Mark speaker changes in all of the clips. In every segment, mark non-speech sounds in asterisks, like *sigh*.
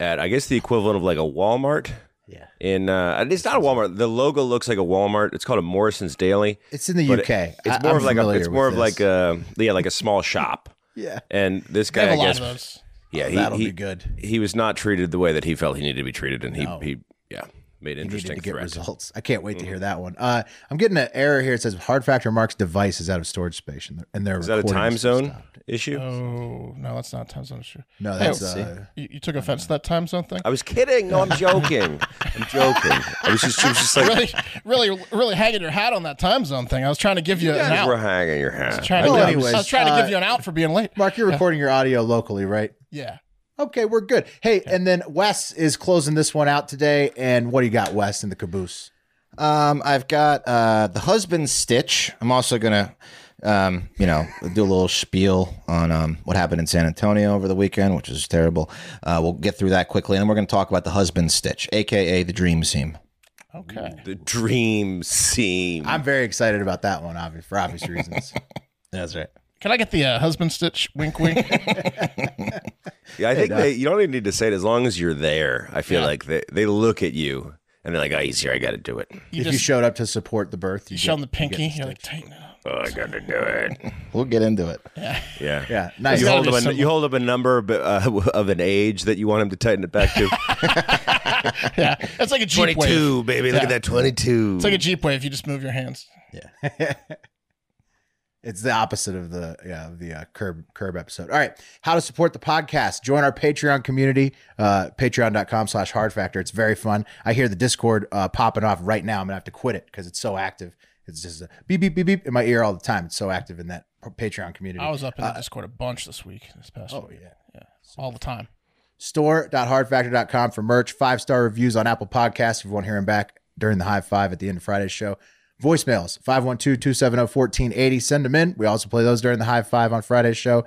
Speaker 1: at I guess the equivalent of like a Walmart.
Speaker 2: Yeah.
Speaker 1: In uh, it's not a Walmart. The logo looks like a Walmart. It's called a Morrison's Daily.
Speaker 2: It's in the
Speaker 1: but
Speaker 2: UK.
Speaker 1: it's
Speaker 2: I-
Speaker 1: more
Speaker 2: I'm
Speaker 1: of like a,
Speaker 2: familiar
Speaker 1: it's more
Speaker 2: with
Speaker 1: of like
Speaker 2: this.
Speaker 1: a yeah like a small shop.
Speaker 2: *laughs* yeah.
Speaker 1: And this
Speaker 3: They
Speaker 1: guy,
Speaker 3: have a
Speaker 1: I
Speaker 3: lot
Speaker 1: guess,
Speaker 3: of those.
Speaker 1: yeah, he,
Speaker 2: Oh, That'll
Speaker 1: he,
Speaker 2: be good.
Speaker 1: He was not treated the way that he felt he needed to be treated, and he he yeah made an
Speaker 2: He needed
Speaker 1: interesting
Speaker 2: to get
Speaker 1: threat. Mm-hmm.
Speaker 2: results. I can't wait to hear that one. Uh, I'm getting an error here. It says hard factor Mark's device is out of storage space, and they're, and they're
Speaker 1: Is that a time zone issue?
Speaker 3: Oh no, that's not a time zone issue.
Speaker 2: No, that's
Speaker 3: Hey,
Speaker 2: uh,
Speaker 3: you, you took offense to that time zone thing.
Speaker 1: I was kidding. No, I'm
Speaker 3: *laughs*
Speaker 2: *laughs*
Speaker 1: joking. I'm joking. I was just, it was just like,
Speaker 3: Really, really, really hanging your hat on that time zone thing. I was trying to give you,
Speaker 1: you
Speaker 3: an
Speaker 1: guys
Speaker 3: out.
Speaker 1: were hanging your hat.
Speaker 3: Trying to
Speaker 2: Well,
Speaker 3: give-
Speaker 2: anyways,
Speaker 3: I was trying to
Speaker 2: uh,
Speaker 3: give you an out for being late.
Speaker 2: Mark. You're recording your audio locally, right?
Speaker 3: Yeah.
Speaker 2: Okay, we're good. Hey, and then Wes is closing this one out today. And what do you got, Wes, in the caboose?
Speaker 4: Um, I've got uh, the husband Stitch. I'm also gonna, um, you know, do a little spiel on um, what happened in San Antonio over the weekend, which is terrible. Uh, we'll get through that quickly, and then we're gonna talk about the husband Stitch, aka the Dream Team.
Speaker 3: Okay.
Speaker 1: The dream scene.
Speaker 2: I'm very excited about that one, obvious for obvious reasons.
Speaker 4: *laughs* That's right.
Speaker 3: Can I get the uh, husband stitch? Wink,
Speaker 2: *laughs*
Speaker 3: wink.
Speaker 1: yeah, I think they, you don't even need to say it as long as you're there. I feel like they, they look at you and they're like, oh, he's here. I got to do it.
Speaker 3: You
Speaker 2: if
Speaker 3: just
Speaker 2: you showed up to support the birth, you,
Speaker 3: show them the
Speaker 2: get-
Speaker 3: pinky. You're like, tighten it up.
Speaker 1: Oh, I got to do it.
Speaker 4: We'll get into it.
Speaker 1: Yeah.
Speaker 2: yeah, nice.
Speaker 1: You
Speaker 3: gotta
Speaker 1: hold,
Speaker 3: be
Speaker 1: up a,
Speaker 3: simple.
Speaker 1: you hold up a number but, uh, *laughs* of an age that you want him to tighten it back to.
Speaker 3: *laughs* Yeah. It's like a Jeep wave.
Speaker 1: 22, baby. Look at that 22.
Speaker 2: *laughs*
Speaker 3: It's like a Jeep wave. You just move your hands.
Speaker 2: It's the opposite of the yeah of the uh, curb curb episode. All right, how to support the podcast? Join our Patreon community, uh, Patreon.com/slash Hard Factor. It's very fun. I hear the Discord uh, popping off right now. I'm gonna have to quit it because it's so active. It's just a beep beep beep beep in my ear all the time. It's so active in that Patreon community.
Speaker 3: I was up in the Discord a bunch this week, this past
Speaker 2: Uh, oh
Speaker 3: week,
Speaker 2: yeah.
Speaker 3: all the time.
Speaker 2: store.hardfactor.com for merch, five star reviews on Apple Podcasts if you want to hear them back during the high five at the end of Friday's show. Voicemails 512 270 1480. oh, Send them in. We also play those during the high five on Friday's show.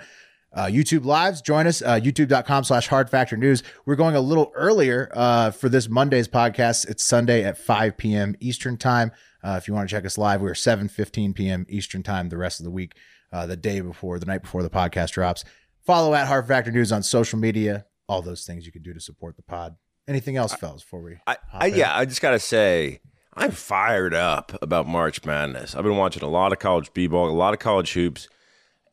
Speaker 2: Uh, YouTube lives, join us, uh, youtube.com slash hard factor news. We're going a little earlier uh, for this Monday's podcast. It's Sunday at 5 p.m. Eastern time. Uh, if you want to check us live, we are 7 15 p.m. Eastern time the rest of the week, uh, the day before, the night before the podcast drops. Follow at Hard Factor News on social media. All those things you can do to support the pod. Anything else, fellas, before we?
Speaker 1: I,
Speaker 2: hop
Speaker 1: I
Speaker 2: in?
Speaker 1: yeah, I just gotta say, I'm fired up about March Madness. I've been watching a lot of college b-ball, a lot of college hoops,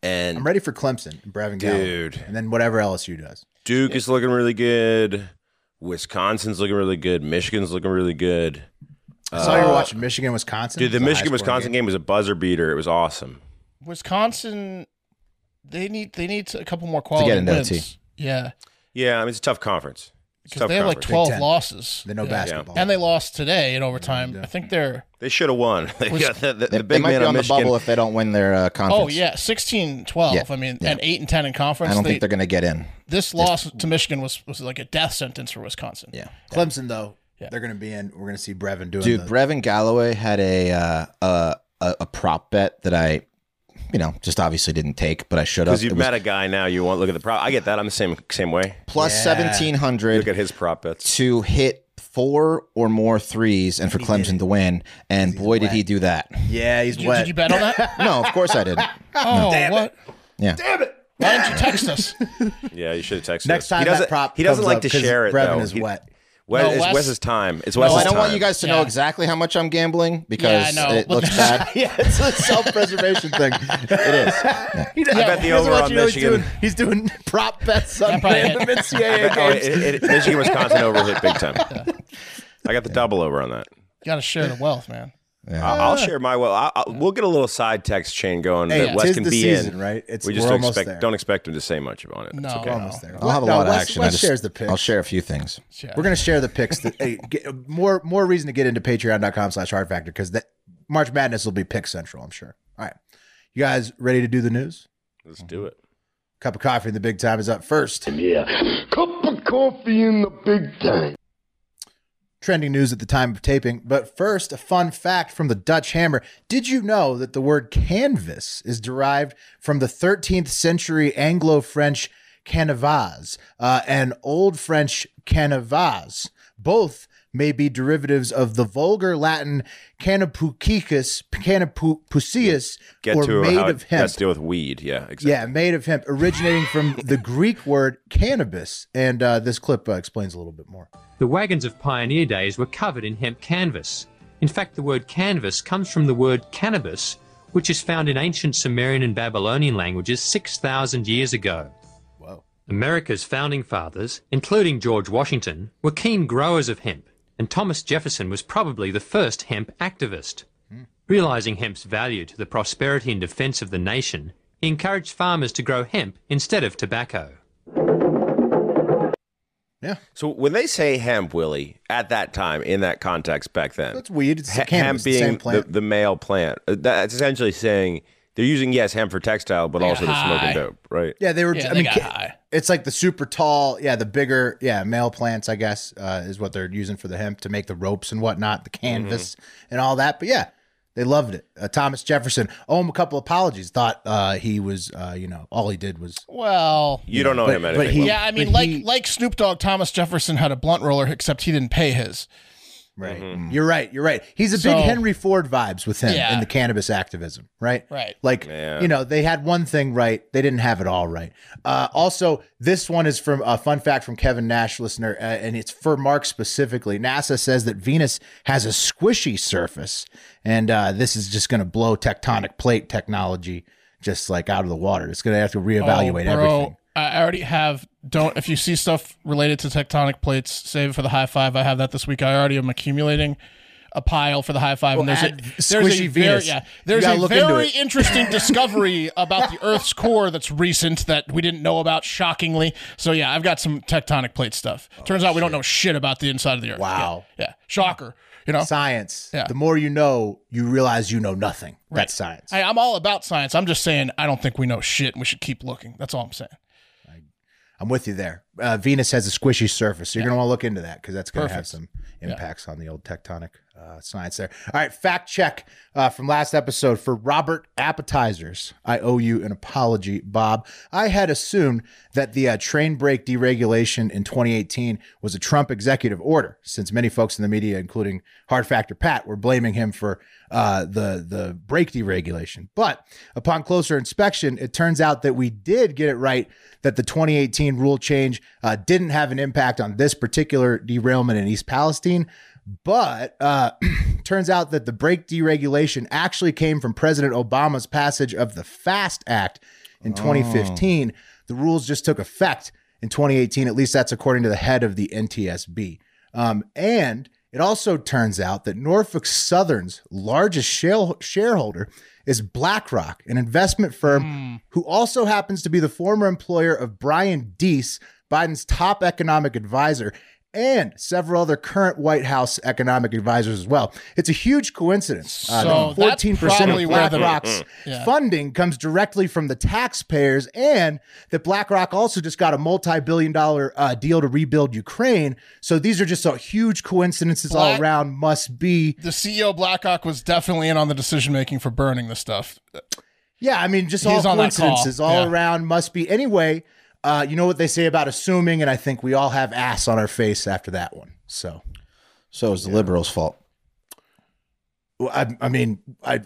Speaker 1: and
Speaker 2: I'm ready for Clemson and Bravin Gallon.
Speaker 1: Dude.
Speaker 2: and then whatever LSU does.
Speaker 1: Duke is looking really good. Wisconsin's looking really good. Michigan's looking really good.
Speaker 2: I saw you were watching Michigan, Wisconsin.
Speaker 1: Uh, Dude, the
Speaker 2: It's a high
Speaker 1: Michigan Wisconsin
Speaker 2: scoring
Speaker 1: game was a buzzer beater. It was awesome.
Speaker 3: Wisconsin, they need they need a couple more quality
Speaker 4: into
Speaker 3: wins.
Speaker 4: OT.
Speaker 3: Yeah,
Speaker 1: Yeah, I mean it's a tough conference. It's a
Speaker 3: because
Speaker 1: tough
Speaker 3: they have like
Speaker 1: conference.
Speaker 3: twelve
Speaker 2: Ten.
Speaker 3: losses.
Speaker 2: They know
Speaker 3: Yeah.
Speaker 2: basketball.
Speaker 3: and they lost today in overtime. I think they're
Speaker 1: They should have won. *laughs* They
Speaker 3: Wis-
Speaker 1: got the, the,
Speaker 4: They,
Speaker 1: the
Speaker 4: they
Speaker 1: big
Speaker 4: might
Speaker 1: man
Speaker 4: be
Speaker 1: on
Speaker 4: on the
Speaker 1: Michigan.
Speaker 4: bubble
Speaker 1: *laughs*
Speaker 4: if they don't win their uh, conference.
Speaker 3: oh yeah 16 12
Speaker 4: Yeah.
Speaker 3: i mean
Speaker 4: Yeah.
Speaker 3: and 8 and 10 in conference
Speaker 4: I don't
Speaker 3: they,
Speaker 4: think they're going to get in.
Speaker 3: this loss to michigan was, was like a death sentence for wisconsin
Speaker 4: Yeah.
Speaker 2: game. Clemson though,
Speaker 3: Yeah.
Speaker 2: they're going to be in. We're going to see Brevin doing.
Speaker 4: Dude,
Speaker 2: the-
Speaker 4: Brevin Galloway had a, uh, a a a prop bet that I, you know, just obviously didn't take, but I should have.
Speaker 1: Because you've
Speaker 4: It was
Speaker 1: met a guy now, you want look at the prop. I get that. I'm the same same way.
Speaker 4: plus
Speaker 2: Yeah.
Speaker 4: seventeen hundred
Speaker 1: Look at his prop bets.
Speaker 4: to hit four or more threes and for Clemson to win. And boy, did he do that.
Speaker 2: yeah, he's
Speaker 3: did, you,
Speaker 2: wet.
Speaker 3: did
Speaker 4: *laughs*
Speaker 3: you bet on
Speaker 2: *laughs*
Speaker 3: that
Speaker 4: No, of course I didn't.
Speaker 3: *laughs* oh what
Speaker 4: Yeah.
Speaker 3: damn it why didn't you text us
Speaker 1: Yeah, you should have texted.
Speaker 2: Next
Speaker 1: us.
Speaker 2: time
Speaker 1: he
Speaker 2: that
Speaker 1: doesn't,
Speaker 2: prop
Speaker 1: He doesn't
Speaker 2: comes
Speaker 1: like
Speaker 2: up
Speaker 1: to
Speaker 2: 'cause
Speaker 1: share it.
Speaker 2: Brevin
Speaker 1: though.
Speaker 2: is
Speaker 1: He-
Speaker 2: wet.
Speaker 1: Wes,
Speaker 3: No,
Speaker 1: it's
Speaker 3: Wes-
Speaker 1: Wes's time. It's
Speaker 4: No,
Speaker 1: Wes's
Speaker 4: I don't want
Speaker 1: time.
Speaker 4: you guys to know
Speaker 3: Yeah.
Speaker 4: exactly how much I'm gambling because
Speaker 3: know.
Speaker 4: it
Speaker 3: Well, *laughs*
Speaker 4: looks bad.
Speaker 2: yeah, it's a self-preservation
Speaker 4: *laughs*
Speaker 2: thing. It is. *laughs* He doesn't-
Speaker 3: I bet the
Speaker 2: he doesn't
Speaker 1: over
Speaker 2: want
Speaker 1: on
Speaker 2: you to know he's
Speaker 1: Michigan.
Speaker 2: doing- He's doing, *laughs* prop bets on *laughs*
Speaker 3: probably
Speaker 1: *laughs*
Speaker 2: random
Speaker 3: hit.
Speaker 2: NCAA
Speaker 1: Oh,
Speaker 2: games.
Speaker 1: it, it, Michigan, Wisconsin over hit big time. I got the double over on that.
Speaker 3: gotta share the wealth man Uh,
Speaker 1: I- I'll share my well. I, I, we'll get a little side text chain going
Speaker 2: Hey,
Speaker 1: that Wes
Speaker 2: tis
Speaker 1: can
Speaker 2: the
Speaker 1: be
Speaker 2: season,
Speaker 1: in.
Speaker 2: right? It's-
Speaker 1: we just
Speaker 2: we're
Speaker 1: don't
Speaker 2: almost
Speaker 1: expect
Speaker 2: there.
Speaker 1: don't expect him to say much about it. It's
Speaker 3: no,
Speaker 1: okay.
Speaker 3: no.
Speaker 2: Almost there.
Speaker 4: I'll have a
Speaker 2: No,
Speaker 4: lot of
Speaker 2: Wes-
Speaker 4: action.
Speaker 2: Wes
Speaker 4: I just,
Speaker 2: shares the picks.
Speaker 4: I'll share a few things.
Speaker 3: Yeah.
Speaker 2: We're gonna share the picks. That, hey, get, more more reason to get into Patreon.com/hardfactor slash Hard Factor because that March Madness will be pick central. I'm sure. All right, you guys ready to do the news?
Speaker 1: Let's do it.
Speaker 2: Cup of coffee in the big time is up first.
Speaker 5: Yeah. Cup of coffee in the big time.
Speaker 2: Trending news at the time of taping, but first, a fun fact from the Dutch Hammer. Did you know that the word canvas is derived from the 13th century Anglo French canevas uh, and Old French canevas? Both may be derivatives of the vulgar Latin canapucicus, canapucius,
Speaker 1: Get
Speaker 2: or
Speaker 1: to
Speaker 2: made
Speaker 1: how
Speaker 2: of
Speaker 1: it
Speaker 2: hemp.
Speaker 1: has to deal with weed. Yeah, exactly.
Speaker 2: Yeah, made of hemp, originating from
Speaker 3: *laughs*
Speaker 2: the Greek word cannabis. And uh, this clip uh, explains a little bit more.
Speaker 6: The wagons of pioneer days were covered in hemp canvas. In fact, the word canvas comes from the word cannabis, which is found in ancient Sumerian and Babylonian languages 6,000 years ago.
Speaker 2: Whoa.
Speaker 6: America's founding fathers, including George Washington, were keen growers of hemp, and Thomas Jefferson was probably the first hemp activist. Realizing hemp's value to the prosperity and defense of the nation, he encouraged farmers to grow hemp instead of tobacco.
Speaker 2: Yeah,
Speaker 1: So when they say hemp, Willie, at that time in that context back then,
Speaker 2: that's weed. It's
Speaker 1: he-
Speaker 2: cannabis,
Speaker 1: hemp
Speaker 2: the same
Speaker 1: being the,
Speaker 2: plant.
Speaker 1: the male plant. uh, That's essentially saying they're using yes hemp for textile, but also to
Speaker 3: high.
Speaker 1: smoking dope, right?
Speaker 2: yeah, they were.
Speaker 3: Yeah,
Speaker 2: I
Speaker 3: they
Speaker 2: mean,
Speaker 3: got
Speaker 2: ca-
Speaker 3: high.
Speaker 2: it's like the super tall. Yeah, the bigger. Yeah, male plants, I guess, uh, is what they're using for the hemp to make the ropes and whatnot, the canvas
Speaker 3: Mm-hmm.
Speaker 2: and all that. But yeah, they loved it. Uh, Thomas Jefferson owe him a couple apologies. Thought uh, he was, uh, you know, all he did was.
Speaker 3: well
Speaker 1: You don't know
Speaker 2: But-
Speaker 1: him
Speaker 2: but
Speaker 1: anything.
Speaker 2: he-
Speaker 1: Willie.
Speaker 3: yeah i mean
Speaker 2: But
Speaker 3: like
Speaker 2: he-
Speaker 3: like snoop dogg thomas jefferson had a blunt roller except he didn't pay his
Speaker 2: Right.
Speaker 3: Mm-hmm.
Speaker 2: You're right. You're right. He's a
Speaker 3: So-
Speaker 2: big Henry Ford vibes with him
Speaker 3: Yeah.
Speaker 2: in the cannabis activism, right?
Speaker 3: Right.
Speaker 2: Like,
Speaker 1: Yeah.
Speaker 2: you know, they had one thing right. They didn't have it all right. Uh, also, this one is from a fun fact from Kevin Nash, listener, uh, and it's for Mark specifically. NASA says that Venus has a squishy surface, and uh, this is just going to blow tectonic plate technology just like out of the water. It's going to have to reevaluate
Speaker 3: oh, bro,
Speaker 2: everything.
Speaker 3: I already have. Don't if you see stuff related to tectonic plates, save it for the high five. I have that this week. I already am accumulating. a pile for the high five. and there's
Speaker 2: add
Speaker 3: a there's a
Speaker 2: squishy
Speaker 3: very,
Speaker 2: Venus.
Speaker 3: yeah,
Speaker 2: You
Speaker 3: there's
Speaker 2: gotta
Speaker 3: a
Speaker 2: look into
Speaker 3: very
Speaker 2: it. *laughs*
Speaker 3: interesting discovery about the Earth's core that's recent that we didn't know about. Shockingly, so yeah, I've got some tectonic plate stuff. Turns out we don't know shit about the inside of the Earth.
Speaker 2: Oh, Wow.
Speaker 3: Yeah, yeah. shocker. You know,
Speaker 2: Science.
Speaker 3: Yeah.
Speaker 2: The more you know, you realize you know nothing. That's science.
Speaker 3: Hey, I'm all about science. I'm just saying I don't think we know shit. and We should keep looking. That's all I'm saying.
Speaker 2: I'm with you there. Uh, Venus has a squishy surface, so you're going to want to look into that because that's going to have
Speaker 3: Perfect.
Speaker 2: some impacts on the old tectonic uh, science there. All right, fact check uh, from last episode for Robert Appetizers. I owe you an apology, Bob. I had assumed that the uh, train brake deregulation in 2018 was a Trump executive order, since many folks in the media, including Hard Factor Pat, were blaming him for uh, the the brake deregulation. But upon closer inspection, it turns out that we did get it right that the 2018 rule change uh, didn't have an impact on this particular derailment in East Palestine. But uh, *clears throat* turns out that the brake deregulation actually came from President Obama's passage of the FAST Act
Speaker 3: Oh.
Speaker 2: in 2015. The rules just took effect in 2018. At least that's according to the head of the NTSB. Um, and it also turns out that Norfolk Southern's largest shale- shareholder is BlackRock, an investment firm
Speaker 3: Hmm.
Speaker 2: who also happens to be the former employer of Brian Deese, Biden's top economic advisor, and several other current White House economic advisors as well. It's a huge coincidence. uh,
Speaker 3: So
Speaker 2: that
Speaker 3: that's
Speaker 2: 14%
Speaker 3: probably
Speaker 2: of
Speaker 3: where the- Hmm.
Speaker 2: BlackRock's
Speaker 3: Yeah.
Speaker 2: funding comes directly from the taxpayers, and that BlackRock also just got a multi-billion dollar uh, deal to rebuild Ukraine. So these are just uh, huge coincidences
Speaker 3: Black-
Speaker 2: all around. Must be,
Speaker 3: The CEO of Blackhawk was definitely in on the decision making for burning the stuff.
Speaker 2: yeah. I mean, just
Speaker 3: He's
Speaker 2: all
Speaker 3: on that call.
Speaker 2: coincidences all
Speaker 3: Yeah.
Speaker 2: around. Must be anyway. Uh, you know what they say about assuming, and I think we all have ass on our face after that one. So,
Speaker 4: So it's the liberals' fault.
Speaker 2: well, I, I mean, I,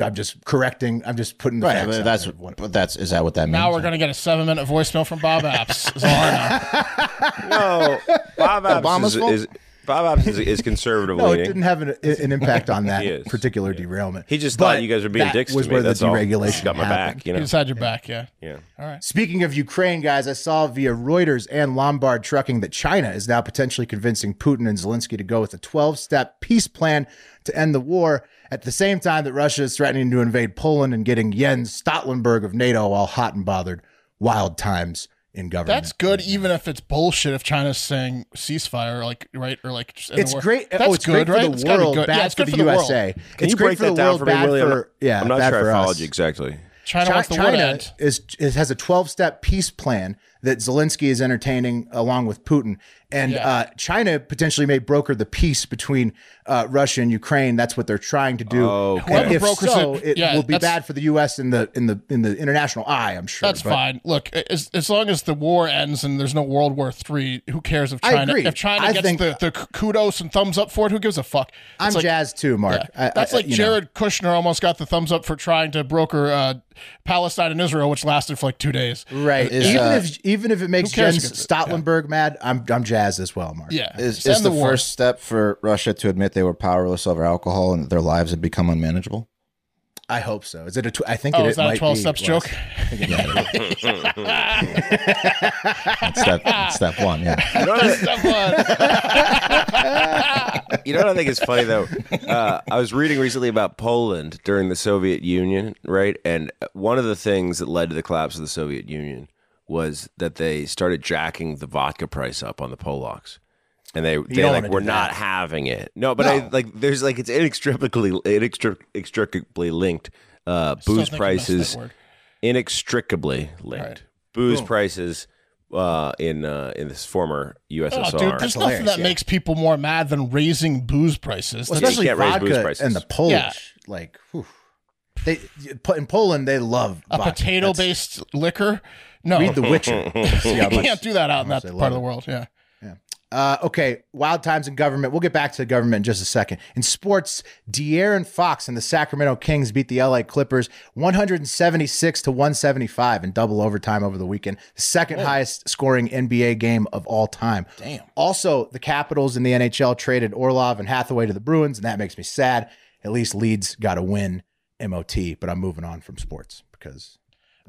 Speaker 2: I'm just correcting. I'm just putting the
Speaker 4: Right.
Speaker 2: facts.
Speaker 4: But
Speaker 2: out
Speaker 4: that's
Speaker 2: there.
Speaker 4: what. But that's is that what that means?
Speaker 3: Now we're gonna get a seven minute voicemail from Bob Apps.
Speaker 2: *laughs*
Speaker 3: Is all I know.
Speaker 1: No, Bob Apps
Speaker 4: Obama's
Speaker 1: is,
Speaker 4: fault?
Speaker 1: is Bob Apps is, is conservative
Speaker 2: *laughs* No, it
Speaker 1: leaning.
Speaker 2: didn't have an, an impact
Speaker 1: *laughs*
Speaker 2: on that
Speaker 1: Yes.
Speaker 2: particular derailment.
Speaker 1: He just
Speaker 2: But
Speaker 1: thought you guys were being
Speaker 2: that
Speaker 1: dicks
Speaker 2: Was
Speaker 1: to me.
Speaker 2: where
Speaker 1: That's
Speaker 2: the
Speaker 1: all.
Speaker 2: deregulation
Speaker 1: He's got my
Speaker 2: happened.
Speaker 1: back, you
Speaker 3: He
Speaker 1: know.
Speaker 3: just had your back. Yeah.
Speaker 1: Yeah.
Speaker 2: Speaking of Ukraine, guys, I saw via Reuters and Lombard Trucking that China is now potentially convincing Putin and Zelensky to go with a 12 step peace plan to end the war at the same time that Russia is threatening to invade Poland and getting Jens Stoltenberg of NATO all hot and bothered. Wild times in government.
Speaker 3: That's good, even if it's bullshit. If China's saying ceasefire, like right, or like just end the
Speaker 2: it's
Speaker 3: war.
Speaker 2: great.
Speaker 3: That's
Speaker 2: oh, it's
Speaker 3: good,
Speaker 2: great
Speaker 3: right?
Speaker 2: for
Speaker 3: It's
Speaker 2: the
Speaker 3: gotta be
Speaker 2: world,
Speaker 3: good.
Speaker 2: bad
Speaker 3: Yeah, it's
Speaker 2: for
Speaker 3: good
Speaker 2: the
Speaker 3: for the world.
Speaker 2: USA.
Speaker 1: Can
Speaker 2: it's
Speaker 1: you
Speaker 2: great
Speaker 1: break
Speaker 2: for
Speaker 1: that
Speaker 2: the
Speaker 1: down
Speaker 2: world,
Speaker 1: for me,
Speaker 2: bad
Speaker 1: Willie? I'm
Speaker 2: for
Speaker 1: not-
Speaker 2: yeah,
Speaker 1: I'm not
Speaker 2: bad
Speaker 1: sure
Speaker 2: for
Speaker 1: I followed
Speaker 2: us.
Speaker 1: you
Speaker 2: *laughs*
Speaker 1: exactly.
Speaker 3: China
Speaker 2: Chi-
Speaker 3: wants the war to end.
Speaker 2: is it has a 12 step peace plan that Zelensky is entertaining along with Putin, and
Speaker 3: Yeah.
Speaker 2: uh, China potentially may broker the peace between uh, Russia and Ukraine. That's what they're trying to do.
Speaker 1: Okay.
Speaker 2: And if
Speaker 3: Whoever brokers
Speaker 2: so,
Speaker 3: it-
Speaker 2: it,
Speaker 3: yeah,
Speaker 2: will be
Speaker 3: that's-
Speaker 2: bad for the U.S. in the in the in the international eye. I'm sure
Speaker 3: That's
Speaker 2: but-
Speaker 3: fine. Look, as, as long as the war ends and there's no World War Three, who cares if
Speaker 2: I
Speaker 3: China?
Speaker 2: agree.
Speaker 3: If China
Speaker 2: I
Speaker 3: gets
Speaker 2: think-
Speaker 3: the, the kudos and thumbs up for it, who gives a fuck?
Speaker 2: I'm
Speaker 3: It's like-
Speaker 2: jazzed too, Mark.
Speaker 3: Yeah.
Speaker 2: I-
Speaker 3: That's
Speaker 2: I-
Speaker 3: like
Speaker 2: you know.
Speaker 3: Jared Kushner almost got the thumbs up for trying to broker uh, Palestine and Israel, which lasted for like two days.
Speaker 2: Right.
Speaker 4: Is,
Speaker 2: even
Speaker 4: uh,
Speaker 2: if even if it makes
Speaker 3: who cares
Speaker 2: Jens
Speaker 3: who gets it? Yeah.
Speaker 2: Stoltenberg mad, I'm I'm jazzed as well, Mark.
Speaker 3: Yeah.
Speaker 4: Is,
Speaker 3: End
Speaker 4: is the,
Speaker 3: war.
Speaker 4: first step for Russia to admit they were powerless over alcohol and that their lives had become unmanageable?
Speaker 2: I hope so. Is it a? Tw- I think
Speaker 3: Oh,
Speaker 2: it,
Speaker 3: is
Speaker 2: it
Speaker 3: that
Speaker 2: might
Speaker 3: a
Speaker 2: be
Speaker 3: 12 steps
Speaker 2: less.
Speaker 3: joke?
Speaker 1: *laughs*
Speaker 4: That's step, that's step one. Yeah.
Speaker 1: You know, what
Speaker 3: Step
Speaker 2: *laughs*
Speaker 3: one.
Speaker 1: I, you know what I think is funny though? Uh, I was reading recently about Poland during the Soviet Union, right? And one of the things that led to the collapse of the Soviet Union was that they started jacking the vodka price up on the Polacks. And they, they
Speaker 2: don't
Speaker 1: like
Speaker 2: wanna
Speaker 1: were
Speaker 2: do
Speaker 1: not having it. No, but I like there's like it's inextricably inextric- inextricably linked uh, booze
Speaker 3: think I messed that
Speaker 1: prices
Speaker 3: word.
Speaker 1: inextricably linked. Booze prices uh, in uh, in this former USSR.
Speaker 3: Oh, dude, there's nothing that makes people more mad than raising booze prices.
Speaker 2: Well,
Speaker 3: That's-
Speaker 2: especially
Speaker 1: can't raise booze
Speaker 2: vodka
Speaker 1: prices.
Speaker 2: and the Polish.
Speaker 3: Yeah.
Speaker 2: Like, whew. they in Poland they love
Speaker 3: a
Speaker 2: vodka.
Speaker 3: potato
Speaker 2: That's-
Speaker 3: based liquor. No,
Speaker 2: Read
Speaker 3: *laughs*
Speaker 2: The Witcher. See how
Speaker 3: you
Speaker 2: much-
Speaker 3: can't do that out in
Speaker 2: how much
Speaker 3: that
Speaker 2: they
Speaker 3: part of
Speaker 2: love
Speaker 3: the
Speaker 2: it.
Speaker 3: world. Yeah.
Speaker 2: Uh, okay, wild times in government. We'll get back to the government in just a second. In sports, De'Aaron Fox and the Sacramento Kings beat the LA Clippers 176 to 175 in double overtime over the weekend. The second highest scoring NBA game of all time. Damn. Also, the Capitals in the NHL traded Orlov and Hathaway to the Bruins, and that makes me sad. At least Leeds got a win, MOT. But I'm moving on from sports because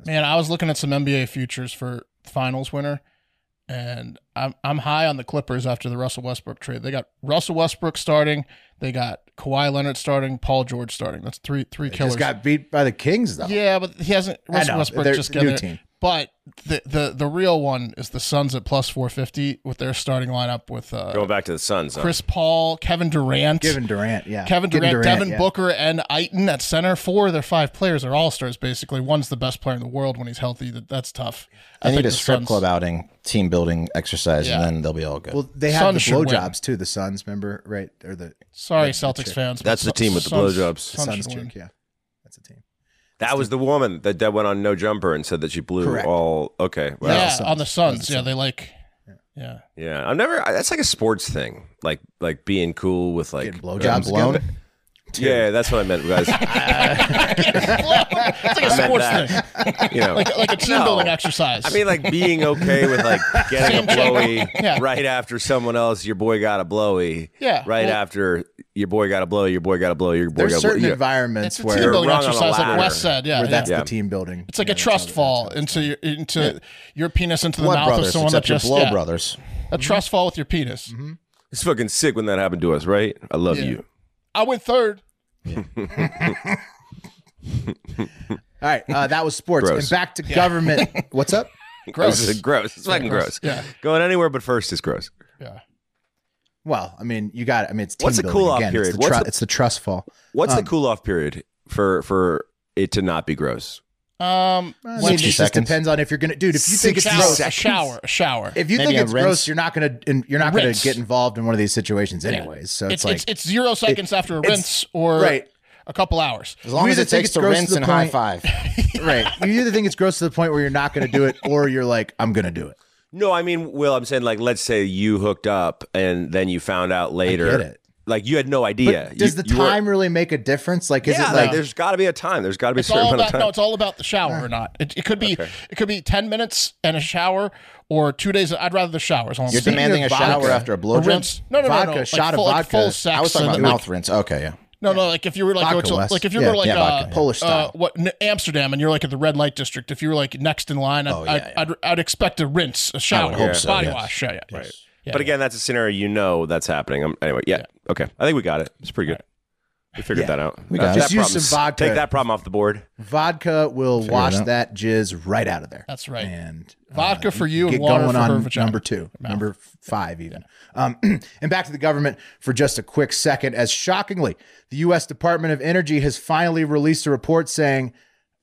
Speaker 3: Man, I was looking at some NBA futures for finals winner. and I'm I'm high on the Clippers after the Russell Westbrook trade. They got Russell Westbrook starting. They got Kawhi Leonard starting. Paul George starting. That's three three killers.
Speaker 2: Just got beat by the Kings though.
Speaker 3: yeah, but he hasn't. Russell
Speaker 2: know.
Speaker 3: Westbrook
Speaker 2: They're
Speaker 3: just
Speaker 2: a
Speaker 3: got
Speaker 2: new
Speaker 3: there.
Speaker 2: team.
Speaker 3: But the, the the real one is the Suns at plus four fifty with their starting lineup with uh,
Speaker 1: Going back to the Suns. huh?
Speaker 3: Chris Paul, Kevin Durant,
Speaker 2: Kevin Durant, yeah.
Speaker 3: Kevin
Speaker 2: Kevin
Speaker 3: Durant, Devin
Speaker 2: yeah.
Speaker 3: Booker, and Aiton at center. Four of their five players are all stars. Basically, one's the best player in the world when he's healthy. That, that's tough.
Speaker 4: I, need
Speaker 3: think
Speaker 4: a
Speaker 3: the
Speaker 4: strip
Speaker 3: Suns-
Speaker 4: club outing, team building exercise, and
Speaker 3: Yeah.
Speaker 4: then they'll be all good.
Speaker 2: Well, they have
Speaker 3: Suns
Speaker 2: the
Speaker 3: should win.
Speaker 2: blowjobs too. The Suns, remember, right? Or the
Speaker 3: Sorry, Celtics fans. but
Speaker 1: That's the
Speaker 3: Sun-
Speaker 1: team with the
Speaker 3: Suns-
Speaker 1: blowjobs.
Speaker 3: Suns
Speaker 2: Suns
Speaker 3: should win.
Speaker 2: chick, yeah. That's a team.
Speaker 1: That was the woman that that went on no jumper and said that she blew
Speaker 2: Correct.
Speaker 1: all. Okay, well,
Speaker 3: yeah,
Speaker 1: yeah.
Speaker 2: Suns.
Speaker 3: on the Suns.
Speaker 2: the
Speaker 3: yeah, they like. Yeah.
Speaker 1: I've never. I- That's like a sports thing, like like being cool with like
Speaker 2: Getting blowjobs
Speaker 4: blown.
Speaker 2: together.
Speaker 1: *laughs* Yeah, that's what I meant,
Speaker 3: *laughs*
Speaker 1: guys.
Speaker 3: it's like a sports thing,
Speaker 1: you know,
Speaker 3: like, like a team
Speaker 1: No.
Speaker 3: building exercise.
Speaker 1: I mean, like being okay with
Speaker 3: *laughs*
Speaker 1: like getting a
Speaker 3: Same check.
Speaker 1: blowy
Speaker 3: Yeah.
Speaker 1: right after someone else. Your boy got a blowy.
Speaker 3: Yeah,
Speaker 1: Right
Speaker 3: well-
Speaker 1: after your boy got a blowy. Your boy got a blowy. Your boy
Speaker 2: There's
Speaker 1: got a blowy.
Speaker 2: certain
Speaker 1: Yeah.
Speaker 3: it's
Speaker 2: environments
Speaker 3: a
Speaker 2: where,
Speaker 3: team building
Speaker 1: You're wrong on a
Speaker 3: exercise, like
Speaker 1: ladder.
Speaker 3: Wes said. Yeah,
Speaker 2: where that's
Speaker 3: yeah.
Speaker 1: Yeah.
Speaker 2: the team building.
Speaker 3: it's like a trust fall into your into your penis into the
Speaker 4: Blood
Speaker 3: mouth of
Speaker 4: brothers,
Speaker 3: someone that
Speaker 4: except your
Speaker 3: just
Speaker 4: blood
Speaker 3: yeah,
Speaker 4: brothers.
Speaker 3: a
Speaker 2: Mm-hmm.
Speaker 3: trust fall with your penis.
Speaker 1: It's fucking sick when that happened to us, right? I love you.
Speaker 3: I went third.
Speaker 2: All right, uh, that was sports.
Speaker 1: Gross.
Speaker 2: And back to government.
Speaker 3: *laughs*
Speaker 2: What's up?
Speaker 1: Gross. This is gross. It's fucking gross.
Speaker 3: Yeah.
Speaker 1: Going anywhere but first is gross.
Speaker 3: Yeah.
Speaker 2: Well, I mean, you got it. I mean, it's team
Speaker 1: What's the
Speaker 2: building
Speaker 1: cool-off
Speaker 2: again.
Speaker 1: period?
Speaker 2: It's the,
Speaker 1: What's
Speaker 2: tru-
Speaker 1: the-
Speaker 2: it's the trust fall.
Speaker 1: What's the cool off period for for it to not be gross?
Speaker 3: Um,
Speaker 2: I mean, it
Speaker 4: 60
Speaker 2: just
Speaker 4: seconds.
Speaker 2: depends on if you're gonna, dude. If you think it's
Speaker 3: 60
Speaker 2: gross,
Speaker 3: a shower, a shower.
Speaker 2: if you
Speaker 4: Maybe
Speaker 2: think
Speaker 4: a
Speaker 2: it's
Speaker 4: rinse.
Speaker 2: gross, you're not gonna and you're not
Speaker 3: Rinse.
Speaker 2: gonna get involved in one of these situations anyways. So
Speaker 3: it's,
Speaker 2: it's, like
Speaker 3: it's it's zero seconds after a rinse or
Speaker 2: right.
Speaker 3: a couple hours.
Speaker 4: As long
Speaker 2: We
Speaker 4: as
Speaker 2: either
Speaker 4: it
Speaker 2: think
Speaker 4: takes
Speaker 2: it's
Speaker 4: to
Speaker 2: gross to
Speaker 4: rinse
Speaker 2: the
Speaker 4: and high
Speaker 2: point- *laughs*
Speaker 4: five.
Speaker 2: right. You either think it's gross to the point where you're not gonna do it, or you're like, I'm gonna do it.
Speaker 1: No, I mean, Will, I'm saying like, let's say you hooked up and then you found out later.
Speaker 2: get it.
Speaker 1: Like you had no idea.
Speaker 2: But does
Speaker 1: You-
Speaker 2: the
Speaker 1: you were-
Speaker 2: time really make a difference? Like, is
Speaker 1: yeah, like,
Speaker 2: it like
Speaker 1: there's got to be a time. There's got to be
Speaker 3: It's
Speaker 1: a certain
Speaker 3: all
Speaker 1: amount of
Speaker 3: about
Speaker 1: time.
Speaker 3: no, it's all about the shower
Speaker 2: Ah.
Speaker 3: or not. It, it could be it could be ten minutes and a shower or two days. I'd rather the showers. Honestly.
Speaker 4: You're demanding
Speaker 2: of
Speaker 4: a
Speaker 2: vodka,
Speaker 4: shower after a
Speaker 3: a
Speaker 4: blowjob.
Speaker 3: rinse. No, no, no, no.
Speaker 2: vodka,
Speaker 3: Like
Speaker 2: shot of
Speaker 3: full, like
Speaker 2: vodka.
Speaker 3: full sex.
Speaker 4: I was talking
Speaker 3: and
Speaker 4: about
Speaker 3: then,
Speaker 4: mouth rinse. Okay, yeah.
Speaker 3: No, no. Like if you were like
Speaker 2: Vodka,
Speaker 3: going to,
Speaker 2: Wes.
Speaker 3: like if you
Speaker 2: Yeah,
Speaker 3: were like
Speaker 4: yeah,
Speaker 3: uh,
Speaker 4: vodka.
Speaker 2: Polish
Speaker 3: uh,
Speaker 2: style?
Speaker 3: what N- Amsterdam and you're like at the red light district. If you were like next in line, I'd,
Speaker 4: yeah,
Speaker 3: I'd,
Speaker 4: yeah.
Speaker 3: I'd, I'd expect a rinse, a shower,
Speaker 4: hope so,
Speaker 3: body
Speaker 4: yes.
Speaker 3: wash. Yeah, yeah.
Speaker 4: Right.
Speaker 3: Yeah,
Speaker 1: but
Speaker 3: yeah.
Speaker 1: again, that's a scenario you know that's happening. Um, anyway, yeah, Okay. I think we got it. It's pretty good. We figured that out. We
Speaker 4: got it.
Speaker 2: Just use some vodka.
Speaker 1: Take that problem off the board.
Speaker 2: vodka will wash
Speaker 4: out.
Speaker 2: that jizz right out of there?
Speaker 3: That's right.
Speaker 2: And uh,
Speaker 3: Vodka for you and
Speaker 2: get
Speaker 3: water
Speaker 2: going
Speaker 3: for
Speaker 2: on
Speaker 3: her vagina.
Speaker 2: number two, number f- five, even. Um, *clears throat* and back to the government for just a quick second. As shockingly, the U.S. Department of Energy has finally released a report saying,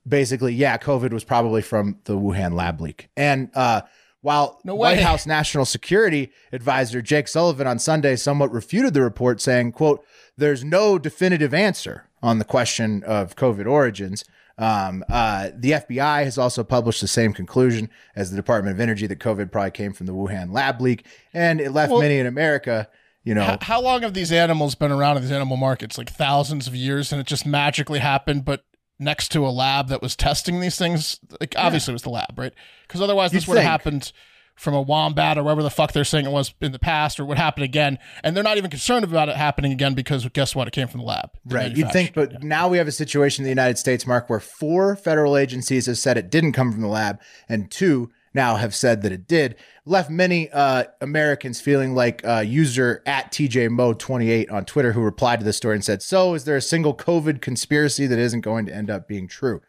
Speaker 2: basically, yeah, COVID was probably from the Wuhan lab leak. And uh, while
Speaker 3: No
Speaker 2: White
Speaker 3: way.
Speaker 2: House National Security Advisor Jake Sullivan on Sunday somewhat refuted the report, saying, "quote There's no definitive answer on the question of COVID origins." Um, uh, the FBI has also published the same conclusion as the Department of Energy that COVID probably came from the Wuhan lab leak, and it left many in America, you know,
Speaker 3: H- how long have these animals been around in these animal markets? Like thousands of years, and it just magically happened, but next to a lab that was testing these things. Like obviously, it was the lab, right? Because otherwise, this
Speaker 2: You'd
Speaker 3: would have
Speaker 2: think.
Speaker 3: happened from a wombat or wherever the fuck they're saying it was in the past, or would happen again. And they're not even concerned about it happening again because guess what? It came from the lab. They
Speaker 2: Right. You'd think,
Speaker 3: manufactured.
Speaker 2: but now we have a situation in the United States, Mark, where four federal agencies have said it didn't come from the lab, and two now have said that it did. Left many uh, Americans feeling like uh, user at TJMode28 on Twitter who replied to this story and said, So is there a single COVID conspiracy that isn't going to end up being true?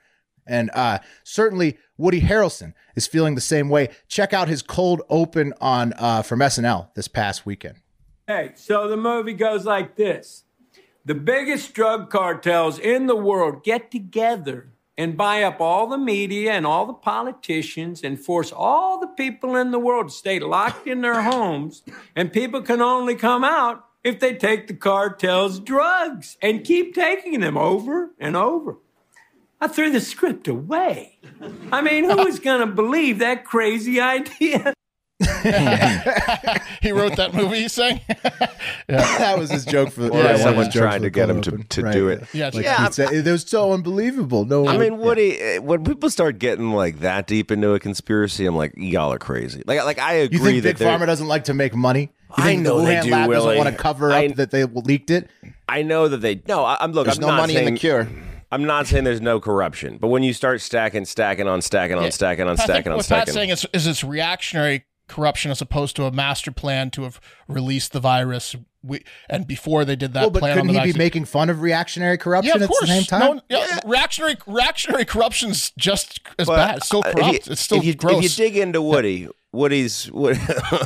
Speaker 2: And uh, certainly Woody Harrelson is feeling the same way. Check out his cold open on uh, from SNL this past weekend.
Speaker 7: Okay, so the movie goes like this The biggest drug cartels in the world get together and buy up all the media and all the politicians and force all the people in the world to stay locked in their homes, and people can only come out if they take the cartels' drugs and keep taking them over and over. I threw the script away. I mean, who is going to believe that crazy idea?
Speaker 3: *laughs* he wrote that movie. He's saying,
Speaker 2: *laughs* that was his joke for the
Speaker 1: Or
Speaker 2: yeah,
Speaker 1: someone
Speaker 2: one of his jokes
Speaker 1: tried
Speaker 2: for
Speaker 1: to
Speaker 2: the
Speaker 1: get him
Speaker 2: cold
Speaker 1: to- to
Speaker 2: open.
Speaker 1: do it.
Speaker 3: Yeah,
Speaker 2: like
Speaker 1: yeah,
Speaker 2: he said, it was so unbelievable. No, one
Speaker 1: I mean,
Speaker 2: would-
Speaker 1: Woody, eh, when people start getting like that deep into a conspiracy, I'm like, y'all are crazy. Like, like I agree
Speaker 2: you think
Speaker 1: that
Speaker 2: Big
Speaker 1: there-
Speaker 2: Pharma doesn't like to make money?
Speaker 1: I
Speaker 2: You think the
Speaker 1: know they
Speaker 2: Wuhan
Speaker 1: do,
Speaker 2: lab
Speaker 1: Willie.
Speaker 2: doesn't want to cover up
Speaker 1: I-
Speaker 2: that they leaked it.
Speaker 1: I know that they. No, I, I'm look.
Speaker 4: There's
Speaker 1: I'm
Speaker 4: no
Speaker 1: not
Speaker 4: money
Speaker 1: saying,
Speaker 4: in the cure.
Speaker 1: I'm not saying there's no corruption, but when you start stacking, stacking on, stacking on, stacking on,
Speaker 3: *laughs* I think
Speaker 1: stacking on,
Speaker 3: what
Speaker 1: stacking,
Speaker 3: Pat's saying is, is it's reactionary corruption as opposed to a master plan to have released the virus. We, and before they did that
Speaker 2: well, but
Speaker 3: plan on
Speaker 2: couldn't
Speaker 3: the
Speaker 2: he be
Speaker 3: vaccine-
Speaker 2: making fun of reactionary corruption at the same time?
Speaker 3: No one- yeah, Reactionary reactionary corruption's just as bad. It's still
Speaker 1: uh, if
Speaker 3: corrupt.
Speaker 1: you-
Speaker 3: it's still
Speaker 1: if you, If
Speaker 3: gross.
Speaker 1: you dig into Woody, Woody's *laughs* Woody,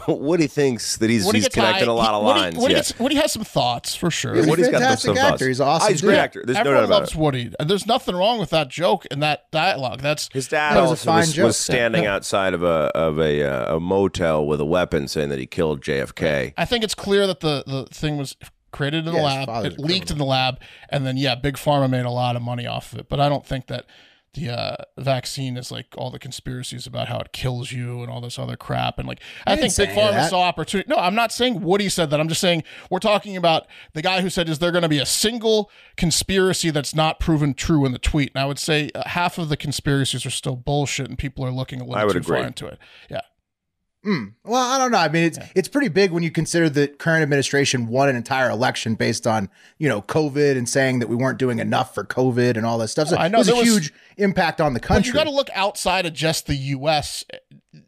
Speaker 1: Woody thinks that he's,
Speaker 3: Woody
Speaker 1: he's
Speaker 3: gets high-
Speaker 1: connected a lot of
Speaker 3: Woody-
Speaker 1: lines.
Speaker 3: Woody,
Speaker 1: yeah.
Speaker 3: gets- Woody has some thoughts for sure.
Speaker 2: He's a
Speaker 1: Woody's got those
Speaker 2: fantastic
Speaker 1: some
Speaker 2: actor.
Speaker 1: thoughts.
Speaker 2: He's an awesome
Speaker 1: Ah, he's a great
Speaker 2: dude.
Speaker 1: actor. There's
Speaker 3: Everyone
Speaker 1: no doubt about
Speaker 3: loves
Speaker 1: it.
Speaker 3: Woody. And there's nothing wrong with that joke and that dialogue. That's
Speaker 1: His dad
Speaker 2: That was a
Speaker 1: also
Speaker 2: fine
Speaker 1: was,
Speaker 2: joke.
Speaker 1: was standing outside of a of a, uh, a motel with a weapon, saying that he killed JFK.
Speaker 3: I think it's clear that the, the thing was created in
Speaker 2: Yeah,
Speaker 3: the
Speaker 2: his
Speaker 3: lab,
Speaker 2: father's
Speaker 3: it
Speaker 2: a
Speaker 3: leaked in the lab, and then yeah, Big Pharma made a lot of money off of it. But I don't think that the uh, vaccine is like all the conspiracies about how it kills you and all this other crap. And like, I,
Speaker 2: didn't
Speaker 3: think Big
Speaker 2: say
Speaker 3: Pharma
Speaker 2: that.
Speaker 3: saw opportunity. No, I'm not saying Woody said that. I'm just saying we're talking about the guy who said, "Is there going to be a single conspiracy that's not proven true in the tweet?" And I would say uh, half of the conspiracies are still bullshit, and people are looking a little
Speaker 1: I would
Speaker 3: too far
Speaker 1: agree.
Speaker 3: into it. Yeah.
Speaker 2: mm. Well, I don't know. I mean, it's it's pretty big when you consider the current administration won an entire election based on you know COVID and saying that we weren't doing enough for COVID and all that stuff. So
Speaker 3: I know,
Speaker 2: it was a
Speaker 3: there was-
Speaker 2: huge impact on the
Speaker 3: But
Speaker 2: country.
Speaker 3: you got to look outside of just the U.S.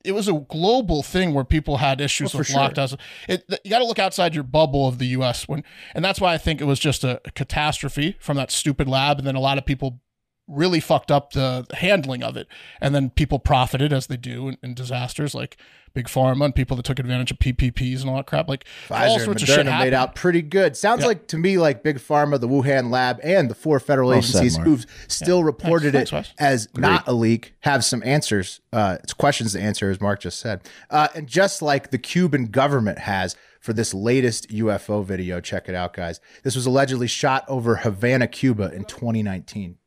Speaker 3: It was a global thing where people had issues
Speaker 2: Well,
Speaker 3: with
Speaker 2: Oh, for sure.
Speaker 3: lockdowns. It, you got to look outside your bubble of the U.S. when, and that's why I think it was just a catastrophe from that stupid lab, and then a lot of people really fucked up the handling of it, and then people profited as they do in, in disasters like big pharma and people that took advantage of PPPs and all that crap. Like all
Speaker 2: Pfizer and
Speaker 3: sorts of shit
Speaker 2: Moderna made
Speaker 3: happened.
Speaker 2: out pretty good. Sounds
Speaker 3: Yeah.
Speaker 2: like to me like Big Pharma, the Wuhan lab, and the four federal
Speaker 4: said,
Speaker 2: agencies
Speaker 4: Mark.
Speaker 2: who've still reported
Speaker 3: Thanks,
Speaker 2: it
Speaker 3: thanks, Wes.
Speaker 2: as not a leak have some answers. Uh, it's questions to answer, as Mark just said, uh, and just like the Cuban government has for this latest UFO video. Check it out, guys. This was allegedly shot over Havana, Cuba, in 2019,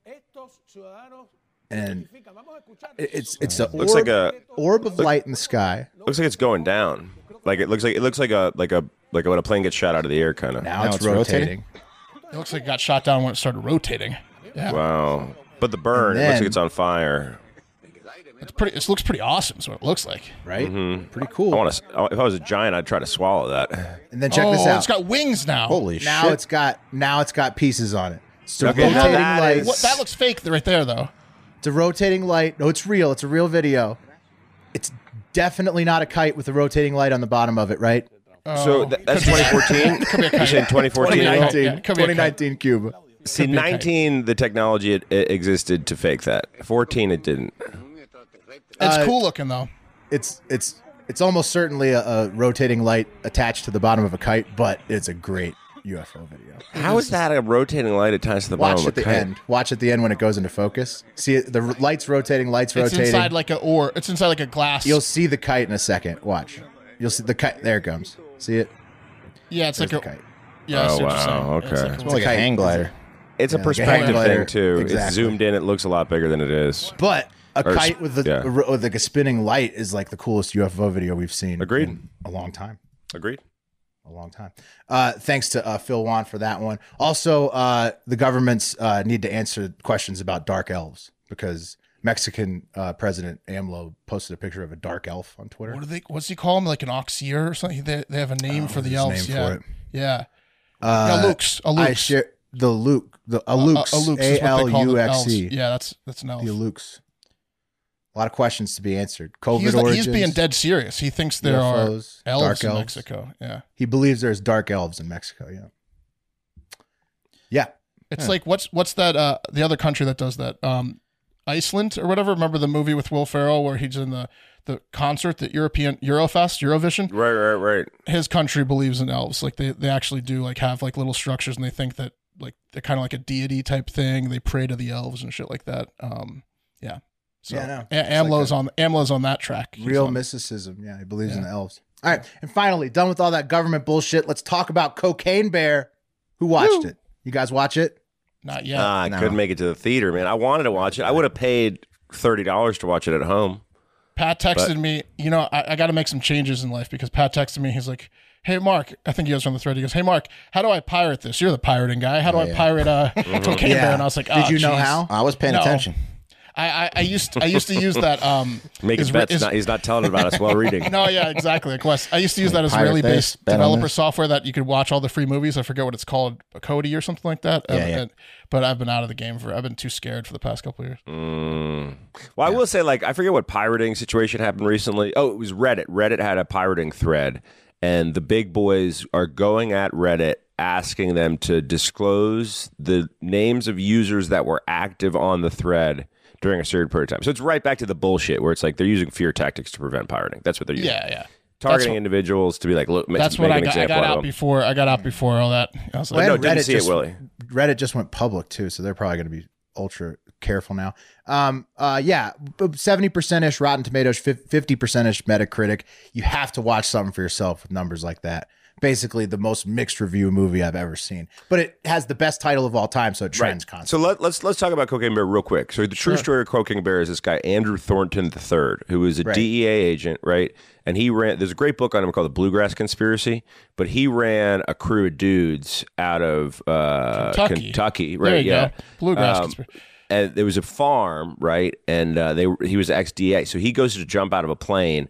Speaker 2: and it- it's it's a
Speaker 1: Looks like a-
Speaker 2: orb of light in the sky.
Speaker 1: Looks like it's going down. Like it looks like it looks like a like a like when a plane gets shot out of the air, kind of.
Speaker 2: Now,
Speaker 4: Now
Speaker 2: it's,
Speaker 4: it's
Speaker 2: rotating.
Speaker 4: rotating.
Speaker 3: It looks like it got shot down when it started rotating. Yeah,
Speaker 1: Wow. But the burn,
Speaker 2: And
Speaker 1: it looks
Speaker 2: then-
Speaker 1: like it's on fire.
Speaker 3: it's pretty. It looks pretty awesome. Is what it looks like.
Speaker 2: right? Pretty cool.
Speaker 1: Mm-hmm. I want to. If I was a giant, I'd try to swallow that.
Speaker 2: and then check
Speaker 3: oh,
Speaker 2: this out.
Speaker 3: It's got wings now.
Speaker 4: Holy
Speaker 2: now
Speaker 4: shit!
Speaker 2: it's got now it's got pieces on it. It's a
Speaker 1: Okay, now
Speaker 2: rotating
Speaker 1: that
Speaker 2: light.
Speaker 1: is-
Speaker 3: What, that looks fake right there, though.
Speaker 2: It's a rotating light. No, it's real. It's a real video. It's definitely not a kite with a rotating light on the bottom of it, right?
Speaker 3: Oh,
Speaker 1: so th- that's 2014. You said 2014.
Speaker 3: Yeah, it could be a kite.
Speaker 2: 2019 Cuba.
Speaker 1: *laughs* See, 19, the technology it, it existed to fake that. 14, it didn't.
Speaker 3: It's
Speaker 2: Uh,
Speaker 3: cool looking though.
Speaker 2: It's it's it's almost certainly a, a rotating light attached to the bottom of a kite, but it's a great UFO video.
Speaker 1: How is that a rotating light attached to the bottom
Speaker 2: Watch
Speaker 1: of
Speaker 2: at
Speaker 1: a
Speaker 2: the
Speaker 1: kite?
Speaker 2: end. Watch at the end when it goes into focus. See it- the r- lights rotating, lights
Speaker 3: It's
Speaker 2: rotating.
Speaker 3: inside like a or. It's inside like a glass.
Speaker 2: You'll see the kite in a second. Watch. You'll see the kite. There it comes. See it?
Speaker 3: yeah, it's like
Speaker 2: There's
Speaker 3: a.
Speaker 2: the kite.
Speaker 3: Yeah, I see
Speaker 1: Oh,
Speaker 3: what you're saying.
Speaker 1: wow,
Speaker 3: It's
Speaker 1: okay.
Speaker 3: like a-
Speaker 4: It's like a hang glider.
Speaker 1: It's a
Speaker 2: Yeah, like a hand
Speaker 1: perspective
Speaker 2: glider.
Speaker 1: thing too.
Speaker 2: Exactly.
Speaker 1: It's zoomed in. It looks a lot bigger than it is.
Speaker 2: But a
Speaker 1: Or s-
Speaker 2: kite with the
Speaker 1: yeah.
Speaker 2: a- with like a spinning light is like the coolest UFO video we've seen.
Speaker 1: Agreed.
Speaker 2: in a long time.
Speaker 1: Agreed.
Speaker 2: A long time. Uh, thanks to uh, Phil Wan for that one. Also, uh, the governments uh, need to answer questions about dark elves because Mexican uh, President AMLO posted a picture of a dark elf on Twitter.
Speaker 3: What do they? What's he call him? Like an oxier or something? They, they have a name for the
Speaker 2: his
Speaker 3: elves.
Speaker 2: Oh, name
Speaker 3: yeah.
Speaker 2: for it.
Speaker 3: yeah.
Speaker 2: Uh,
Speaker 3: a lukes. A
Speaker 2: I
Speaker 3: lukes.
Speaker 2: share the Luke, the
Speaker 3: a,
Speaker 2: Alukes,
Speaker 3: a lukes is
Speaker 2: A
Speaker 3: what they
Speaker 2: L
Speaker 3: call
Speaker 2: U
Speaker 3: them
Speaker 2: X
Speaker 3: elves.
Speaker 2: E,
Speaker 3: Yeah, that's that's an elf.
Speaker 2: the Alukes. A lot of questions to be answered. COVID
Speaker 3: He's,
Speaker 2: origins.
Speaker 3: he's being dead serious. He thinks there are
Speaker 2: UFOs,
Speaker 3: elves
Speaker 2: dark
Speaker 3: in
Speaker 2: elves.
Speaker 3: Mexico. Yeah.
Speaker 2: He believes there's dark elves in Mexico. Yeah. Yeah.
Speaker 3: It's like what's what's that uh the other country that does that? Um Iceland or whatever. Remember the movie with Will Ferrell where he's in the the concert, the European Eurofest, Eurovision?
Speaker 1: Right, right, right.
Speaker 3: his country believes in elves. Like they, they actually do like have like little structures and they think that like they're kind of like a deity type thing. They pray to the elves and shit like that. Um, yeah. So
Speaker 2: Yeah, I know.
Speaker 3: A-
Speaker 2: It's
Speaker 3: AMLO's on AMLO's on that track. He's
Speaker 2: Real
Speaker 3: on-
Speaker 2: mysticism. Yeah. He believes in the elves. All right. And finally, done with all that government bullshit. Let's talk about Cocaine Bear. Who watched it? You guys watch it?
Speaker 3: Not yet.
Speaker 1: Ah, I
Speaker 4: No.
Speaker 1: couldn't make it to the theater, man. I wanted to watch it. I would have paid thirty dollars to watch it at home.
Speaker 3: Pat texted me, you know, I, I got to make some changes in life because Pat texted me. He's like, "Hey Mark, I think he was on the thread. He goes, "Hey Mark, how do I pirate this?
Speaker 4: *laughs*
Speaker 3: You're the pirating guy. How do I pirate uh, Cocaine Bear?" And I was like,
Speaker 2: Did
Speaker 3: "Ah,
Speaker 2: you know
Speaker 3: jeez."
Speaker 2: how?
Speaker 4: Oh, I was paying
Speaker 3: No.
Speaker 4: attention.
Speaker 3: I, I, I used I used to
Speaker 1: *laughs*
Speaker 3: use that. Um,
Speaker 1: Making
Speaker 3: Isra-
Speaker 1: bets.
Speaker 3: is-
Speaker 1: not, he's not telling about us while reading.
Speaker 3: *laughs* no, yeah, exactly. Like Wes, I used to use that
Speaker 4: Pirate
Speaker 3: Israeli
Speaker 4: Base,
Speaker 3: based
Speaker 4: bet on
Speaker 3: developer
Speaker 4: this.
Speaker 3: software that you could watch all the free movies. I forget what it's called, Cody or something like that. Um,
Speaker 4: yeah.
Speaker 3: and- but I've been out of the game for. I've been too scared for the past couple of years. Mm.
Speaker 1: Well, I will say, like, I forget what pirating situation happened recently. Oh, it was Reddit. Reddit had a pirating thread, and the big boys are going at Reddit asking them to disclose the names of users that were active on the thread during a certain period of time. So it's right back to the bullshit where it's like they're using fear tactics to prevent pirating. That's what they're using.
Speaker 3: Yeah, yeah.
Speaker 1: Targeting
Speaker 3: what-
Speaker 1: individuals to be like, look,
Speaker 3: That's
Speaker 1: that's make
Speaker 3: what
Speaker 1: what
Speaker 3: I
Speaker 1: an
Speaker 3: got. I
Speaker 1: example
Speaker 3: got
Speaker 1: out
Speaker 3: out
Speaker 1: of them.
Speaker 3: before. I got out before all that. I was like,
Speaker 1: no,
Speaker 2: And
Speaker 1: didn't see it,
Speaker 2: just,
Speaker 1: Willie.
Speaker 2: Reddit just went public too, so they're probably going to be ultra careful now. Um, uh, yeah, seventy percent ish Rotten Tomatoes, fifty percent ish Metacritic. You have to watch something for yourself with numbers like that. Basically, the most mixed review movie I've ever seen, but it has the best title of all time, so it trends constantly.
Speaker 1: So let, let's let's talk about Cocaine Bear real quick. So the true story of Cocaine Bear is this guy Andrew Thornton III, who is a DEA agent, right? And he ran. There's a great book on him called The Bluegrass Conspiracy, but he ran a crew of dudes out of uh,
Speaker 3: Kentucky.
Speaker 1: Kentucky, right?
Speaker 3: there you
Speaker 1: yeah,
Speaker 3: go. Bluegrass.
Speaker 1: Um,
Speaker 3: conspiracy.
Speaker 1: and there was a farm, right? And uh, they he was ex DA, so he goes to jump out of a plane,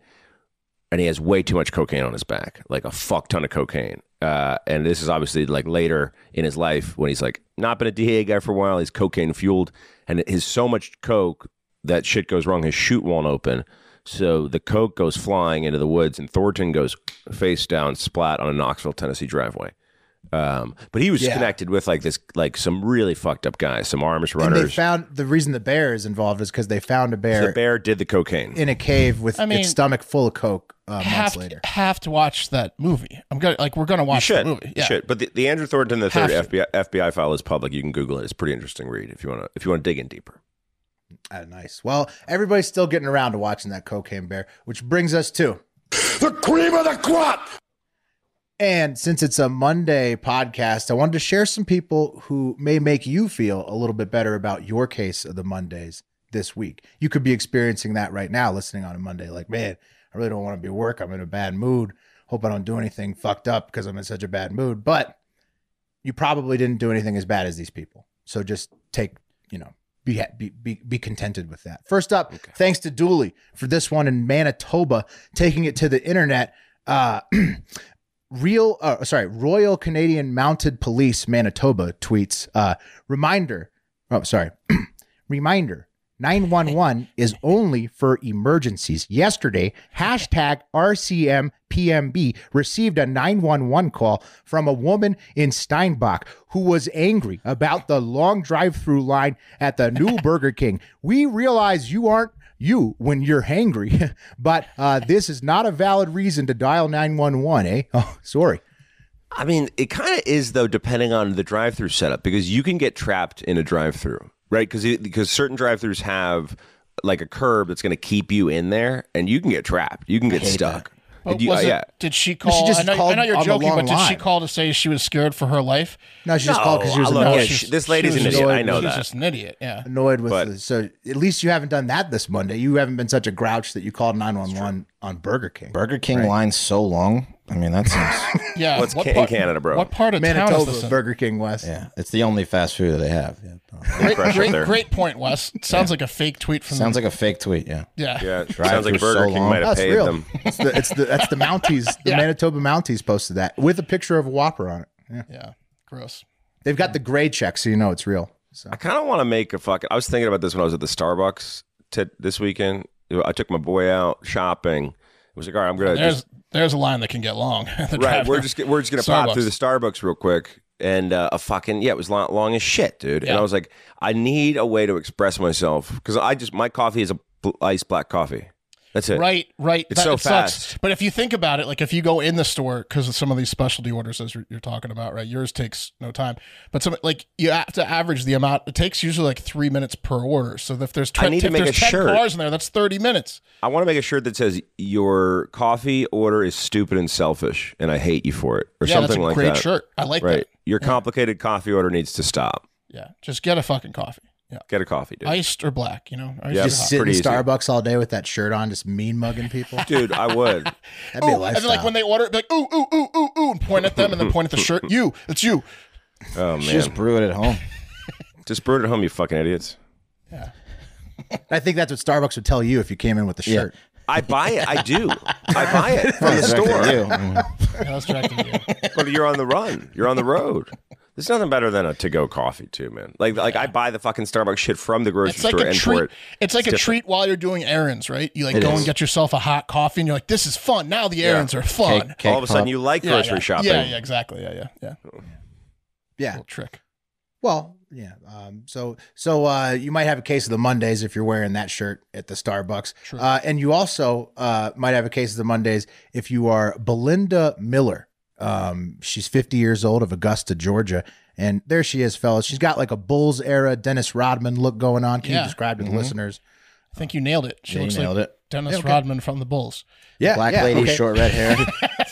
Speaker 1: and he has way too much cocaine on his back, like a fuck ton of cocaine. Uh, and this is obviously like later in his life when he's like not been a DA guy for a while. He's cocaine fueled, and his so much coke that shit goes wrong. His chute won't open, so the coke goes flying into the woods, and Thornton goes face down, splat on a Knoxville, Tennessee driveway. Um, but he was connected with like this, like some really fucked up guys, some arms
Speaker 2: and
Speaker 1: runners.
Speaker 2: they found the reason the bear is involved is because they found a
Speaker 1: The
Speaker 2: bear,
Speaker 1: bear did the cocaine.
Speaker 2: in a cave with
Speaker 3: mean-
Speaker 2: its stomach full of coke uh,
Speaker 3: have
Speaker 2: months
Speaker 3: to,
Speaker 2: later.
Speaker 3: have to watch that movie. I'm gonna like we're gonna
Speaker 1: You
Speaker 3: watch
Speaker 1: should.
Speaker 3: that movie.
Speaker 1: You
Speaker 3: Yeah.
Speaker 1: should. But the, the Andrew Thornton the third
Speaker 3: Have
Speaker 1: FBI, FBI file is public. You can Google it. It's a pretty interesting read if you want to if you want to dig in deeper.
Speaker 2: Ah, nice. Well, everybody's still getting around to watching that cocaine bear, which brings us to
Speaker 5: The cream of the crop!
Speaker 2: And since it's a Monday podcast, I wanted to share some people who may make you feel a little bit better about your case of the Mondays this week. You could be experiencing that right now, listening on a Monday, like, man, I really don't want to be at work. I'm in a bad mood. Hope I don't do anything fucked up because I'm in such a bad mood. But you probably didn't do anything as bad as these people. So just take, you know, be be be, be contented with that. First up, thanks to Dooley for this one in Manitoba, taking it to the internet. Uh, *clears throat* Real, uh, sorry, Royal Canadian Mounted Police Manitoba tweets uh, reminder. Oh, sorry, *clears throat* reminder. 911 is only for emergencies. Yesterday, hashtag RCMPMB received a 911 call from a woman in Steinbach who was angry about the long drive through line at the new Burger King. We realize you aren't you when you're hangry, *laughs* but uh, this is not a valid reason to dial 911, eh? *laughs* Oh, sorry.
Speaker 1: I mean, it kind of is though, depending on the drive-through setup, because you can get trapped in a drive-through, right? Because because certain drive-throughs have like a curb that's going to keep you in there, and you can get trapped. You can get stuck.
Speaker 3: But
Speaker 1: And you-
Speaker 3: Oh, was
Speaker 1: uh,
Speaker 3: it,
Speaker 1: yeah.
Speaker 3: Did she call? I,
Speaker 2: just
Speaker 3: know, I
Speaker 2: called
Speaker 3: know you're
Speaker 2: on the
Speaker 3: joking,
Speaker 2: long
Speaker 3: but did she
Speaker 2: line.
Speaker 3: call to say she was scared for her life?
Speaker 2: No, she just called because she was
Speaker 1: I love-
Speaker 2: annoyed.
Speaker 1: yeah,
Speaker 3: she
Speaker 1: she-
Speaker 3: was-
Speaker 1: this
Speaker 3: she
Speaker 1: lady's
Speaker 3: was
Speaker 1: an
Speaker 3: just-
Speaker 1: idiot. I know
Speaker 3: she was
Speaker 1: that.
Speaker 3: just an idiot. Yeah.
Speaker 2: annoyed with
Speaker 1: But-
Speaker 2: the, so at least you haven't done that this monday you haven't been such a grouch that you called 911 on burger king
Speaker 4: Burger King line so long. I mean, that
Speaker 2: *laughs*
Speaker 4: seems.
Speaker 3: Yeah.
Speaker 1: What's
Speaker 3: what
Speaker 1: Ca- in
Speaker 3: part,
Speaker 1: Canada, bro?
Speaker 3: What part of town is this?
Speaker 2: manitoba
Speaker 3: in?
Speaker 2: burger king west
Speaker 4: yeah, it's the only fast food they have. Yeah.
Speaker 3: Great,
Speaker 1: Pressure
Speaker 3: great,
Speaker 1: there.
Speaker 3: great point,
Speaker 1: *laughs*
Speaker 3: Wes. It sounds like a fake tweet from.
Speaker 4: Sounds like a fake tweet. Yeah.
Speaker 3: yeah.
Speaker 1: Yeah, sounds like
Speaker 4: Drive-through so
Speaker 1: Burger King
Speaker 4: long.
Speaker 1: might have
Speaker 2: that's
Speaker 1: paid
Speaker 2: real
Speaker 1: them.
Speaker 2: it's the, it's the that's the mounties
Speaker 3: *laughs*
Speaker 2: the manitoba mounties posted that with a picture of a whopper on it yeah.
Speaker 3: *laughs* Yeah. Gross.
Speaker 2: they've
Speaker 3: Mm.
Speaker 2: got the grade check so you know it's real so
Speaker 1: I kind of want to make a fucking. I was thinking about this when I was at the Starbucks t- this weekend. I took my boy out shopping. I was like, all right, I'm gonna just
Speaker 3: There's there's a line that can get long. *laughs* The
Speaker 1: right. We're
Speaker 3: drive-through.
Speaker 1: just we're just gonna pop
Speaker 3: Starbucks.
Speaker 1: through the Starbucks real quick, and uh, a fucking yeah, it was long, long as shit, dude. And
Speaker 3: Yeah.
Speaker 1: I was like, I need a way to express myself because I just my coffee is a bl- iced black coffee. That's it.
Speaker 3: Right, right.
Speaker 1: It's so
Speaker 3: it sucks.
Speaker 1: fast.
Speaker 3: But if you think about it, like if you go in the store because of some of these specialty orders as you're, you're talking about, right? Yours takes no time, but some like you have to average the amount. It takes usually like three minutes per order. So if there's
Speaker 1: I
Speaker 3: ten,
Speaker 1: need to
Speaker 3: if
Speaker 1: make
Speaker 3: there's
Speaker 1: a
Speaker 3: 10
Speaker 1: shirt.
Speaker 3: cars in there, that's thirty minutes.
Speaker 1: I want to make a shirt that says your coffee order is stupid and selfish, and I hate you for it, or
Speaker 3: yeah,
Speaker 1: something
Speaker 3: that's a
Speaker 1: like
Speaker 3: great
Speaker 1: that.
Speaker 3: shirt. I like
Speaker 1: Right.
Speaker 3: that.
Speaker 1: Your complicated coffee order needs to stop.
Speaker 3: Yeah, just get a fucking coffee. Yeah,
Speaker 1: Get a coffee, dude.
Speaker 3: iced or black. You know, iced
Speaker 1: Yeah.
Speaker 3: or
Speaker 2: just
Speaker 3: hot.
Speaker 2: sit in
Speaker 1: pretty easy.
Speaker 2: starbucks all day with that shirt on just mean mugging people
Speaker 1: dude, I would.
Speaker 2: that'd be
Speaker 3: Oh,
Speaker 2: a
Speaker 3: and then
Speaker 2: lifestyle
Speaker 3: like when they order, it, be like ooh ooh ooh ooh ooh, and point at them, and
Speaker 2: *laughs*
Speaker 3: then point at the shirt. You, it's you.
Speaker 1: Oh man,
Speaker 4: Just brew it at home.
Speaker 1: Just brew it at home, you fucking idiots.
Speaker 2: I think that's what Starbucks would tell you if you came in with the shirt.
Speaker 1: I buy it. I
Speaker 2: *laughs*
Speaker 1: do. I buy it
Speaker 3: *laughs*
Speaker 1: from the
Speaker 4: That's
Speaker 1: store.
Speaker 4: what they do.
Speaker 3: Yeah, that's directed to you.
Speaker 1: Well, you're on the run. You're on the road. There's nothing better than a to-go coffee, too, man. Like, like I buy the fucking Starbucks shit from the grocery
Speaker 3: It's like
Speaker 1: store
Speaker 3: a
Speaker 1: and
Speaker 3: treat.
Speaker 1: pour it.
Speaker 3: It's like a treat while you're doing errands, right? You like go and get yourself a hot coffee, and you're like, "This is fun." Now the errands are fun.
Speaker 4: Cake- cake
Speaker 1: All of a sudden,
Speaker 4: pop.
Speaker 1: you like
Speaker 3: Yeah,
Speaker 1: grocery
Speaker 3: yeah.
Speaker 1: shopping.
Speaker 3: Yeah, yeah, exactly. Yeah, yeah, yeah.
Speaker 2: Yeah.
Speaker 3: Little trick.
Speaker 2: Well, yeah. Um, so so uh, you might have a case of the Mondays if you're wearing that shirt at the Starbucks. Uh, and you also uh, might have a case of the Mondays if you are Belinda Miller. Um, she's 50 years old of Augusta, Georgia. And there she is, fellas. She's got like a Bulls era Dennis Rodman look going on. Can
Speaker 3: Yeah.
Speaker 2: you describe to
Speaker 1: Mm-hmm.
Speaker 2: the listeners?
Speaker 3: I think you nailed it. She
Speaker 4: Yeah, you
Speaker 3: looks
Speaker 4: nailed
Speaker 3: like
Speaker 4: it.
Speaker 3: Dennis Rodman from the Bulls.
Speaker 2: Yeah.
Speaker 4: Black
Speaker 2: yeah,
Speaker 4: lady,
Speaker 2: okay.
Speaker 4: short
Speaker 3: *laughs*
Speaker 4: red hair.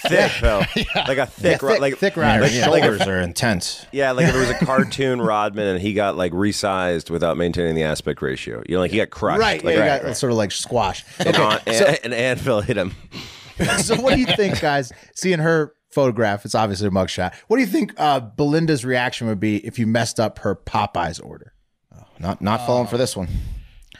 Speaker 1: Thick, though. Like a thick, ro-
Speaker 2: thick-
Speaker 1: like,
Speaker 2: thick
Speaker 4: Her
Speaker 2: rider,
Speaker 1: like,
Speaker 2: yeah.
Speaker 1: like a
Speaker 4: shoulders are intense.
Speaker 1: Yeah, like if there was a cartoon Rodman and he got like resized without maintaining the aspect ratio. You know, like he got crushed.
Speaker 2: Right.
Speaker 1: Like,
Speaker 2: yeah, you got sort of like squash.
Speaker 1: An,
Speaker 2: Okay.
Speaker 1: an, an anvil hit him.
Speaker 2: *laughs* so what do you think, guys? Seeing her photograph, it's obviously a mugshot. What do you think uh, Belinda's reaction would be if you messed up her Popeyes order?
Speaker 4: Oh, Not not falling for this one.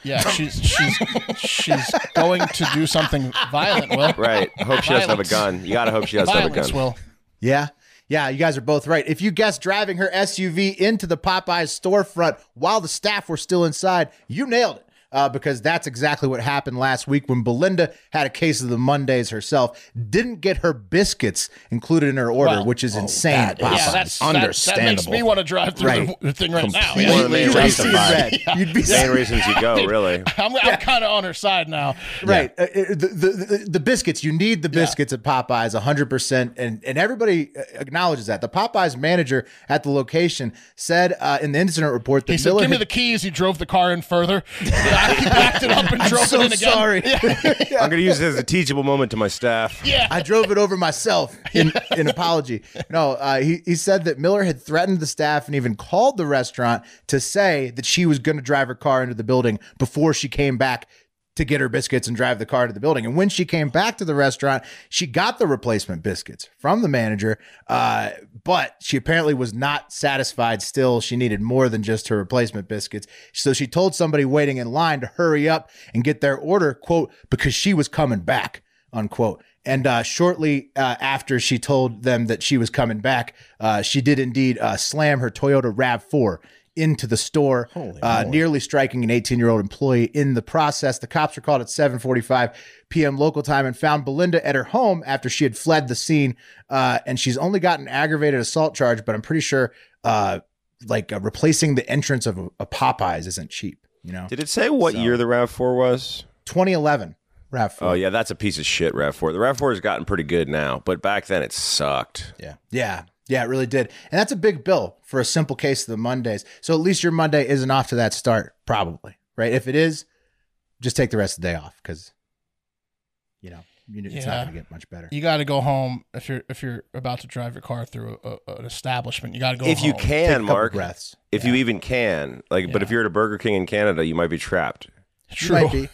Speaker 3: Yeah, she's she's she's going to do
Speaker 1: *laughs*
Speaker 3: something
Speaker 2: *laughs*
Speaker 3: violent. Will
Speaker 1: Right. Hope she doesn't have a gun. You gotta hope she doesn't have a
Speaker 3: Violence,
Speaker 1: gun.
Speaker 3: Will.
Speaker 2: Yeah. Yeah, you guys are both right. If you guessed driving her SUV into the Popeyes storefront while the staff were still inside, you nailed it. Uh, because that's exactly what happened last week when Belinda had a case of the Mondays herself, didn't get her biscuits included in her order,
Speaker 3: Well,
Speaker 2: which is insane. at Popeyes.
Speaker 3: Yeah, that's that- That, makes
Speaker 4: Understandable.
Speaker 3: me want to drive through
Speaker 2: Right.
Speaker 3: the, the thing right
Speaker 4: Completely
Speaker 3: now.
Speaker 1: One of the main
Speaker 3: Yeah.
Speaker 2: You'd be seeing
Speaker 4: justified.
Speaker 1: *laughs*
Speaker 2: red. You'd be
Speaker 1: Main reasons you
Speaker 2: *laughs*
Speaker 1: go, really.
Speaker 3: I'm, I'm kind of on her side now.
Speaker 2: Right. Uh, uh, the, the, the, the biscuits, you need the biscuits at Popeyes 100%. And, and everybody uh, acknowledges that. The Popeyes manager at the location said uh, in the incident report that
Speaker 3: He said,
Speaker 2: Miller
Speaker 3: "Give me
Speaker 2: had-
Speaker 3: the keys." He drove the car in further. *laughs* he backed it
Speaker 1: *laughs*
Speaker 3: up and drove
Speaker 2: I'm so
Speaker 3: it in again.
Speaker 2: sorry.
Speaker 3: *laughs*
Speaker 1: I'm gonna use this as a teachable moment to my staff.
Speaker 2: I drove it over myself in an apology. No, uh, he, he said that Miller had threatened the staff and even called the restaurant to say that she was going to drive her car into the building before she came back to get her biscuits and drive the car to the building. And when she came back to the restaurant, she got the replacement biscuits from the manager, uh, but she apparently was not satisfied still. She needed more than just her replacement biscuits. So she told somebody waiting in line to hurry up and get their order, quote, because she was coming back unquote. And uh, shortly uh, after she told them that she was coming back, uh, she did indeed uh, slam her Toyota RAV4 into the store, uh, nearly striking an 18-year-old employee in the process. The cops were called at 7:45 p.m. local time and found Belinda at her home after she had fled the scene. Uh, and she's only got an aggravated assault charge, but I'm pretty sure, uh, like uh, replacing the entrance of a, a Popeyes isn't cheap. You know,
Speaker 1: Did it say what year the Rav Four was?
Speaker 2: 2011 RAV4.
Speaker 1: Oh yeah, that's a piece of shit Rav Four. The Rav Four has gotten pretty good now, but back then it sucked.
Speaker 2: Yeah. Yeah, it really did. And that's a big bill for a simple case of the Mondays. So at least your Monday isn't off to that start, probably. Right? If it is, just take the rest of the day off because you know, you know it's not
Speaker 3: Yeah.
Speaker 2: gonna get much better.
Speaker 3: You got to go home if you're if you're about to drive your car through a, a, an establishment. You got to go
Speaker 1: if you
Speaker 3: home.
Speaker 2: Take a
Speaker 1: can,
Speaker 2: couple
Speaker 1: Mark.
Speaker 2: breaths.
Speaker 1: If you even can. Like but if you're at a Burger King in Canada, you might be trapped.
Speaker 2: You
Speaker 3: True.
Speaker 2: might be.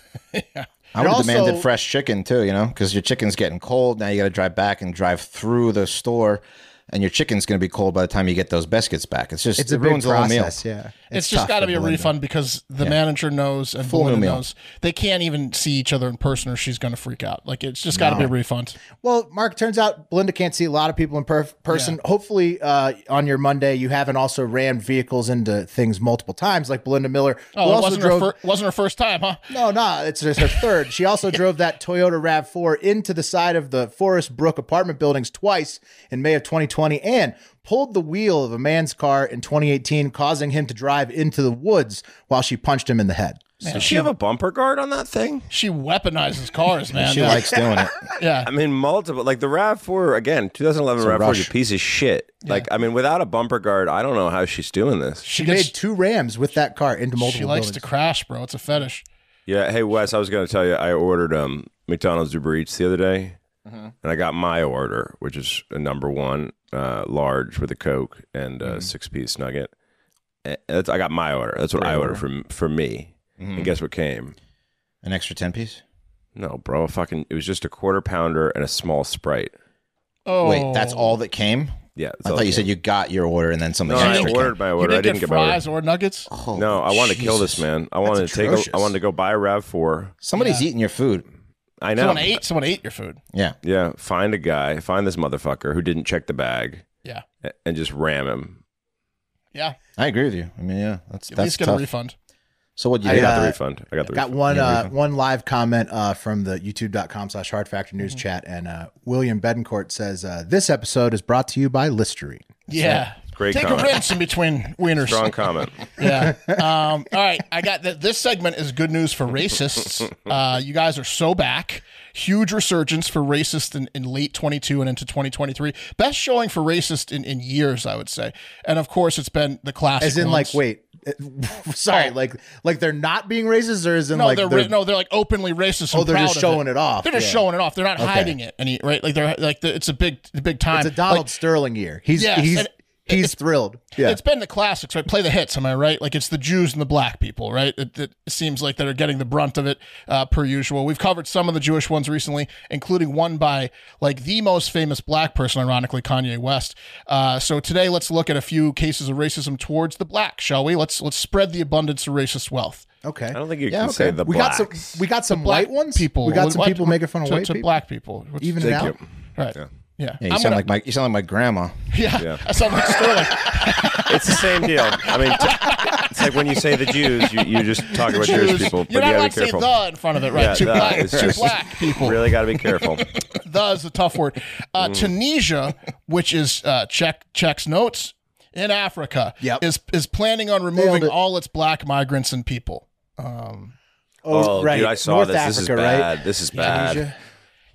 Speaker 4: I
Speaker 2: And
Speaker 4: would have demanded
Speaker 2: also-
Speaker 4: fresh chicken too, you know, because your chicken's getting cold. Now you got to drive back and drive through the store, and your chicken's going to be cold by the time you get those biscuits back. It's just
Speaker 2: It's
Speaker 4: it
Speaker 2: a big
Speaker 4: ruins the whole meal.
Speaker 2: process. Yeah.
Speaker 3: It's,
Speaker 2: tough
Speaker 3: just got
Speaker 2: for
Speaker 3: to be a
Speaker 2: Belinda.
Speaker 3: refund because the manager knows and
Speaker 4: Full new
Speaker 3: Belinda
Speaker 4: meal.
Speaker 3: knows they can't even see each other in person, or she's going to freak out. Like it's just got to be a refund.
Speaker 2: Well, Mark, turns out Belinda can't see a lot of people in per- person. Hopefully, uh, on your Monday, you haven't also rammed vehicles into things multiple times, like Belinda Miller.
Speaker 3: Oh,
Speaker 2: who
Speaker 3: it
Speaker 2: also
Speaker 3: wasn't
Speaker 2: drove-
Speaker 3: her fir- wasn't her first time, huh?
Speaker 2: No, no, it's just her third. She also drove that Toyota RAV4 into the side of the Forest Brook apartment buildings twice in May of 2020 and pulled the wheel of a man's car in 2018, causing him to drive into the woods while she punched him in the head.
Speaker 1: Does she have a bumper guard on that thing?
Speaker 3: She weaponizes cars, man.
Speaker 4: She
Speaker 3: yeah.
Speaker 4: likes doing it.
Speaker 3: yeah.
Speaker 1: I mean, multiple. Like the RAV4, again, 2011
Speaker 4: It's a
Speaker 1: RAV4 is
Speaker 4: rush.
Speaker 1: a piece of shit. Like, I mean, without a bumper guard, I don't know how she's doing this.
Speaker 3: She
Speaker 2: She
Speaker 3: gets-
Speaker 2: made two Rams with that car into multiple
Speaker 3: She likes to
Speaker 2: buildings.
Speaker 3: crash, bro. It's a fetish.
Speaker 1: Yeah. Hey, Wes, I was going to tell you, I ordered um McDonald's Uber Eats the other day,
Speaker 4: Mm-hmm.
Speaker 1: and I got my order, which is a number one uh, large with a Coke and
Speaker 4: Mm-hmm.
Speaker 1: a six piece nugget. Eh, That's, I got my order. That's what I ordered from for me. And guess what came?
Speaker 4: Mm-hmm. An extra ten piece.
Speaker 1: No, bro, fucking. It was just a quarter pounder and a small Sprite.
Speaker 3: Oh,
Speaker 4: Wait, that's all that came.
Speaker 1: Yeah. it's
Speaker 4: I
Speaker 1: all
Speaker 4: thought you
Speaker 1: hemp.
Speaker 4: said you got your order and then
Speaker 1: *laughs*
Speaker 4: something.
Speaker 1: No,
Speaker 4: extra
Speaker 1: I
Speaker 4: came.
Speaker 1: ordered my order.
Speaker 3: you
Speaker 1: I
Speaker 3: didn't
Speaker 1: didn't
Speaker 3: get
Speaker 1: get, my
Speaker 3: fries
Speaker 1: order.
Speaker 3: or nuggets.
Speaker 4: Holy
Speaker 1: No, I want to kill this
Speaker 4: Oh, Jesus.
Speaker 1: man. I
Speaker 4: That's
Speaker 1: wanted to take. A, I
Speaker 4: atrocious.
Speaker 1: wanted to go buy a Rav Four.
Speaker 4: Somebody's eating your food.
Speaker 1: I know.
Speaker 3: Someone ate. Someone ate your food.
Speaker 4: Yeah.
Speaker 1: Yeah. Find a guy. Find this motherfucker who didn't check the bag
Speaker 3: Yeah,
Speaker 1: a- and just ram him.
Speaker 3: yeah.
Speaker 4: I agree with you. I mean, yeah, that's
Speaker 3: At
Speaker 4: that's
Speaker 3: least get a
Speaker 4: tough.
Speaker 3: refund.
Speaker 4: So what you
Speaker 2: I
Speaker 1: I
Speaker 4: do?
Speaker 1: got the
Speaker 2: uh,
Speaker 1: refund. I got the
Speaker 2: Got
Speaker 1: refund.
Speaker 2: one uh, one live comment uh, from the youtube.com slash hard factor
Speaker 3: Mm-hmm.
Speaker 2: news chat. And uh, William Bedencourt says, uh, This episode is brought to you by Listerine.
Speaker 3: yeah,
Speaker 1: Great
Speaker 3: Take
Speaker 1: comment.
Speaker 3: a rinse in between wieners.
Speaker 1: Strong comment.
Speaker 3: Yeah. Um, all right. I got that. This segment is good news for racists. Uh, you guys are so back. Huge resurgence for racist in, in late 22 and into 2023. Best showing for racist in, in years, I would say. And of course, it's been the classic.
Speaker 2: As in,
Speaker 3: ones. Oh.
Speaker 2: like, wait, *laughs* sorry, like, like they're not being racist, or is in
Speaker 3: No,
Speaker 2: like
Speaker 3: they're,
Speaker 2: they're-
Speaker 3: ra- no, they're like openly racist. and
Speaker 2: Oh, they're
Speaker 3: proud
Speaker 2: just
Speaker 3: of
Speaker 2: showing it off.
Speaker 3: They're just
Speaker 2: Yeah.
Speaker 3: showing it off. They're not hiding it. Any right? Like they're like the, it's a big, the big time.
Speaker 2: it's a Donald
Speaker 3: Like,
Speaker 2: Sterling year. He's
Speaker 3: Yes,
Speaker 2: he's
Speaker 3: and
Speaker 2: he's thrilled. Yeah,
Speaker 3: It's been the classics, right? Play the hits, am I right? Like it's the Jews and the black people, right? It, it seems like that are getting the brunt of it, uh, per usual. We've covered some of the Jewish ones recently, including one by like the most famous black person, ironically, Kanye West. Uh, so today, let's look at a few cases of racism towards the black, shall we? Let's let's spread the abundance of racist wealth.
Speaker 2: okay.
Speaker 1: I don't think you
Speaker 4: Yeah,
Speaker 1: can
Speaker 4: *laughs* okay.
Speaker 1: say the
Speaker 2: we
Speaker 1: blacks.
Speaker 4: *laughs*
Speaker 2: got some we got some
Speaker 3: Black
Speaker 2: white ones.
Speaker 3: people.
Speaker 2: We got some
Speaker 3: What-
Speaker 2: people making fun of
Speaker 3: to,
Speaker 2: white
Speaker 3: to
Speaker 2: people.
Speaker 3: black people. What's-
Speaker 2: Even
Speaker 1: Thank
Speaker 2: now,
Speaker 1: you.
Speaker 3: right? Yeah.
Speaker 1: Yeah.
Speaker 4: Yeah, you sound like my you sound like
Speaker 2: *laughs*
Speaker 4: my grandma.
Speaker 3: yeah,
Speaker 1: Yeah.
Speaker 3: *laughs* I sound like Sterling.
Speaker 1: It's the same deal. I
Speaker 2: *laughs*
Speaker 1: mean, t- it's like when you say the Jews, you, you just talk about Jewish
Speaker 3: Jews.
Speaker 1: people, but you
Speaker 3: You're not
Speaker 1: gotta
Speaker 3: allowed
Speaker 1: be
Speaker 3: to say
Speaker 1: careful.
Speaker 3: the in front of it, right?
Speaker 1: Yeah,
Speaker 3: two
Speaker 1: the
Speaker 3: black,
Speaker 1: is
Speaker 3: two
Speaker 1: just-
Speaker 3: black people.
Speaker 1: Really got to be careful.
Speaker 3: the is the tough word. Uh,
Speaker 2: Mm.
Speaker 3: Tunisia, which is uh, Czech Czech's notes in Africa,
Speaker 2: Yep.
Speaker 3: is is planning on
Speaker 2: Nailed
Speaker 3: removing
Speaker 2: it.
Speaker 3: all its black migrants and people. Um,
Speaker 1: Oh, dude, I saw this. this is bad. This is bad.
Speaker 2: Tunisia.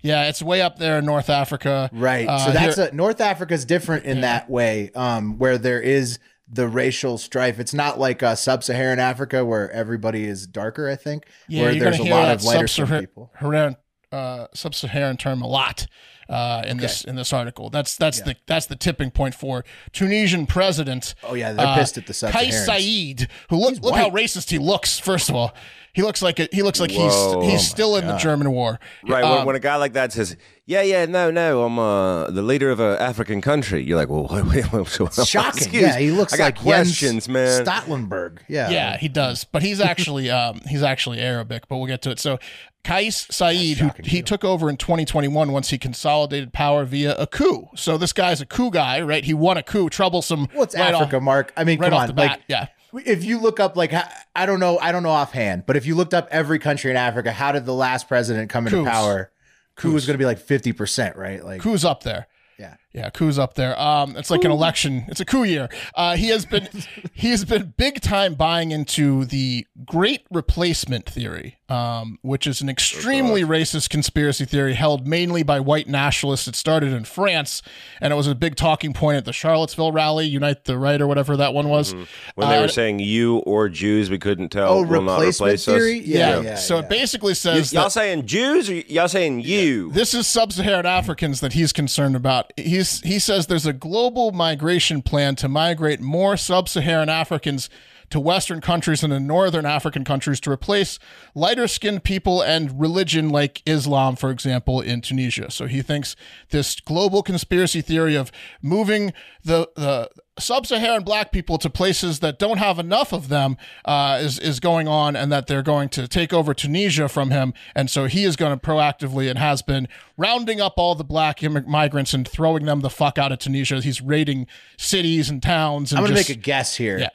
Speaker 3: yeah, it's way up there in North Africa.
Speaker 2: Right.
Speaker 3: Uh,
Speaker 2: so that's
Speaker 3: here-
Speaker 2: a, North Africa's different in that way, um, where there is the racial strife. It's not like uh, sub-Saharan Africa where everybody is darker. I think
Speaker 3: yeah,
Speaker 2: where
Speaker 3: you're
Speaker 2: there's a
Speaker 3: gonna hear
Speaker 2: lot
Speaker 3: that
Speaker 2: of lighter skinned
Speaker 3: sub-Saharan-
Speaker 2: people.
Speaker 3: Haran, uh, sub-Saharan term a lot uh, in this in this article. That's that's the that's the tipping point for Tunisian president. uh,
Speaker 2: Oh, yeah, they're pissed at the
Speaker 3: Kais
Speaker 2: Sub-Saharans.
Speaker 3: Said, who look look how racist he looks. First of all, he looks like a, he looks like
Speaker 1: Whoa.
Speaker 3: he's
Speaker 1: Oh my
Speaker 3: he's still in the German war.
Speaker 1: Right.
Speaker 3: Um,
Speaker 1: when, when a guy like that says, "Yeah, yeah, no, no, I'm uh, the leader of an African country," you're like, "Well, *laughs* wait, wait, wait, wait,
Speaker 2: Shocking.
Speaker 1: excuse-
Speaker 2: yeah, he looks
Speaker 1: I got
Speaker 2: like
Speaker 1: questions,
Speaker 2: Jens
Speaker 1: man.
Speaker 2: Stotlenberg. Yeah.
Speaker 3: Yeah, he does, but
Speaker 2: *laughs*
Speaker 3: he's actually um, he's actually Arabic, but we'll get to it. So, Kais Saeed, who he took over in 2021 once he consolidated power via a coup. So this guy's a coup guy, right? He won a coup, troublesome.
Speaker 2: What's
Speaker 3: right off-
Speaker 2: Africa, Mark? I mean,
Speaker 3: Right
Speaker 2: come
Speaker 3: off
Speaker 2: on.
Speaker 3: the bat,
Speaker 2: like,
Speaker 3: yeah.
Speaker 2: If you look up, like, ha- I don't know, I don't know offhand, but if you looked up every country in Africa, how did the last president come into
Speaker 3: Coups.
Speaker 2: power? Coup was going to be like fifty percent, right? Like,
Speaker 3: Coup's up there.
Speaker 2: Yeah.
Speaker 3: Yeah, coup's up there. Um, it's like an election. It's a coup year. Uh, he
Speaker 1: *laughs*
Speaker 3: has been he has been big time buying into the Great Replacement theory, um, which is an extremely
Speaker 1: Oh,
Speaker 3: racist conspiracy theory held mainly by white nationalists. It started in France, and it was a big talking point at the Charlottesville rally, Unite the Right or whatever that one was.
Speaker 1: Mm-hmm. When they
Speaker 3: Uh,
Speaker 1: were saying you or Jews, we couldn't tell.
Speaker 2: oh,
Speaker 1: will not
Speaker 2: replacement
Speaker 1: replace
Speaker 2: theory.
Speaker 1: us.
Speaker 2: Yeah, yeah.
Speaker 3: so it basically
Speaker 1: Y-
Speaker 3: says
Speaker 1: y'all
Speaker 3: that-
Speaker 1: saying Jews or y- y'all saying you?
Speaker 3: This is sub-Saharan Africans that he's concerned about. He's he says there's a global migration plan to migrate more sub-Saharan Africans to Western countries and to Northern African countries to replace lighter-skinned people and religion like Islam, for example, in Tunisia. So he thinks this global conspiracy theory of moving the the sub-Saharan black people to places that don't have enough of them uh, is is going on, and that they're going to take over Tunisia from him, and so he is going to proactively and has been rounding up all the black immi- migrants and throwing them the fuck out of Tunisia. He's raiding cities and towns. And
Speaker 2: I'm gonna
Speaker 3: just-
Speaker 2: make a guess here.
Speaker 3: Yeah.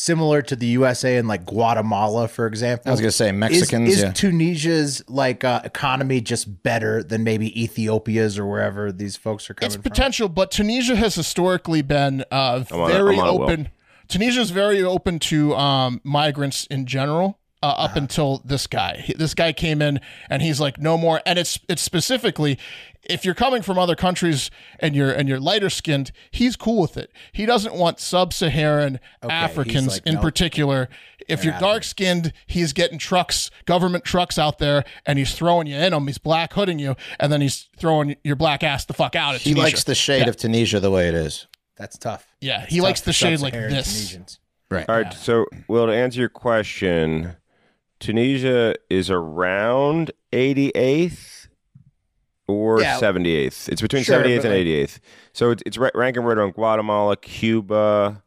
Speaker 2: Similar to the USA and like Guatemala, for example.
Speaker 4: I was gonna say Mexicans,
Speaker 2: Is, is
Speaker 4: yeah.
Speaker 2: Tunisia's like uh, economy just better than maybe Ethiopia's or wherever these folks are coming
Speaker 3: it's
Speaker 2: from?
Speaker 3: potential, but Tunisia has historically been uh,
Speaker 1: I'm on it.
Speaker 3: very
Speaker 1: I'm on it, Will.
Speaker 3: open. Tunisia is very open to um, migrants in general. Uh, up
Speaker 1: Uh-huh.
Speaker 3: until this guy, He- this guy came in and he's like, no more. And it's it's specifically, if you're coming from other countries and you're and you're lighter skinned, he's cool with it. He doesn't want sub-Saharan Africans
Speaker 2: like,
Speaker 3: in
Speaker 2: no.
Speaker 3: particular. If you're dark skinned, he's getting trucks, government trucks out there, and he's throwing you in them. He's black hooding you, and then he's throwing your black ass the fuck out. Of
Speaker 4: He
Speaker 3: Tunisia.
Speaker 4: likes the shade of Tunisia the way it is.
Speaker 2: That's tough.
Speaker 3: Yeah, he likes the shade like
Speaker 2: Sub-Saharan
Speaker 3: this.
Speaker 2: Tunisians.
Speaker 1: All right. So, Will, to answer your question, Tunisia is around 88th or
Speaker 3: Yeah.
Speaker 1: 78th. It's between
Speaker 2: Sure,
Speaker 1: 78th
Speaker 2: but
Speaker 1: and
Speaker 2: like-
Speaker 1: 88th. So it's, it's ra- ranking right on Guatemala, Cuba,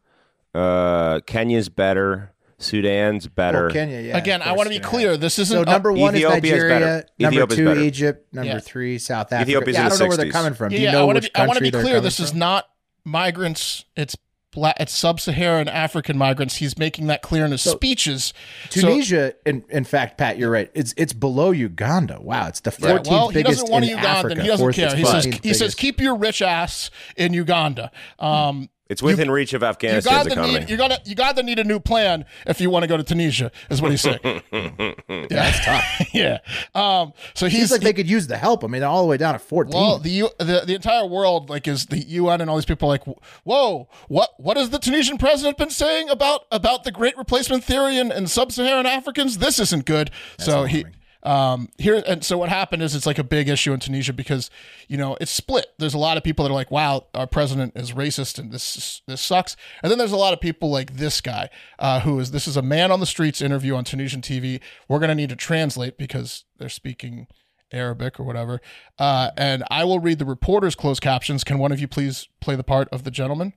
Speaker 1: uh, Kenya's better, Sudan's better.
Speaker 2: Well, Kenya, yeah.
Speaker 3: Again,
Speaker 2: of
Speaker 3: I
Speaker 2: course,
Speaker 3: want to be
Speaker 2: yeah.
Speaker 3: clear. This isn't
Speaker 2: So
Speaker 3: a-
Speaker 2: number one
Speaker 1: Ethiopia is
Speaker 2: is Nigeria.
Speaker 1: better.
Speaker 2: number
Speaker 1: Ethiopia's
Speaker 2: two,
Speaker 1: better.
Speaker 2: Egypt. Number
Speaker 3: Yeah.
Speaker 2: three, South Africa.
Speaker 1: Ethiopia's
Speaker 2: yeah, I
Speaker 1: in
Speaker 2: don't
Speaker 1: the
Speaker 2: know where they're
Speaker 1: 60s.
Speaker 2: coming from.
Speaker 3: yeah,
Speaker 2: Do you
Speaker 3: yeah,
Speaker 2: know
Speaker 3: I want to
Speaker 2: which
Speaker 3: be, I want to
Speaker 2: country
Speaker 3: be
Speaker 2: they're
Speaker 3: clear.
Speaker 2: coming
Speaker 3: This is
Speaker 2: from?
Speaker 3: not migrants. It's black. It's sub-Saharan African migrants. He's making that clear in his speeches. So-
Speaker 2: Tunisia. in, in fact, Pat, you're right. It's it's below Uganda. Wow, it's the 14th
Speaker 3: well, he
Speaker 2: biggest
Speaker 3: doesn't want a
Speaker 2: in
Speaker 3: Ugandan.
Speaker 2: Africa.
Speaker 3: he doesn't
Speaker 2: fourth-
Speaker 3: care.
Speaker 2: it's
Speaker 3: He says
Speaker 2: 14th
Speaker 3: he says
Speaker 2: biggest.
Speaker 3: keep your rich ass in Uganda. Um,
Speaker 1: It's within reach of Afghanistan's
Speaker 3: Uganda
Speaker 1: economy.
Speaker 3: need you gotta you gotta need a new plan if you want to go to Tunisia. Is what he's saying. yeah,
Speaker 1: *laughs*
Speaker 3: that's tough. *laughs* yeah. Um, so he's,
Speaker 2: Seems like they could use the help. I mean, all the way down to 14.
Speaker 3: well, the, U, the the entire world like is the UN and all these people are like, whoa, what what has the Tunisian president been saying about about the Great Replacement theory and, and sub-Saharan Africans? This isn't good. so he. Um, here and so what happened is it's like a big issue in Tunisia because you know it's split. There's a lot of people that are like, "Wow, our president is racist and this this sucks," and then there's a lot of people like this guy uh, who is this is a man on the streets interview on Tunisian TV. We're gonna need to translate because they're speaking Arabic or whatever. Uh, and I will read the reporter's closed captions. Can one of you please play the part of the gentleman?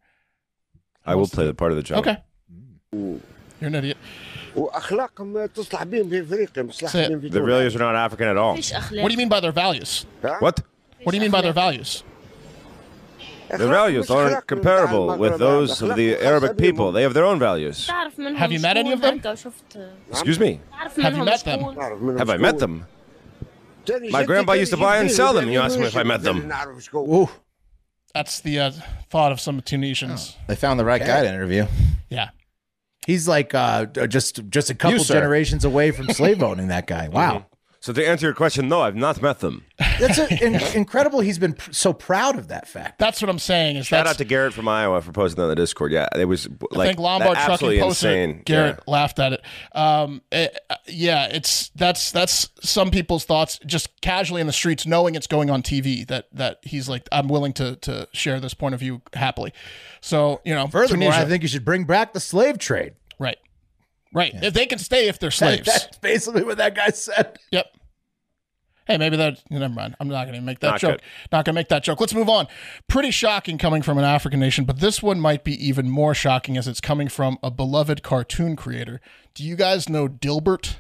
Speaker 1: I will play the part of the job.
Speaker 3: Okay. You're an idiot.
Speaker 5: واخلاق ما تصلح بهم في افريقيا مش صلاح
Speaker 3: Say it.
Speaker 5: بهم في
Speaker 1: The
Speaker 5: تونس
Speaker 1: Villiers are not African at all.
Speaker 3: What do you mean by their values?
Speaker 1: What?
Speaker 3: What do you mean by their values?
Speaker 1: The values aren't comparable with those of the Arabic people. They have their own values.
Speaker 8: Have you met any of them?
Speaker 1: Excuse me.
Speaker 8: Have you met them?
Speaker 1: Have I met them? My grandpa used to buy and sell them. You ask me if I met them.
Speaker 2: Ooh,
Speaker 3: That's the uh, thought of some Tunisians.
Speaker 4: They found Oh. the right guy to interview.
Speaker 3: Yeah.
Speaker 2: he's like uh, just just a couple
Speaker 1: sir. Mm-hmm.
Speaker 2: generations away from
Speaker 1: *laughs*
Speaker 2: slave owning. That guy. Wow.
Speaker 1: So to answer your question, no, I've not met them.
Speaker 2: That's a, in, incredible. He's been pr- so proud of that fact.
Speaker 3: That's what I'm saying. Is
Speaker 1: Shout
Speaker 3: that's,
Speaker 1: out to Garrett from Iowa for posting that on the Discord. Yeah, it was
Speaker 3: I
Speaker 1: like
Speaker 3: think Lombard
Speaker 1: absolutely
Speaker 3: Trucking posted it.
Speaker 1: insane.
Speaker 3: Garrett laughed at it. Um, eh, uh, yeah, it's that's that's some people's thoughts just casually in the streets, knowing it's going on TV. That that he's like, I'm willing to to share this point of view happily. So you know,
Speaker 2: Furthermore,
Speaker 3: Tunisia,
Speaker 2: I think you should bring back the slave trade.
Speaker 3: right, right. If they can stay, if they're slaves.
Speaker 2: That's basically what that guy said.
Speaker 3: Yep. Hey, maybe that. Never mind. I'm not going to make that
Speaker 1: Not
Speaker 3: joke.
Speaker 1: good.
Speaker 3: Not going to make that joke. Let's move on. Pretty shocking coming from an African nation, but this one might be even more shocking as it's coming from a beloved cartoon creator. Do you guys know Dilbert?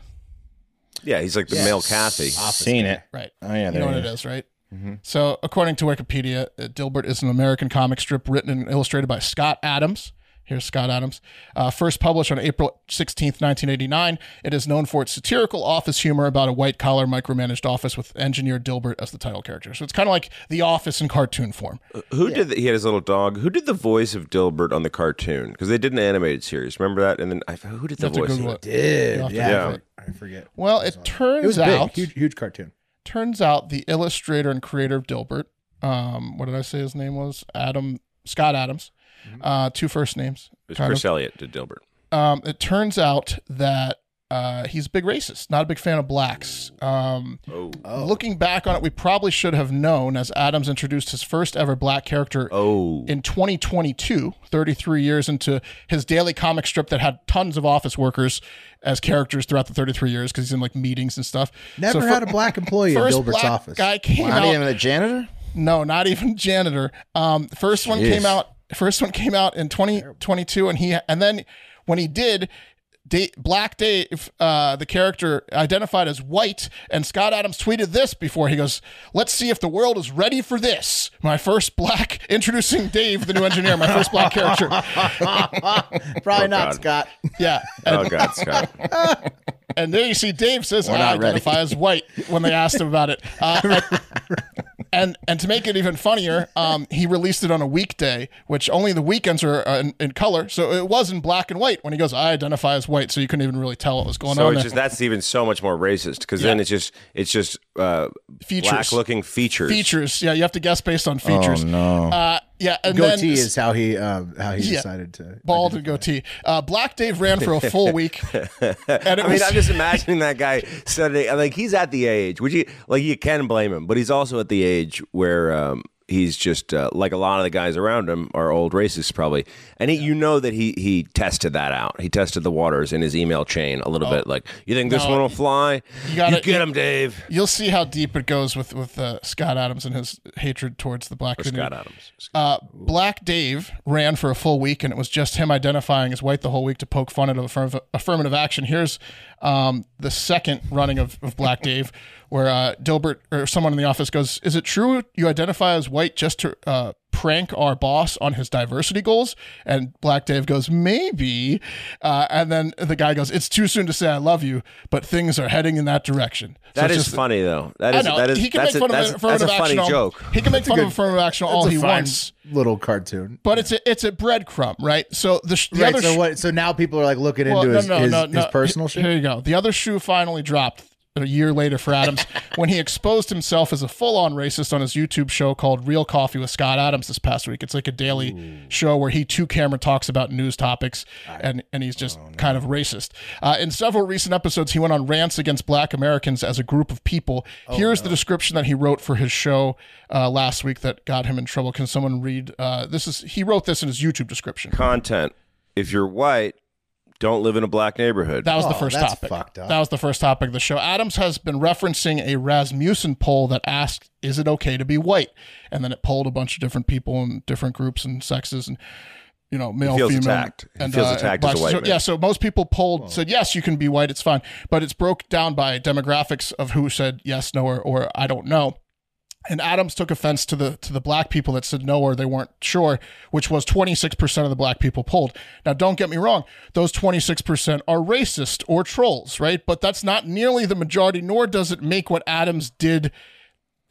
Speaker 1: Yeah, he's like the male Kathy.
Speaker 4: Seen it.
Speaker 3: Right.
Speaker 4: Oh, yeah,
Speaker 3: You
Speaker 4: there
Speaker 3: know what
Speaker 4: he
Speaker 3: it is, right?
Speaker 1: Mm-hmm.
Speaker 3: So, according to Wikipedia, uh, Dilbert is an American comic strip written and illustrated by Scott Adams. Here's Scott Adams. Uh, first published on April 16th, 1989, it is known for its satirical office humor about a white collar micromanaged office with engineer Dilbert as the title character. So it's kind of like The Office in cartoon form.
Speaker 1: Uh, Who did the, he had his little dog? Who did the voice of Dilbert on the cartoon? Because they did an animated series. Remember that? And then I, who did the
Speaker 3: You have to
Speaker 1: voice? of
Speaker 3: Google
Speaker 1: it?
Speaker 3: it.
Speaker 2: Dude,
Speaker 1: yeah.
Speaker 2: I for- I forget.
Speaker 3: Well, it
Speaker 2: It was
Speaker 3: turns
Speaker 2: big,
Speaker 3: out
Speaker 2: huge,
Speaker 3: *laughs*
Speaker 2: huge cartoon.
Speaker 3: turns out the illustrator and creator of Dilbert, um, what did I say his name was? Adam Scott Adams. Uh, two first names.
Speaker 1: Mm-hmm. It was
Speaker 3: kind of.
Speaker 1: Chris Elliott did Dilbert.
Speaker 3: um, it turns out that uh, he's a big racist, not a big fan of blacks. Um,
Speaker 1: Oh,
Speaker 3: Looking back on it, we probably should have known as Adams introduced his first ever black character
Speaker 1: oh,
Speaker 3: in 2022, 33 years into his daily comic strip that had tons of office workers as characters throughout the 33 years because he's in like meetings and stuff.
Speaker 2: Never
Speaker 3: So
Speaker 2: had
Speaker 3: fir-
Speaker 2: a black employee in
Speaker 3: *laughs* first
Speaker 2: Dilbert's
Speaker 3: black
Speaker 2: office.
Speaker 3: guy came
Speaker 4: Not
Speaker 3: out.
Speaker 4: even the janitor?
Speaker 3: No, not even *laughs* janitor. Um, the first one came out. First one came out in 2022, and he and then when he did, Da- Black Dave, uh, the character identified as white, and Scott Adams tweeted this before he goes, "Let's see if the world is ready for this." My first black *laughs* introducing Dave, the new engineer, my first black
Speaker 4: *laughs*
Speaker 3: character. *laughs*
Speaker 2: *laughs* Probably
Speaker 1: Oh,
Speaker 2: not,
Speaker 1: God.
Speaker 2: Scott.
Speaker 3: Yeah, and,
Speaker 1: oh God, Scott.
Speaker 3: *laughs* and there you see Dave says "Oh,
Speaker 4: We're
Speaker 3: I
Speaker 4: not ready."
Speaker 3: identify as white when they asked
Speaker 1: *laughs*
Speaker 3: him about it. Uh, and and to make it even funnier, um, he released it on a weekday, which only the weekends are uh, in, in color, so it was in black and white when he goes, "I identify as white," so you couldn't even really tell what was going
Speaker 1: So
Speaker 3: on.
Speaker 1: it's
Speaker 3: there.
Speaker 1: just that's even so much more racist because then it's just it's just uh,
Speaker 3: Features.
Speaker 1: black looking features.
Speaker 3: features, yeah, you have to guess based on features.
Speaker 4: Oh, no.
Speaker 3: Uh, yeah, and
Speaker 2: Goatee
Speaker 3: then
Speaker 2: is how he um, how he
Speaker 3: Yeah.
Speaker 2: decided to.
Speaker 3: bald and goatee. Uh, black Dave ran for
Speaker 1: *laughs*
Speaker 3: a full week, and it
Speaker 1: I mean,
Speaker 3: was.
Speaker 1: I'm just imagining that guy Saturday. Like he's at the age, which you like you can blame him, but he's also at the age where um, he's just uh, like a lot of the guys around him are old racists probably, and he, you know that he he tested that out. He tested the waters in his email chain a little bit. Like, you think this
Speaker 3: Oh. No,
Speaker 1: one will fly? You,
Speaker 3: gotta-
Speaker 1: get him, Dave.
Speaker 3: You'll see how deep it goes with with uh, Scott Adams and his hatred towards the black
Speaker 1: Or
Speaker 3: community.
Speaker 1: Scott Adams.
Speaker 3: Uh, Black Dave ran for a full week, and it was just him identifying as white the whole week to poke fun at affirm- affirmative action. Here's um, the second running of, of
Speaker 1: *laughs*
Speaker 3: Black Dave, where uh, Dilbert or someone in the office goes, "Is it true you identify as white just to uh, prank our boss on his diversity goals?" And Black Dave goes, "Maybe," uh, and then the guy goes, "It's too soon to say I love you, but things are heading in that direction." So
Speaker 1: That
Speaker 3: it's
Speaker 1: is
Speaker 3: just-
Speaker 1: funny though. That
Speaker 3: I
Speaker 1: is
Speaker 3: know.
Speaker 1: that is
Speaker 3: he can
Speaker 1: that's
Speaker 3: make fun
Speaker 1: a,
Speaker 3: of
Speaker 1: that's, that's
Speaker 3: affirmative
Speaker 1: a funny
Speaker 3: action. all-
Speaker 1: joke.
Speaker 3: He can make fun of affirmative action all
Speaker 2: That's a
Speaker 3: he
Speaker 2: fine
Speaker 3: wants.
Speaker 2: Little cartoon.
Speaker 3: But it's a, it's a breadcrumb, right? So the, sh- the
Speaker 2: right.
Speaker 3: other
Speaker 2: So
Speaker 3: sh-
Speaker 2: what? So now people are like looking
Speaker 3: well,
Speaker 2: into
Speaker 3: no,
Speaker 2: his,
Speaker 3: no,
Speaker 2: his,
Speaker 3: no,
Speaker 2: his
Speaker 3: no.
Speaker 2: personal
Speaker 3: H-
Speaker 2: shit.
Speaker 3: Here you go. The other shoe finally dropped a year later for Adams
Speaker 2: *laughs*
Speaker 3: when he exposed himself as a full-on racist on his YouTube show called Real Coffee with Scott Adams this past week. It's like a daily show where he two camera talks about news topics and and he's just
Speaker 2: Oh,
Speaker 3: kind of racist. Uh, in several recent episodes, he went on rants against Black Americans as a group of people.
Speaker 2: Oh,
Speaker 3: Here's the description that he wrote for his show uh, last week that got him in trouble. Can someone read? Uh, this is he wrote this in his YouTube description.
Speaker 1: Content. If you're white, don't live in a black neighborhood.
Speaker 3: That was the
Speaker 2: Oh,
Speaker 3: first
Speaker 2: that's
Speaker 3: topic.
Speaker 2: fucked up.
Speaker 3: That was the first topic of the show. Adams has been referencing a Rasmussen poll that asked, "Is it okay to be white?" And then it polled a bunch of different people and different groups and sexes and you know male,
Speaker 1: feels
Speaker 3: female,
Speaker 1: attacked. He
Speaker 3: and
Speaker 1: feels
Speaker 3: uh,
Speaker 1: attacked as a
Speaker 3: blacks.
Speaker 1: white
Speaker 3: So-
Speaker 1: man.
Speaker 3: Yeah, so most people polled said yes, you can be white, it's fine. But it's broke down by demographics of who said yes, no, or, or I don't know. And Adams took offense to the to the black people that said no or they weren't sure, which was 26% of the black people polled. Now don't get me wrong, those 26% are racist or trolls, right? But that's not nearly the majority nor does it make what Adams did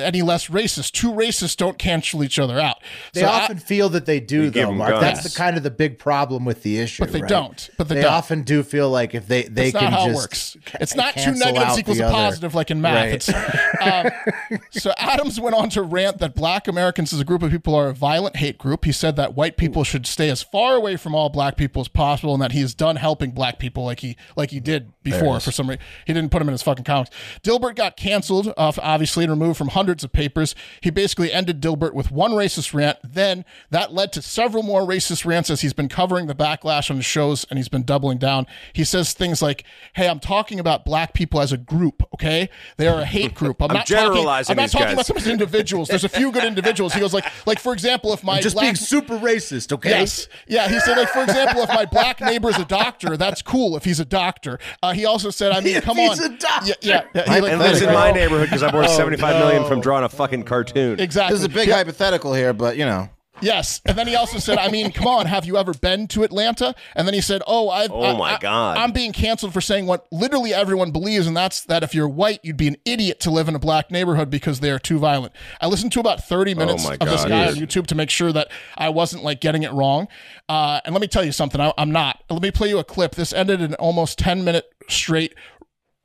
Speaker 3: any less racist. Two racists don't cancel each other out.
Speaker 2: They
Speaker 3: So, uh,
Speaker 2: often feel that they do,
Speaker 1: They give
Speaker 2: though,
Speaker 1: them
Speaker 2: Mark. That's
Speaker 1: guns.
Speaker 2: the kind of the big problem with the issue.
Speaker 3: But they
Speaker 2: right?
Speaker 3: don't. But they
Speaker 2: they
Speaker 3: don't.
Speaker 2: often do feel like if they they
Speaker 3: That's
Speaker 2: can
Speaker 3: not how it
Speaker 2: just
Speaker 3: works.
Speaker 2: ca-
Speaker 3: It's not two
Speaker 2: cancel
Speaker 3: negatives
Speaker 2: out
Speaker 3: equals
Speaker 2: the
Speaker 3: a
Speaker 2: other.
Speaker 3: positive like in math.
Speaker 2: Right.
Speaker 3: It's- um, so Adams went on to rant that black Americans as a group of people are a violent hate group. He said that white people should stay as far away from all black people as possible and that he is done helping black people like he like he did before for some reason. He didn't put him in his fucking comics. Dilbert got canceled, uh, obviously, and removed from hundreds of papers. He basically ended Dilbert with one racist rant. Then that led to several more racist rants as he's been covering the backlash on his shows and he's been doubling down. He says things like, Hey, I'm talking about black people as a group, okay? They are a hate group. I'm,
Speaker 1: I'm
Speaker 3: not
Speaker 1: generalizing
Speaker 3: talking, I'm not
Speaker 1: these
Speaker 3: talking
Speaker 1: guys."
Speaker 3: about some of these individuals. There's a few good individuals. He goes, like, like for example, if
Speaker 2: *laughs*
Speaker 3: my
Speaker 2: Just
Speaker 3: black
Speaker 2: being super racist, okay?
Speaker 3: Yes. Yeah. He said, like, for example, if my
Speaker 2: *laughs*
Speaker 3: black neighbor is a doctor, that's cool if he's a doctor. Uh, he also said, I mean,
Speaker 2: If
Speaker 3: come
Speaker 2: he's
Speaker 3: on.
Speaker 2: a doctor.
Speaker 3: Yeah. yeah, yeah. He, like, Oh,
Speaker 1: and lives in my
Speaker 3: right-
Speaker 1: neighborhood because I'm *laughs*
Speaker 3: *laughs*
Speaker 1: worth seventy five million from drawing a fucking cartoon.
Speaker 3: Exactly.
Speaker 4: This is a big hypothetical here, but you know,
Speaker 3: Yes. And then he also said, I mean, come on, have you ever been to Atlanta? And then he said, Oh, I've,
Speaker 1: Oh
Speaker 3: I-
Speaker 1: my
Speaker 3: I-
Speaker 1: God.
Speaker 3: I'm being canceled for saying what literally everyone believes, and that's that if you're white, you'd be an idiot to live in a black neighborhood because they are too violent. I listened to about 30 minutes
Speaker 1: my
Speaker 3: of this
Speaker 1: God.
Speaker 3: guy on
Speaker 1: Dude.
Speaker 3: YouTube to make sure that I wasn't like getting it wrong. Uh, and let me tell you something, I, I'm not. Let me play you a clip. This ended in almost 10 minute straight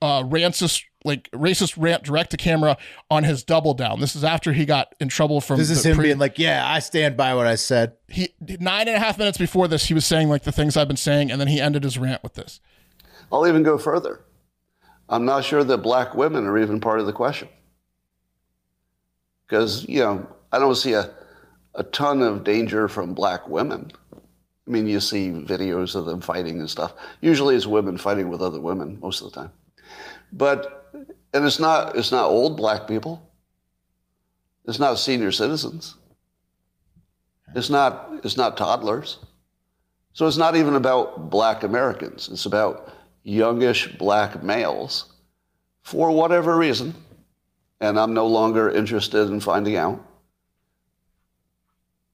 Speaker 3: uh, racist, like racist rant direct to camera on his double down. This is after he got in trouble from
Speaker 2: This is
Speaker 3: the
Speaker 2: him
Speaker 3: pre-
Speaker 2: being like, "Yeah, I stand by what I said."
Speaker 3: he nine and a half minutes before this, he was saying like the things I've been saying, and then he ended his rant with this.
Speaker 9: I'll even go further. I'm not sure that black women are even part of the question. Because, you know, I don't see a, a ton of danger from black women. I mean, you see videos of them fighting and stuff. Usually it's women fighting with other women most of the time. But, and it's not, it's not old black people. It's not senior citizens. It's not, it's not toddlers. So it's not even about black Americans. It's about youngish black males for whatever reason. And I'm no longer interested in finding out.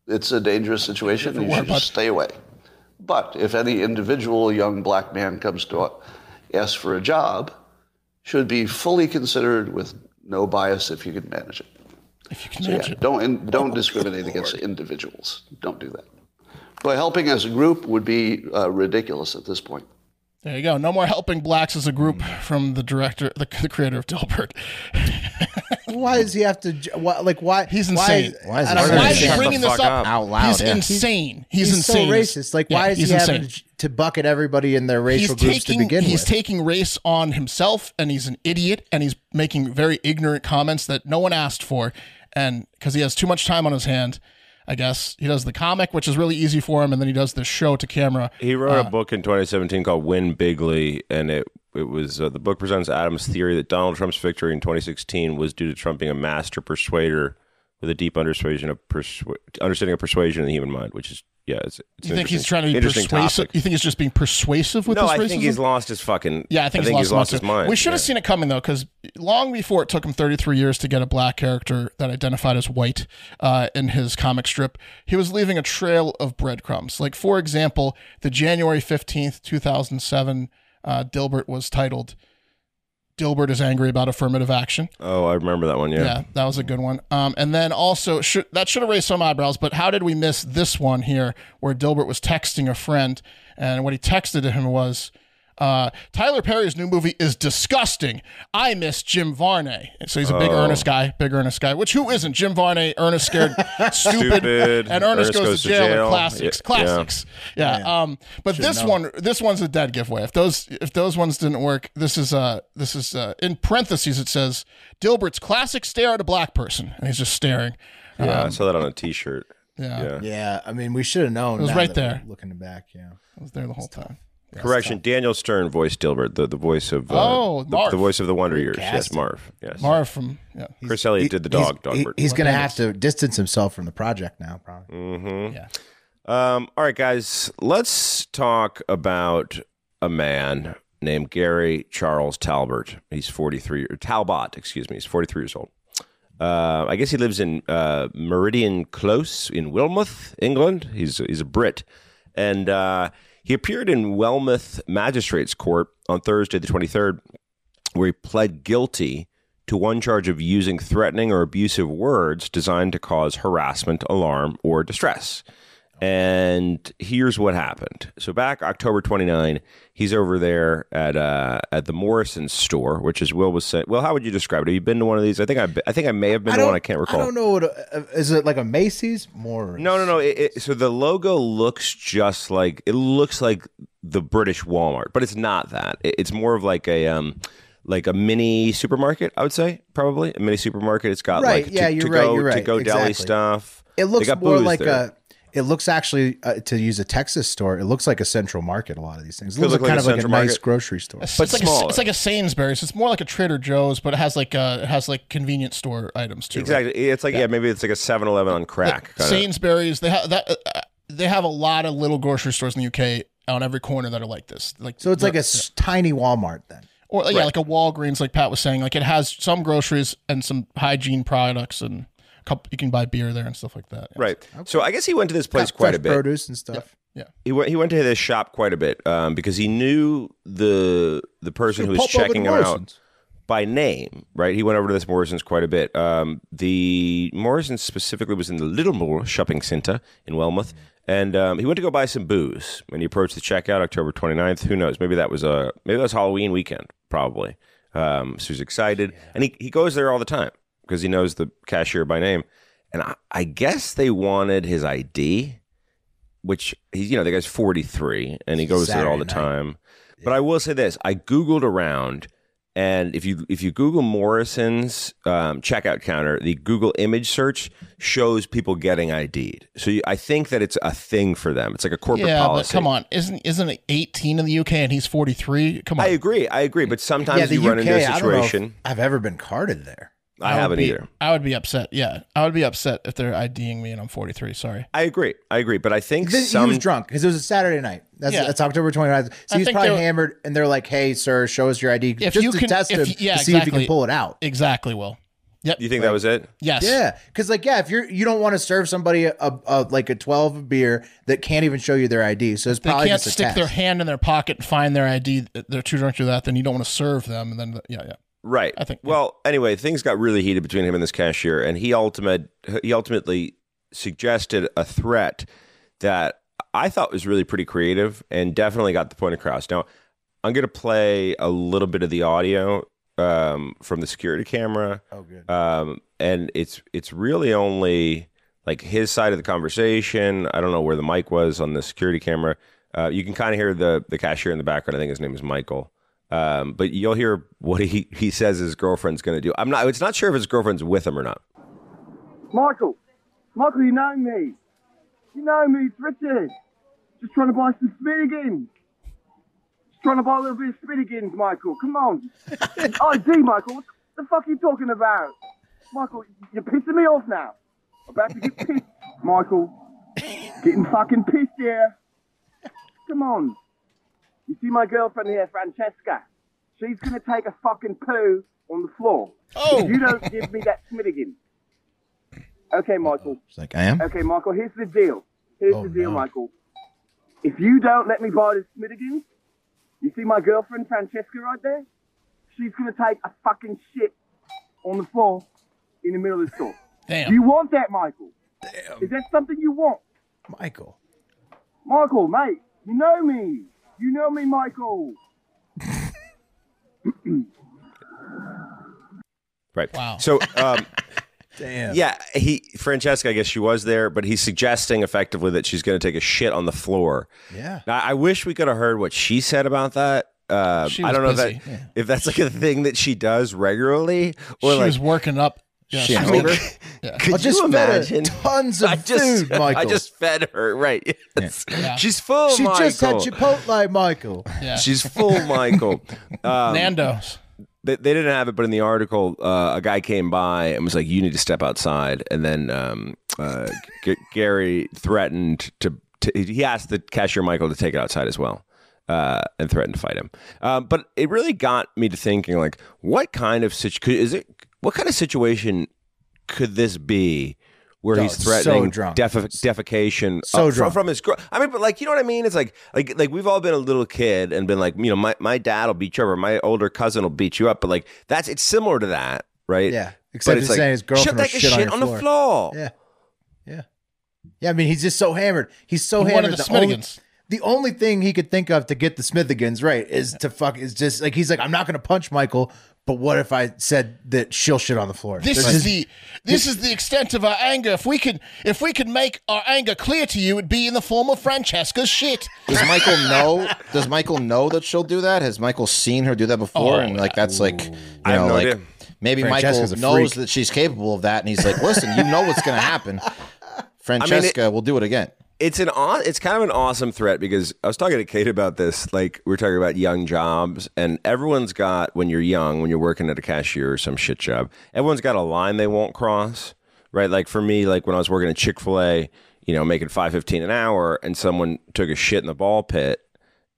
Speaker 9: It's a dangerous situation. You should just stay away. But if any individual young black man comes to ask for a job, should be fully considered with no bias if you can manage it.
Speaker 3: If you can
Speaker 9: So, yeah,
Speaker 3: imagine.
Speaker 9: don't in, *laughs* don't discriminate against individuals. Don't do that. But helping as a group would be uh, ridiculous at this point.
Speaker 3: There you go. No more helping blacks as a group
Speaker 2: Mm.
Speaker 3: from the director, the, the creator of Dilbert.
Speaker 2: Why does he have to? j- Why, like, why?
Speaker 3: He's
Speaker 2: why-
Speaker 3: insane.
Speaker 4: Why is
Speaker 2: I
Speaker 4: he
Speaker 2: don't
Speaker 4: so
Speaker 2: know.
Speaker 3: Why is he
Speaker 1: Shut the
Speaker 3: bringing this
Speaker 1: fuck
Speaker 3: up?
Speaker 1: up.
Speaker 4: out loud.
Speaker 3: he's
Speaker 4: yeah.
Speaker 3: insane. He's,
Speaker 2: He's so
Speaker 3: insane.
Speaker 2: racist. Like,
Speaker 3: Yeah,
Speaker 2: why does
Speaker 3: he's
Speaker 2: he
Speaker 3: insane.
Speaker 2: having to bucket everybody in their
Speaker 3: He's
Speaker 2: racial groups
Speaker 3: taking
Speaker 2: to begin
Speaker 3: he's
Speaker 2: with?
Speaker 3: taking race on himself, and he's an idiot, and he's making very ignorant comments that no one asked for. and because he has too much time on his hand, I guess he does the comic, which is really easy for him, and then he does this show to camera.
Speaker 1: He wrote
Speaker 3: Uh.
Speaker 1: a book in 2017 called Win Bigly, and it it was uh, the book presents Adams' theory that Donald Trump's victory in 2016 was due to Trump being a master persuader with a deep understanding of persu- understanding of persuasion in the human mind, which is yeah, it's, it's
Speaker 3: You
Speaker 1: an
Speaker 3: think he's
Speaker 1: interesting-
Speaker 3: trying to be
Speaker 1: interesting
Speaker 3: persuasive?
Speaker 1: topic.
Speaker 3: You think he's just being persuasive with
Speaker 1: no,
Speaker 3: this
Speaker 1: I
Speaker 3: racism?
Speaker 1: think he's lost his fucking.
Speaker 3: Yeah, I think, he's, lost
Speaker 1: his mind.
Speaker 3: We should have seen it coming though, because long before it took him 33 years to get a black character that identified as white uh, in his comic strip, he was leaving a trail of breadcrumbs. Like for example, the January 15th, 2007, uh, Dilbert was titled "Dilbert is angry about affirmative action."
Speaker 1: Oh, I remember that one. Yeah.
Speaker 3: Yeah, that was a good one. Um, and then also should, that should have raised some eyebrows. But how did we miss this one here, where Dilbert was texting a friend, and what he texted to him was, uh, "Tyler Perry's new movie is disgusting. I miss Jim Varney." And so he's a big
Speaker 1: Oh.
Speaker 3: earnest guy, big earnest guy. Which who isn't Jim Varney? Ernest scared,
Speaker 1: *laughs*
Speaker 3: stupid,
Speaker 2: *laughs*
Speaker 1: Stupid,
Speaker 3: and Ernest, goes, to jail. And classics,
Speaker 1: Yeah,
Speaker 3: classics. Yeah. Um, but this one, this one's a dead giveaway. If those if those ones didn't work, this is uh this is uh, in parentheses. It says Dilbert's classic stare at a black person, and he's just staring. Um,
Speaker 1: Yeah, I saw that on a T-shirt.
Speaker 3: yeah.
Speaker 2: Yeah, I mean, we should have known.
Speaker 3: It was
Speaker 2: Oh, now
Speaker 3: right
Speaker 2: that
Speaker 3: there.
Speaker 2: we're Looking back, yeah.
Speaker 3: I was there the whole time.
Speaker 1: Correction: Daniel Stern voiced Dilbert, the, the voice of uh,
Speaker 3: Oh,
Speaker 1: the,
Speaker 3: Marv.
Speaker 1: the voice of the Wonder Years. Yes,
Speaker 2: casting.
Speaker 1: Marv. Yes,
Speaker 3: Marv from yeah.
Speaker 1: Chris Elliott did the dog,
Speaker 2: He's, he-
Speaker 1: Dogbert.
Speaker 2: he's gonna have to distance himself from the project now, probably.
Speaker 1: Mm-hmm. Um, all right, guys, let's talk about a man named Gary Charles Talbert. He's 43, or Talbot, excuse me. He's 43 years old. Uh, I guess he lives in uh, Meridian Close in Wilmouth, England. He's, he's a Brit. And uh, he appeared in Wilmouth Magistrates Court on Thursday, the 23rd, where he pled guilty to one charge of using threatening or abusive words designed to cause harassment, alarm, or distress. And here's what happened. So back October 29, he's over there at uh, at the Morrison store, which is Will was saying. Well, how would you describe it? Have you been to one of these? I think I I think I may have been to one. I can't recall.
Speaker 2: I don't know. What a, uh, is it like a Macy's? More?
Speaker 1: No, no, no. It, it, so the logo looks just like it looks like the British Walmart, but it's not that. It- it's more of like a um, like a mini supermarket. I would say probably a mini supermarket. It's got
Speaker 2: Right,
Speaker 1: like
Speaker 2: yeah,
Speaker 1: to,
Speaker 2: you're
Speaker 1: to
Speaker 2: right,
Speaker 1: go
Speaker 2: you're
Speaker 1: to
Speaker 2: right,
Speaker 1: go deli
Speaker 2: exactly.
Speaker 1: stuff.
Speaker 2: It
Speaker 1: They
Speaker 2: looks
Speaker 1: got
Speaker 2: more
Speaker 1: booths
Speaker 2: like
Speaker 1: there.
Speaker 2: a. It looks actually uh, to use a Texas store. It looks like a Central Market. A lot of these things. It
Speaker 1: Could look
Speaker 2: looks like
Speaker 1: like
Speaker 2: kind
Speaker 1: a
Speaker 2: of like a
Speaker 1: Central
Speaker 2: nice
Speaker 1: Market.
Speaker 2: grocery store.
Speaker 3: It's,
Speaker 1: But
Speaker 3: it's like a,
Speaker 1: smaller.
Speaker 3: it's like a Sainsbury's. It's more like a Trader Joe's, but it has like uh it has like convenience store items too. right?
Speaker 1: exactly. It's like yeah. maybe it's like a 7-Eleven on crack. kinda.
Speaker 3: Sainsbury's. They have that. Uh, they have a lot of little grocery stores in the UK on every corner that are like this. Like
Speaker 2: So it's like a s- tiny Walmart then.
Speaker 3: or yeah, like a Walgreens, like Pat was saying. Like it has some groceries and some hygiene products, and a couple. You can buy beer there and stuff like that. Yeah.
Speaker 1: Right. So I guess he went to this place
Speaker 2: Got
Speaker 1: quite
Speaker 2: fresh
Speaker 1: a bit.
Speaker 2: Produce and stuff.
Speaker 1: He went, he went to this shop quite a bit um, because he knew the the person who was
Speaker 2: Pop up at
Speaker 1: checking him out.
Speaker 2: Morrison's.
Speaker 1: by name, right? He went over to this Morrison's quite a bit. Um, the Morrison's specifically was in the Littlemore Shopping Center in Wellmouth. And um, he went to go buy some booze when he approached the checkout October 29th. Who knows? Maybe that was a maybe that was Halloween weekend, probably. Um, so he's excited, and he, he goes there all the time because he knows the cashier by name. And I, I guess they wanted his ID, which he's you know the guy's 43 and he goes there all the
Speaker 2: Saturday night.
Speaker 1: time. But I will say this: I googled around and if you if you Google Morrison's um, checkout counter, the Google image search shows people getting ID'd. So you, I think that it's a thing for them. It's like a corporate
Speaker 3: Yeah,
Speaker 1: policy.
Speaker 3: but come on, isn't isn't it 18 in the UK and he's 43? Come on,
Speaker 1: I agree. I agree. But sometimes you run into a
Speaker 2: I don't know if
Speaker 1: situation.
Speaker 2: I've ever been carded there.
Speaker 1: I,
Speaker 3: would
Speaker 1: haven't
Speaker 3: be-
Speaker 1: either.
Speaker 3: I would be upset. Yeah, I would be upset if they're IDing me and I'm 43. Sorry.
Speaker 1: I agree. I agree. But I think
Speaker 2: Th-
Speaker 1: some
Speaker 2: he was drunk because it was a Saturday night. That's,
Speaker 3: Yeah.
Speaker 2: that's October 29th. So
Speaker 3: I
Speaker 2: he was
Speaker 3: think
Speaker 2: probably
Speaker 3: they were-
Speaker 2: hammered, and they're like, "Hey, sir, show us your ID
Speaker 3: If
Speaker 2: just
Speaker 3: you
Speaker 2: to
Speaker 3: can-
Speaker 2: test
Speaker 3: if
Speaker 2: him
Speaker 3: y- yeah,
Speaker 2: to see if he
Speaker 3: exactly.
Speaker 2: can pull it out."
Speaker 3: Exactly. Will. Yep.
Speaker 1: You think that was it?
Speaker 3: yes.
Speaker 2: Yeah, because like, yeah, if you're you don't want to serve somebody a, a like a 12 beer that can't even show you their ID, so it's
Speaker 3: They
Speaker 2: probably
Speaker 3: can't
Speaker 2: just a
Speaker 3: stick
Speaker 2: test.
Speaker 3: their hand in their pocket and find their ID. They're too drunk to do that. Then you don't want to serve them. And then yeah, yeah.
Speaker 1: Right.
Speaker 3: I think-
Speaker 1: Well, anyway, things got really heated between him and this cashier, and he ultimate he ultimately suggested a threat that I thought was really pretty creative and definitely got the point across. Now, I'm going to play a little bit of the audio um, from the security camera. Oh, good. Um, and it's it's really only like his side of the conversation. I don't know where the mic was on the security camera. Uh, you can kind of hear the the cashier in the background. I think his name is Michael. Um, but you'll hear what he, he says his girlfriend's going to do. I'm not. It's not sure if his girlfriend's with him or not.
Speaker 10: Michael, Michael, you know me. You know me, it's Richard. Just trying to buy some spinigans. Just trying to buy a little bit of spinigans, Michael. Come on. ID, Michael. What the fuck are you talking about? Michael, you're pissing me off now. I'm about to get pissed, Michael. Getting fucking pissed here. Come on. You see my girlfriend here, Francesca. She's gonna take a fucking poo on the floor.
Speaker 3: Oh.
Speaker 10: If you don't give me that smitigan. Okay, Michael.
Speaker 4: It's like I am. Oh,
Speaker 10: Okay, Michael, here's the deal. Here's the deal, Michael. If you don't let me buy this Smithigans, you see my girlfriend Francesca right there? She's gonna take a fucking shit on the floor in the middle of the store.
Speaker 3: Damn.
Speaker 10: Do you want that, Michael? Damn. Is that something you want?
Speaker 2: Michael.
Speaker 10: Michael, mate, you know me. You know me, Michael.
Speaker 1: Right. Wow. So, um,
Speaker 2: *laughs* Damn.
Speaker 1: yeah, he Francesca, I guess she was there, but he's suggesting effectively that she's going to take a shit on the floor.
Speaker 2: Yeah.
Speaker 1: Now, I wish we could have heard what she said about that. Uh,
Speaker 3: She
Speaker 1: I
Speaker 3: was
Speaker 1: don't know
Speaker 3: busy.
Speaker 1: if that if that's like a thing that she does regularly or
Speaker 3: she
Speaker 1: like.
Speaker 3: was working up. Yeah,
Speaker 4: Shit.
Speaker 3: she's
Speaker 4: I mean,
Speaker 3: over.
Speaker 2: *laughs*
Speaker 1: could
Speaker 2: I just
Speaker 1: you
Speaker 2: fed her
Speaker 1: imagine?
Speaker 2: tons of
Speaker 1: I just,
Speaker 2: food,
Speaker 1: *laughs*
Speaker 2: Michael.
Speaker 1: I just fed her. Right. Yes.
Speaker 3: Yeah.
Speaker 1: She's full.
Speaker 2: she just had
Speaker 1: Michael.
Speaker 2: Chipotle, Michael.
Speaker 3: Yeah.
Speaker 1: She's full,
Speaker 3: *laughs*
Speaker 1: Michael. Um,
Speaker 3: Nando's.
Speaker 1: they, they didn't have it, but in the article, uh, a guy came by and was like, "You need to step outside." And then um, uh, G- Gary threatened to, to. He asked the cashier Michael to take it outside as well, uh, and threatened to fight him. Um, but it really got me to thinking, like, what kind of situ- could- is it? What kind of situation could this be? Where
Speaker 2: Oh,
Speaker 1: he's
Speaker 2: so
Speaker 1: threatening
Speaker 2: drunk.
Speaker 1: defec- defecation
Speaker 2: So
Speaker 1: uh, fr-
Speaker 2: drunk.
Speaker 1: from his girl. I mean, but like, you know what I mean? It's like, like, like we've all been a little kid and been like, you know, my, my dad will beat you up or my older cousin will beat you up. But like, that's, it's similar to that, right?
Speaker 2: Yeah.
Speaker 1: But
Speaker 2: Except
Speaker 1: it's
Speaker 2: he's
Speaker 1: like,
Speaker 2: saying his girlfriend
Speaker 1: she'll
Speaker 2: will
Speaker 1: take a
Speaker 2: shit on
Speaker 1: shit
Speaker 2: your
Speaker 1: on, the floor.
Speaker 2: Yeah. Yeah. Yeah, I mean, he's just so hammered. He's so
Speaker 3: He
Speaker 2: hammered.
Speaker 3: wanted the
Speaker 2: only,
Speaker 3: Smithigans.
Speaker 2: the only thing he could think of to get the Smithigans right is to fuck is just like he's like, I'm not gonna punch Michael, but what if I said that she'll shit on the floor?
Speaker 3: This
Speaker 2: There's
Speaker 3: is
Speaker 2: just-
Speaker 3: the this is the extent of our anger. If we could if we could make our anger clear to you, it'd be in the form of Francesca's shit.
Speaker 4: Does Michael know? Does Michael know that she'll do that? Has Michael seen her do that before?
Speaker 3: Oh,
Speaker 4: and like that's like you
Speaker 1: I have
Speaker 4: know,
Speaker 1: no
Speaker 4: like
Speaker 1: idea.
Speaker 4: maybe
Speaker 2: Francesca's
Speaker 4: Michael
Speaker 2: a freak.
Speaker 4: knows that she's capable of that, and he's like, "Listen, you know what's going to happen. Francesca will do it again."
Speaker 1: It's an aw- it's kind of an awesome threat because I was talking to Kate about this. Like we are talking about young jobs, and everyone's got when you're young, when you're working at a cashier or some shit job, everyone's got a line they won't cross, right? Like for me, like when I was working at Chick Fil A, you know, making five fifteen an hour, and someone took a shit in the ball pit,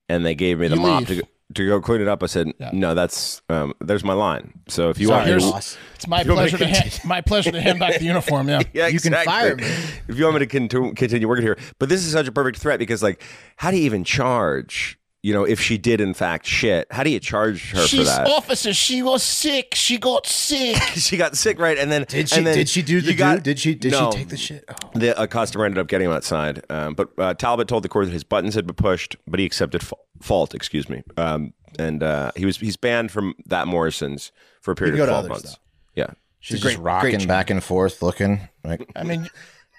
Speaker 1: and they gave me the
Speaker 3: You
Speaker 1: mop
Speaker 3: leave.
Speaker 1: to go, to go clean it up. I said, no, that's um, there's my line. So if you
Speaker 2: Sorry,
Speaker 1: want, me to-
Speaker 2: boss.
Speaker 3: It's my
Speaker 1: You want me
Speaker 3: pleasure
Speaker 1: to
Speaker 3: to hand, my pleasure to hand back the uniform. Yeah.
Speaker 1: yeah,
Speaker 2: You can fire me.
Speaker 1: if you want me to continue, continue working here. But this is such a perfect threat because, like, how do you even charge? You know, if she did in fact shit, how do you charge her for
Speaker 3: She's
Speaker 1: that?
Speaker 3: officer. She was sick. She got sick.
Speaker 1: she got sick, right? And then
Speaker 2: Did she
Speaker 1: and then
Speaker 2: did she do
Speaker 1: you
Speaker 2: the
Speaker 1: got-
Speaker 2: do? Did she did
Speaker 1: No.
Speaker 2: she take the shit? Oh.
Speaker 1: The, a customer ended up getting him outside, um, but uh, Talbot told the court that his buttons had been pushed, but he accepted fa- fault. Excuse me, um, and uh, he was he's banned from that Morrison's for a period
Speaker 2: can
Speaker 1: of
Speaker 2: go to
Speaker 1: twelve
Speaker 2: others,
Speaker 1: months.
Speaker 2: though.
Speaker 1: Yeah,
Speaker 4: She's
Speaker 2: great-
Speaker 4: just rocking
Speaker 2: great
Speaker 4: back and forth, looking like
Speaker 3: I
Speaker 2: *laughs*
Speaker 3: mean,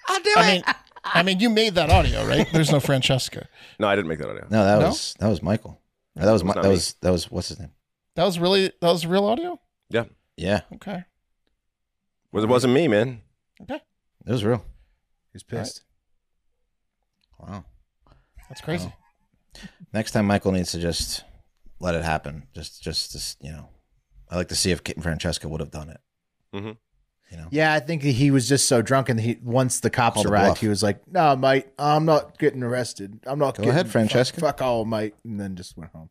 Speaker 3: I'll do I mean, I mean, you made that audio, right? There's no Francesca.
Speaker 1: no, I didn't make that audio.
Speaker 4: no, that
Speaker 3: No?
Speaker 4: was that was Michael. No, that was Mi-
Speaker 1: not
Speaker 4: that
Speaker 1: me.
Speaker 4: was that was what's his name?
Speaker 3: That was really that was real audio.
Speaker 1: Yeah,
Speaker 4: Yeah,
Speaker 3: Okay.
Speaker 1: well, it wasn't me, man.
Speaker 4: it was real.
Speaker 2: He's pissed.
Speaker 4: Wow.
Speaker 3: That's crazy.
Speaker 4: Next time, Michael needs to just let it happen. Just just just you know, I like to see if Kit and Francesca would have done it.
Speaker 2: Yeah, I think he was just so drunk, and he once the cops
Speaker 4: Called a
Speaker 2: arrived,
Speaker 4: bluff.
Speaker 2: he was like, "No, mate, I'm not getting arrested. I'm not
Speaker 4: Go
Speaker 2: getting
Speaker 4: ahead, Francesca.
Speaker 2: Fuck, fuck all, mate," and then just went home.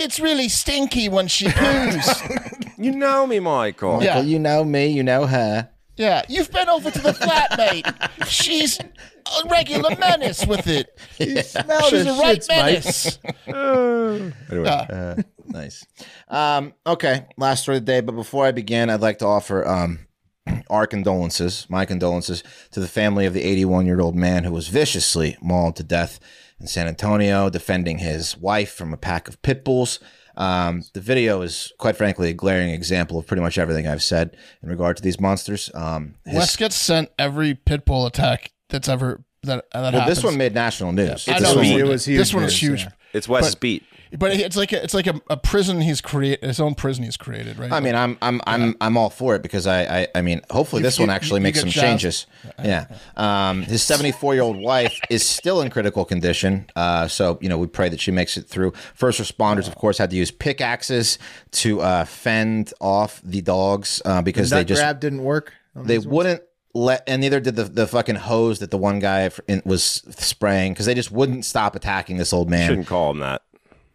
Speaker 3: It's really stinky when she *laughs* poos.
Speaker 1: You know me, Michael.
Speaker 3: Yeah.
Speaker 4: Michael, you know me, you know her.
Speaker 3: yeah. You've been over to the flat, mate. She's a regular menace with
Speaker 4: *laughs*
Speaker 3: it. She's a right menace.
Speaker 1: Anyway.
Speaker 4: uh, Nice. Um, okay, last story of the day. But before I begin, I'd like to offer um, *clears throat* our condolences, my condolences to the family of the 81 year old man who was viciously mauled to death in San Antonio, defending his wife from a pack of pit bulls. Um, the video is, quite frankly, a glaring example of pretty much everything I've said in regard to these monsters. Um,
Speaker 3: *laughs*
Speaker 4: his-
Speaker 3: Wes gets sent every pitbull attack that's ever that that
Speaker 4: well,
Speaker 3: happens.
Speaker 4: this one made national news.
Speaker 3: I
Speaker 4: This
Speaker 3: know this
Speaker 4: one-
Speaker 2: it
Speaker 3: one
Speaker 2: was
Speaker 3: did. This
Speaker 2: huge
Speaker 3: one was
Speaker 2: news,
Speaker 3: huge.
Speaker 2: yeah.
Speaker 1: It's West
Speaker 3: But-
Speaker 1: Beat.
Speaker 3: But it's like a, it's like a, a prison he's created, his own prison he's created, right?
Speaker 4: I mean, I'm I'm I'm I'm all for it because I I, I mean, hopefully
Speaker 3: You-
Speaker 4: this one
Speaker 3: you-
Speaker 4: actually
Speaker 3: you
Speaker 4: makes
Speaker 3: get
Speaker 4: some
Speaker 3: jazzed.
Speaker 4: changes. Yeah. Um, his 74 year old wife is still in critical condition. Uh, so you know, we pray that she makes it through. First responders, of course, had to use pickaxes to uh, fend off the dogs uh, because
Speaker 2: the
Speaker 4: they
Speaker 2: nut
Speaker 4: just
Speaker 2: grab didn't work. on
Speaker 4: they
Speaker 2: these ones?
Speaker 4: wouldn't let and neither did the, the fucking hose that the one guy f- in- was spraying because they just wouldn't stop attacking this old man
Speaker 1: Shouldn't call him that.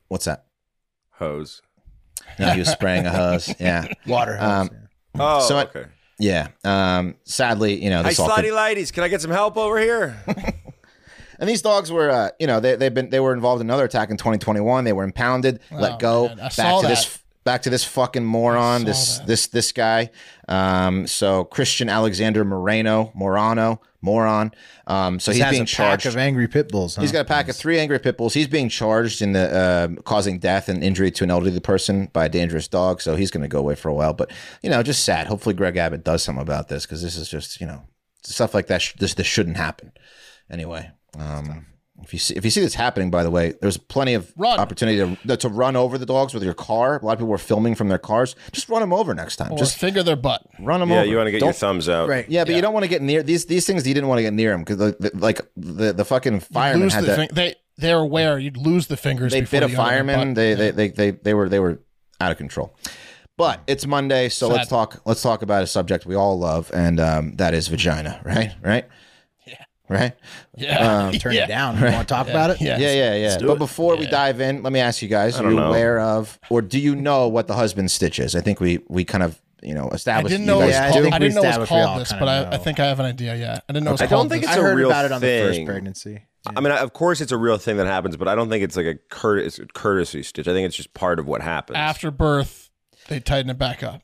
Speaker 4: what's that
Speaker 1: Hose.
Speaker 4: no he was spraying
Speaker 1: *laughs*
Speaker 4: a hose yeah
Speaker 2: Water hose,
Speaker 4: um,
Speaker 1: Oh,
Speaker 4: so I-
Speaker 1: okay.
Speaker 4: yeah um sadly you know
Speaker 1: Hey,
Speaker 4: this all could-
Speaker 1: slutty ladies, can I get some help over here?
Speaker 4: And these dogs were, uh, you know, they, they've been they were involved in another attack in 2021. They were impounded,
Speaker 3: Oh,
Speaker 4: let go,
Speaker 3: man, I
Speaker 4: back
Speaker 3: saw
Speaker 4: to
Speaker 3: that.
Speaker 4: this back to this fucking moron, this
Speaker 3: that.
Speaker 4: this this guy. Um, so Christian Alexander Moreno, Morano, moron. Um, so
Speaker 2: This
Speaker 4: he's
Speaker 2: has
Speaker 4: being
Speaker 2: a
Speaker 4: charged.
Speaker 2: pack of angry pit bulls. Huh?
Speaker 4: He's got a pack of three angry pit bulls. He's being charged in the uh, causing death and injury to an elderly person by a dangerous dog. So he's going to go away for a while. But you know, just sad. Hopefully, Greg Abbott does something about this because this is just you know stuff like that. Sh- this this shouldn't happen. Anyway, um, if you see if you see this happening, by the way, there's plenty of
Speaker 3: Run.
Speaker 4: opportunity to to run over the dogs with your car. A lot of people were filming from their cars. Just run them over next time.
Speaker 3: Or
Speaker 4: just
Speaker 3: finger their butt.
Speaker 4: run them
Speaker 1: yeah,
Speaker 4: over.
Speaker 1: you want to get your
Speaker 4: Don't-
Speaker 1: thumbs out.
Speaker 2: right.
Speaker 4: yeah, but you don't want to get near these these things. You didn't want to get near them because the, the, like the the fucking fireman
Speaker 3: Lose
Speaker 4: had
Speaker 3: the
Speaker 4: that
Speaker 3: fin- they they're aware you'd lose the fingers.
Speaker 4: they
Speaker 3: before
Speaker 4: bit a
Speaker 3: the other
Speaker 4: fireman.
Speaker 3: butt.
Speaker 4: They, they they they they were they were out of control. But it's Monday, so let's
Speaker 3: Sad.
Speaker 4: talk. Let's talk about a subject we all love, and um, that is vagina. *laughs* Right, right, yeah,
Speaker 3: *laughs*
Speaker 4: right.
Speaker 3: *laughs*
Speaker 4: Um,
Speaker 3: yeah,
Speaker 2: Turn
Speaker 3: yeah.
Speaker 2: it down. You want to talk about it?
Speaker 3: Yeah.
Speaker 4: Yeah, yeah, yeah. But before we dive in, let me ask you guys: Are you
Speaker 1: know.
Speaker 4: aware of, or do you know what the husband stitch is? I think we we kind of you know
Speaker 3: I
Speaker 4: established.
Speaker 3: didn't
Speaker 4: you
Speaker 3: know. it
Speaker 4: guys
Speaker 3: was
Speaker 2: Yeah, I
Speaker 3: called,
Speaker 2: think
Speaker 3: I,
Speaker 2: we
Speaker 3: didn't know it was
Speaker 2: established we all
Speaker 3: called this,
Speaker 2: kinda
Speaker 3: but I, I
Speaker 2: know.
Speaker 3: think I have an idea. Yeah, I didn't know. It was
Speaker 1: I
Speaker 3: called
Speaker 1: don't think
Speaker 3: this.
Speaker 1: it's
Speaker 2: I
Speaker 1: a
Speaker 2: heard
Speaker 1: real
Speaker 2: about it on the first
Speaker 1: thing.
Speaker 2: pregnancy.
Speaker 1: I mean, of course, it's a real thing that happens, but I don't think it's like a cour- it's a courtesy stitch. I think it's just part of what happens.
Speaker 3: after birth they tighten it back up.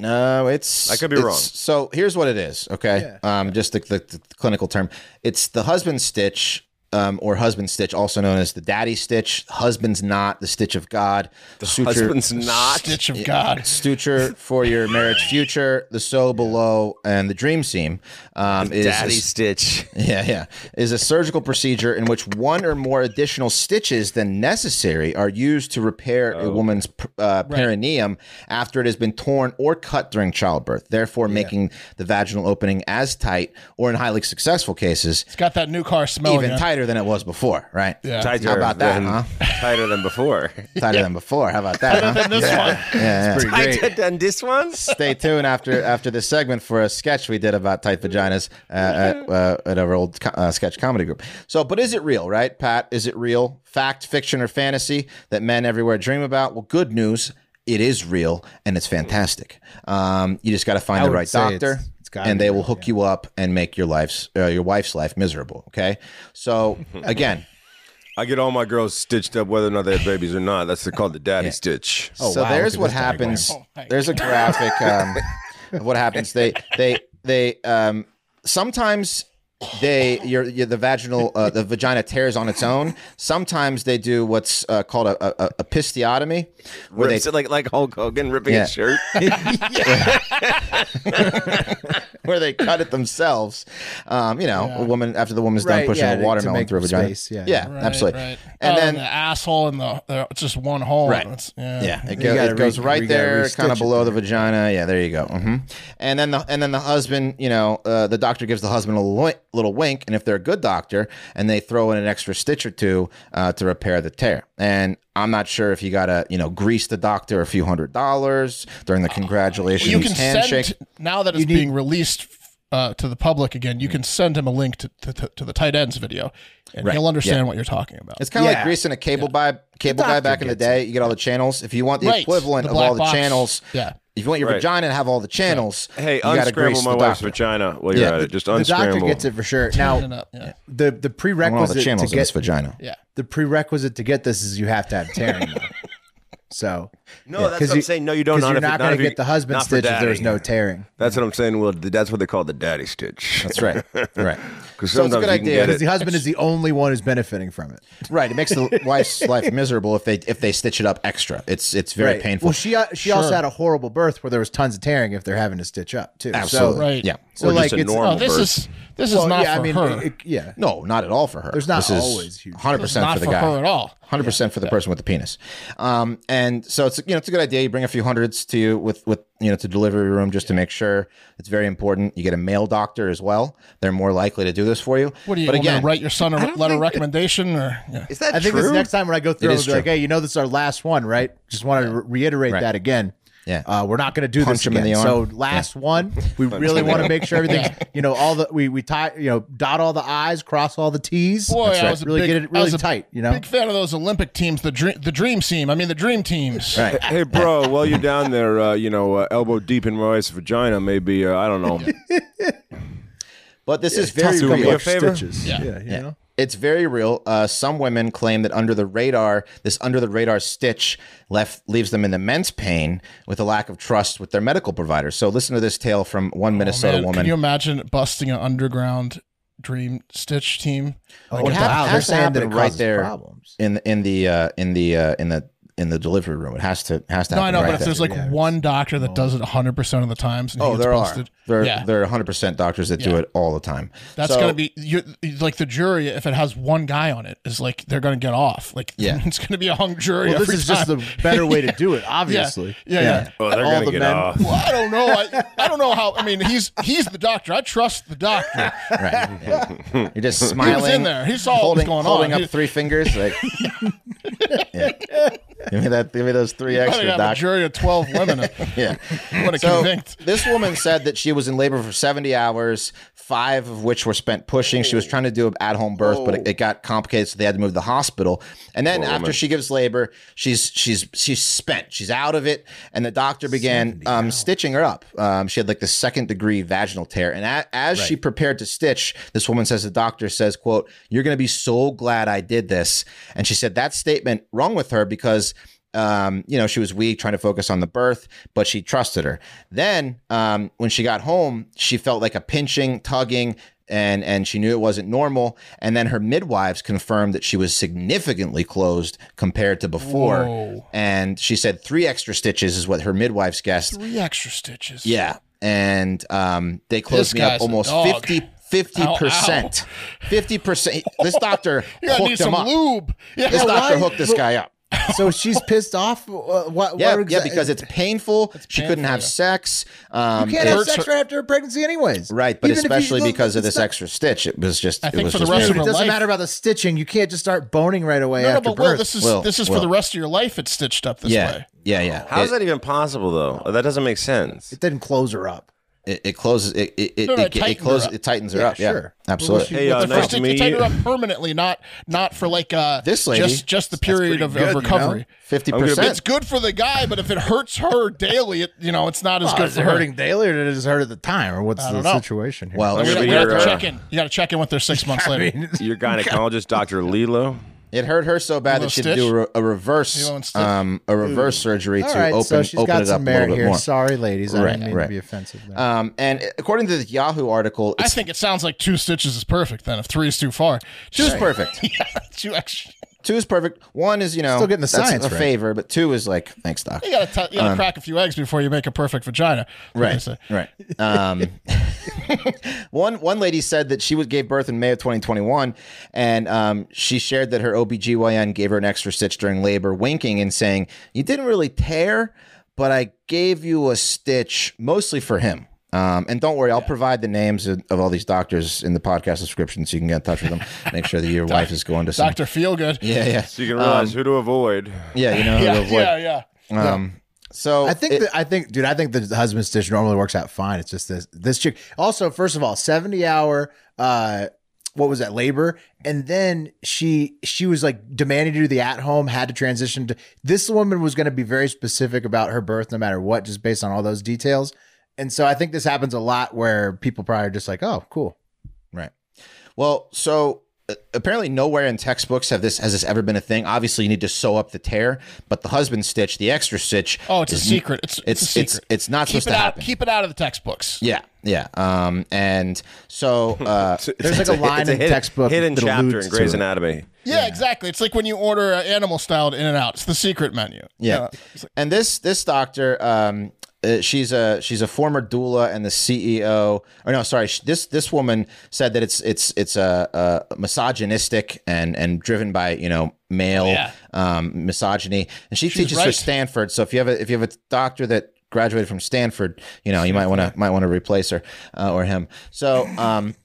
Speaker 4: No, it's.
Speaker 1: I could be
Speaker 4: it's-
Speaker 1: wrong.
Speaker 4: So here's what it is. Okay, um, just the, the, the clinical term. It's the husband stitch, um, or husband stitch, also known as the daddy stitch. Husband's knot, the stitch of God. The
Speaker 1: husband's not.
Speaker 3: Stitch
Speaker 4: e-
Speaker 3: of God.
Speaker 4: Suture for your marriage future, the so below, and the dream seam um, is
Speaker 1: Daddy Stitch.
Speaker 4: yeah, yeah. Is a surgical procedure in which one or more additional stitches than necessary are used to repair
Speaker 1: Oh.
Speaker 4: a woman's uh, perineum after it has been torn or cut during childbirth, therefore making the vaginal opening as tight, or in highly successful cases,
Speaker 3: It's got that new car smell
Speaker 4: even
Speaker 3: again.
Speaker 4: tighter than it was before, right?
Speaker 3: Yeah.
Speaker 1: Tighter
Speaker 4: How about that,
Speaker 1: than, *laughs* Tighter than before.
Speaker 4: Tighter than before. How about that? huh?
Speaker 3: This one.
Speaker 4: Yeah, yeah.
Speaker 1: Tighter than this one?
Speaker 4: Stay tuned after after this segment for a sketch we did about tight vaginas uh, at, uh, at our old co- uh, sketch comedy group. So, but is it real, right, Pat? Is it real? Fact, fiction, or fantasy that men everywhere dream about? Well, good news. It is real and it's fantastic. Um, you just got to find
Speaker 2: I
Speaker 4: the
Speaker 2: would
Speaker 4: right
Speaker 2: say it's-
Speaker 4: doctor,
Speaker 2: it's gotta
Speaker 4: and
Speaker 2: be
Speaker 4: they will
Speaker 2: real,
Speaker 4: hook you up and make your life's uh, your wife's life miserable. Okay,
Speaker 1: *laughs*
Speaker 4: so again,
Speaker 1: I get all my girls stitched up whether or not they have babies or not. That's called the daddy stitch.
Speaker 4: so
Speaker 2: Oh, wow,
Speaker 4: there's
Speaker 2: look
Speaker 4: what
Speaker 2: at this diagram.
Speaker 4: happens.
Speaker 3: Oh, my
Speaker 4: there's
Speaker 2: *laughs*
Speaker 4: a graphic um, of what happens. They they they um, sometimes they your, your the vaginal uh, the vagina tears on its own. Sometimes they do what's uh, called a, a, a pistiotomy, where they
Speaker 1: Rips it like, like Hulk Hogan ripping
Speaker 4: Yeah.
Speaker 1: his shirt.
Speaker 2: *laughs*
Speaker 4: *laughs* where they cut it themselves. Um, you know, a woman after the woman's done
Speaker 2: Right,
Speaker 4: pushing
Speaker 2: yeah,
Speaker 4: a
Speaker 2: to- to
Speaker 4: watermelon
Speaker 2: make
Speaker 4: through a vagina.
Speaker 2: space, yeah,
Speaker 4: yeah,
Speaker 3: Right,
Speaker 4: absolutely.
Speaker 3: right.
Speaker 4: And
Speaker 3: Oh,
Speaker 4: then
Speaker 3: the asshole and the, the it's just one hole.
Speaker 4: Right.
Speaker 3: It's- yeah.
Speaker 4: Yeah, it,
Speaker 2: You
Speaker 4: go-
Speaker 2: gotta
Speaker 4: it goes
Speaker 2: re-
Speaker 4: right
Speaker 2: you gotta
Speaker 4: there,
Speaker 2: restitch
Speaker 4: kind of
Speaker 2: it
Speaker 4: below the vagina. Yeah, there you go. hmm And then the and then the husband, you know, uh, the doctor gives the husband a little, wi- little wink, and if they're a good doctor, and they throw in an extra stitch or two uh, to repair the tear. And I'm not sure if you gotta, you know, grease the doctor a few hundred dollars during the congratulations
Speaker 3: You can
Speaker 4: handshake.
Speaker 3: send now that it's being released uh, to the public again. You can send him a link to, to, to, to the tight ends video, and
Speaker 4: Mm-hmm. Right.
Speaker 3: he'll understand
Speaker 4: Yeah.
Speaker 3: what you're talking about.
Speaker 4: It's kind of
Speaker 2: Yeah.
Speaker 4: like greasing a cable by cable guy
Speaker 2: doctor
Speaker 4: back in the
Speaker 2: gets
Speaker 4: day. You get all the channels. If you want the
Speaker 3: Right.
Speaker 4: equivalent
Speaker 3: The
Speaker 4: of
Speaker 3: black
Speaker 4: all the
Speaker 3: box.
Speaker 4: channels,
Speaker 3: Yeah.
Speaker 4: If you want your
Speaker 1: Right.
Speaker 4: vagina to have all the channels,
Speaker 1: Hey,
Speaker 4: you gotta
Speaker 1: unscramble
Speaker 4: grease
Speaker 1: my
Speaker 4: the
Speaker 1: wife's
Speaker 4: doctor.
Speaker 1: vagina while you're
Speaker 4: Yeah.
Speaker 1: at it. Just
Speaker 2: The doctor
Speaker 1: unscramble.
Speaker 2: gets it for sure. Now,
Speaker 3: Turn it up, yeah.
Speaker 2: the the
Speaker 4: I want all
Speaker 2: prerequisite
Speaker 4: the
Speaker 2: to
Speaker 4: channels in
Speaker 2: get
Speaker 4: his vagina.
Speaker 3: yeah.
Speaker 2: the prerequisite to get this is you have to have tearing.
Speaker 3: *laughs*
Speaker 2: though. so
Speaker 1: No,
Speaker 2: Yeah,
Speaker 1: that's
Speaker 2: 'cause
Speaker 1: what I'm
Speaker 2: you-
Speaker 1: saying. No, you don't.
Speaker 2: because
Speaker 1: Not
Speaker 2: you're
Speaker 1: if it-
Speaker 2: not going
Speaker 1: if
Speaker 2: to
Speaker 1: you-
Speaker 2: get the husband
Speaker 1: not for
Speaker 2: stitch if there's
Speaker 1: daddy.
Speaker 2: no tearing.
Speaker 1: That's what I'm saying. Well, th- that's what they call the daddy stitch. *laughs*
Speaker 4: That's right. Right.
Speaker 1: Because
Speaker 4: So it's a
Speaker 1: sometimes
Speaker 4: good
Speaker 1: you can
Speaker 4: idea,
Speaker 1: get
Speaker 4: 'cause
Speaker 2: Because
Speaker 1: it.
Speaker 2: the husband is the only one who's benefiting from it.
Speaker 4: Right. It makes
Speaker 2: *laughs*
Speaker 4: the wife's life miserable if they if they stitch it up extra. It's it's very
Speaker 2: Right.
Speaker 4: painful.
Speaker 2: Well, she uh, she also had a horrible birth where there was tons of tearing if they're having to stitch up too.
Speaker 4: Absolutely.
Speaker 2: So,
Speaker 3: Right.
Speaker 4: Yeah.
Speaker 2: so
Speaker 1: Or
Speaker 2: like
Speaker 1: just a
Speaker 2: it's
Speaker 1: normal
Speaker 3: Oh, this
Speaker 1: birth.
Speaker 3: is This is
Speaker 4: Well,
Speaker 3: not
Speaker 4: yeah,
Speaker 3: for
Speaker 4: I mean,
Speaker 3: her.
Speaker 4: it- it- yeah, no, not at all for her.
Speaker 2: There's not
Speaker 4: this is
Speaker 2: always huge-
Speaker 4: 100
Speaker 3: It's
Speaker 4: percent
Speaker 3: not
Speaker 4: for the
Speaker 3: for
Speaker 4: guy
Speaker 3: her at all.
Speaker 4: 100 percent for the person with the penis. Um, and so it's you know it's a good idea. You bring a few hundreds to you with with you know to delivery room just to make sure. It's very important. You get a male doctor as well. They're more likely to do this for you.
Speaker 3: What do you
Speaker 4: But
Speaker 3: want me to
Speaker 4: again,
Speaker 3: write your son a letter of recommendation or yeah.
Speaker 4: is
Speaker 2: I think this next time when I go through,
Speaker 4: It
Speaker 2: I'll
Speaker 4: is
Speaker 2: be like,
Speaker 4: true.
Speaker 2: hey, you know, this is our last one, right? Just wanted to re- reiterate
Speaker 4: Right.
Speaker 2: that again.
Speaker 4: Yeah.
Speaker 2: Uh, we're not going to do
Speaker 4: Punch
Speaker 2: this
Speaker 4: him in
Speaker 2: again.
Speaker 4: the
Speaker 2: So
Speaker 4: arm.
Speaker 2: last one, we
Speaker 4: Punch
Speaker 2: really
Speaker 4: him in
Speaker 2: want
Speaker 4: the
Speaker 2: to
Speaker 4: arm.
Speaker 2: make sure
Speaker 1: *laughs*
Speaker 2: everything's, you know, all the we we tie, you know, dot all the i's, cross all the t's.
Speaker 3: Boy, I was a
Speaker 2: really
Speaker 3: big,
Speaker 2: get it
Speaker 3: I
Speaker 2: really
Speaker 3: was a
Speaker 2: tight, you know.
Speaker 3: Big fan of those Olympic teams, the dream, the dream team. I mean, the dream teams. Oh,
Speaker 4: Right.
Speaker 1: Hey, bro, while you're down there, uh, you know, uh, elbow deep in Roy's vagina, maybe, uh, I don't
Speaker 2: *laughs*
Speaker 1: know.
Speaker 4: But this is very
Speaker 1: Do me
Speaker 4: real.
Speaker 1: a favor.
Speaker 3: Yeah.
Speaker 2: you
Speaker 4: Yeah.
Speaker 2: know?
Speaker 4: It's very real. Uh, some women claim that under the radar, this under the radar stitch left leaves them in immense pain with a lack of trust with their medical provider. So listen to this tale from one
Speaker 3: Oh,
Speaker 4: Minnesota
Speaker 3: Man,
Speaker 4: woman.
Speaker 3: Can you imagine busting an underground dream stitch team?
Speaker 4: What
Speaker 2: Like,
Speaker 4: hap-
Speaker 2: wow, they're
Speaker 4: has to
Speaker 2: saying that it
Speaker 4: happen right
Speaker 2: causes
Speaker 4: there.
Speaker 2: problems.
Speaker 4: in the in the uh, in the uh, in the in the delivery room. It has to has to.
Speaker 3: No, I
Speaker 4: happen
Speaker 3: know,
Speaker 4: right
Speaker 3: but if
Speaker 4: there.
Speaker 3: there's like
Speaker 2: yeah,
Speaker 3: one doctor that does it 100 percent of the times, and he
Speaker 4: oh,
Speaker 3: gets
Speaker 4: there are
Speaker 3: busted,
Speaker 4: there
Speaker 3: yeah,
Speaker 4: there are 100 percent doctors that do
Speaker 3: Yeah.
Speaker 4: it all the time.
Speaker 3: that's
Speaker 4: So-
Speaker 3: gonna be you like the jury. If it has one guy on it, is like they're gonna get off. Like
Speaker 4: Yeah.
Speaker 3: *laughs* it's gonna be a hung jury.
Speaker 2: Well, this
Speaker 3: every
Speaker 2: is just
Speaker 3: time.
Speaker 2: the better way to do it, obviously.
Speaker 3: *laughs* Yeah, yeah.
Speaker 1: Oh, they're
Speaker 2: All
Speaker 1: going to
Speaker 2: the
Speaker 1: get
Speaker 2: men-
Speaker 1: off.
Speaker 3: Well, I don't know. I, I don't know how. I mean, he's he's the doctor. I trust the
Speaker 4: *laughs*
Speaker 3: doctor. *laughs*
Speaker 4: right. Yeah. You're just
Speaker 3: He
Speaker 4: smiling.
Speaker 3: was in there. He saw what was
Speaker 4: holding,
Speaker 3: going
Speaker 4: holding
Speaker 3: on.
Speaker 4: up three fingers. Like, yeah. *laughs* Give me that. Give me those three
Speaker 3: Better
Speaker 4: extra,
Speaker 3: have a
Speaker 4: doc.
Speaker 3: jury of 12 women.
Speaker 4: *laughs* Yeah.
Speaker 3: *laughs* What a
Speaker 4: So
Speaker 3: convict.
Speaker 4: this woman said that she was in labor for 70 hours, five of which were spent pushing. She was trying to do an at-home birth, but it, it got complicated, so they had to move to the hospital. And then after she gives labor, she's she's she's spent. She's out of it, and the doctor began um, stitching her up. Um, she had like the second degree vaginal tear, and a, as she prepared to stitch, this woman says the doctor says, "quote You're going to be so glad I did this." And she said that statement wrong with her because um, you know, she was weak, trying to focus on the birth, but she trusted her. Then, um, when she got home, she felt like a pinching, tugging, and and she knew it wasn't normal. And then her midwives confirmed that she was significantly closed compared to before.
Speaker 3: Whoa.
Speaker 4: And she said three extra stitches is what her midwives guessed.
Speaker 3: Three extra stitches.
Speaker 4: Yeah, and um, they closed
Speaker 3: This
Speaker 4: me up
Speaker 3: guy's a
Speaker 4: almost
Speaker 3: dog.
Speaker 4: 50 percent. Fifty percent.
Speaker 3: *laughs*
Speaker 4: This doctor
Speaker 3: You're gonna
Speaker 4: hooked
Speaker 3: need
Speaker 4: him
Speaker 3: some
Speaker 4: up.
Speaker 3: lube. Yeah.
Speaker 4: This doctor
Speaker 2: why-
Speaker 4: hooked this guy up.
Speaker 3: *laughs*
Speaker 2: so she's pissed off. Uh, what,
Speaker 4: Yeah,
Speaker 2: what
Speaker 4: yeah,
Speaker 2: exa-
Speaker 4: because it's painful. she couldn't
Speaker 3: painful,
Speaker 4: have
Speaker 3: yeah.
Speaker 4: sex. Um,
Speaker 2: you can't
Speaker 4: it-
Speaker 2: have sex right after a pregnancy, anyways.
Speaker 4: right, but
Speaker 2: Even if you-
Speaker 4: especially
Speaker 2: look,
Speaker 4: because of
Speaker 2: it's
Speaker 4: this
Speaker 2: not-
Speaker 4: extra stitch, it was just.
Speaker 3: I
Speaker 4: it
Speaker 3: think
Speaker 4: was
Speaker 3: for the
Speaker 4: just
Speaker 3: rest of
Speaker 2: Dude,
Speaker 4: weird.
Speaker 2: it
Speaker 3: her
Speaker 2: doesn't
Speaker 3: life-
Speaker 2: matter about the stitching. You can't just start boning right away
Speaker 3: No, no,
Speaker 2: after
Speaker 3: but Will,
Speaker 2: birth.
Speaker 3: this is
Speaker 4: Will,
Speaker 3: this is
Speaker 4: Will.
Speaker 3: for the rest of your life. It's stitched up this
Speaker 4: yeah,
Speaker 3: way.
Speaker 4: yeah, yeah.
Speaker 1: How's
Speaker 4: it,
Speaker 1: that even possible, though? Uh, That doesn't make sense.
Speaker 2: it didn't close her up.
Speaker 4: It, it closes. It it it,
Speaker 3: No, no, it
Speaker 4: it, it
Speaker 3: tightened her
Speaker 4: closes.
Speaker 3: up.
Speaker 4: It tightens her
Speaker 2: Yeah,
Speaker 4: up. Yeah,
Speaker 2: sure.
Speaker 3: *laughs*
Speaker 4: absolutely.
Speaker 1: Hey, uh,
Speaker 3: The
Speaker 1: nice
Speaker 3: first
Speaker 1: to
Speaker 3: it- you
Speaker 1: meet
Speaker 3: tighten her
Speaker 1: you.
Speaker 3: up permanently, not not for like uh
Speaker 4: This lady-
Speaker 3: just just the period of, of recovery.
Speaker 4: Fifty
Speaker 3: It's
Speaker 4: percent.
Speaker 3: good for the guy, but if it hurts her daily, it you know it's not as
Speaker 2: Oh,
Speaker 3: good
Speaker 2: is
Speaker 3: for
Speaker 2: it
Speaker 3: her.
Speaker 2: hurting daily, or did it just hurt at the time, or what's
Speaker 3: I
Speaker 2: the
Speaker 3: don't know.
Speaker 2: situation here?
Speaker 4: Well,
Speaker 1: I'm
Speaker 3: You
Speaker 4: it,
Speaker 1: gonna
Speaker 3: gotta,
Speaker 1: be
Speaker 3: you gotta
Speaker 1: your, uh,
Speaker 3: check in. You gotta check in with her six
Speaker 4: *laughs*
Speaker 3: months later.
Speaker 1: Your gynecologist, Dr. Lilo.
Speaker 4: it hurt her so bad
Speaker 3: Little
Speaker 4: that she had to do
Speaker 3: stitch?
Speaker 4: a, re- a reverse,
Speaker 3: You want stitch?
Speaker 4: um, a reverse surgery
Speaker 2: all
Speaker 4: to
Speaker 2: right,
Speaker 4: open
Speaker 2: so she's
Speaker 4: open
Speaker 2: got
Speaker 4: it up
Speaker 2: some
Speaker 4: a little
Speaker 2: merit
Speaker 4: bit
Speaker 2: here.
Speaker 4: more.
Speaker 2: Sorry, ladies, I
Speaker 4: Right,
Speaker 2: didn't mean
Speaker 4: right.
Speaker 2: to be offensive. There.
Speaker 4: Um, and according to the Yahoo article,
Speaker 3: I
Speaker 4: it's
Speaker 3: think it sounds like two stitches is perfect. Then if three is too far,
Speaker 4: two is
Speaker 3: Just-
Speaker 4: perfect.
Speaker 3: *laughs* yeah, two extra.
Speaker 4: Two is perfect. One is you know
Speaker 2: Still getting the
Speaker 4: that's
Speaker 2: science
Speaker 4: a
Speaker 2: right.
Speaker 4: favor, but two is like thanks, doc. Um,
Speaker 3: You gotta, t- you gotta crack a few eggs before you make a perfect vagina. That's what they say.
Speaker 4: Right. *laughs* Um, one one lady said that she was gave birth in May of 2021, and um, she shared that her OBGYN gave her an extra stitch during labor, winking and saying, "You didn't really tear, but I gave you a stitch mostly for him." Um, and don't worry, I'll provide the names of, of all these doctors in the podcast description, so you can get in touch with them. Make sure that your wife is going to some.
Speaker 3: Doctor Feelgood.
Speaker 4: Yeah, yeah, Um,
Speaker 1: So you can realize who to avoid.
Speaker 4: yeah. You know who to
Speaker 3: Yeah,
Speaker 4: avoid.
Speaker 3: yeah, yeah.
Speaker 4: Um, so
Speaker 2: I think
Speaker 4: it-
Speaker 2: that I think, dude, I think the husband stitch normally works out fine. It's just this this chick. Also, first of all, seventy hour. uh what was that labor? And then she she was like demanding to do the at home, had to transition to this woman was going to be very specific about her birth, no matter what, just based on all those details. And so I think this happens a lot where people probably are just like, oh, cool.
Speaker 4: Right. Well, so uh, apparently nowhere in textbooks have this has this ever been a thing. Obviously, you need to sew up the tear, but the husband stitch, the extra stitch.
Speaker 3: Oh, it's a
Speaker 4: is-
Speaker 3: secret. It's it's, a
Speaker 4: It's
Speaker 3: secret.
Speaker 4: it's it's not
Speaker 3: keep
Speaker 4: supposed
Speaker 3: it
Speaker 4: to
Speaker 3: out.
Speaker 4: happen.
Speaker 3: Keep it out of the textbooks.
Speaker 4: yeah, yeah. Um, and
Speaker 1: *laughs*
Speaker 4: so uh,
Speaker 2: There's like a line
Speaker 1: it's
Speaker 2: in
Speaker 1: hidden,
Speaker 2: textbook
Speaker 1: hidden
Speaker 2: that
Speaker 1: chapter
Speaker 2: alludes
Speaker 1: in
Speaker 2: to
Speaker 1: Grey's
Speaker 2: it.
Speaker 1: Anatomy.
Speaker 3: Yeah, exactly. It's like when you order uh, animal styled in and out. It's the secret menu.
Speaker 4: yeah.
Speaker 3: it's like-
Speaker 4: and this this doctor um uh, she's a she's a former doula and the CEO. Or no, sorry, sh- this this woman said that it's it's it's a, uh misogynistic and and driven by you know male
Speaker 3: yeah.
Speaker 4: um, misogyny. And she
Speaker 3: She's
Speaker 4: teaches for
Speaker 3: right.
Speaker 4: Stanford. So if you have a if you have a doctor that graduated from Stanford, you know you might want to might want to replace her uh, or him. So, um,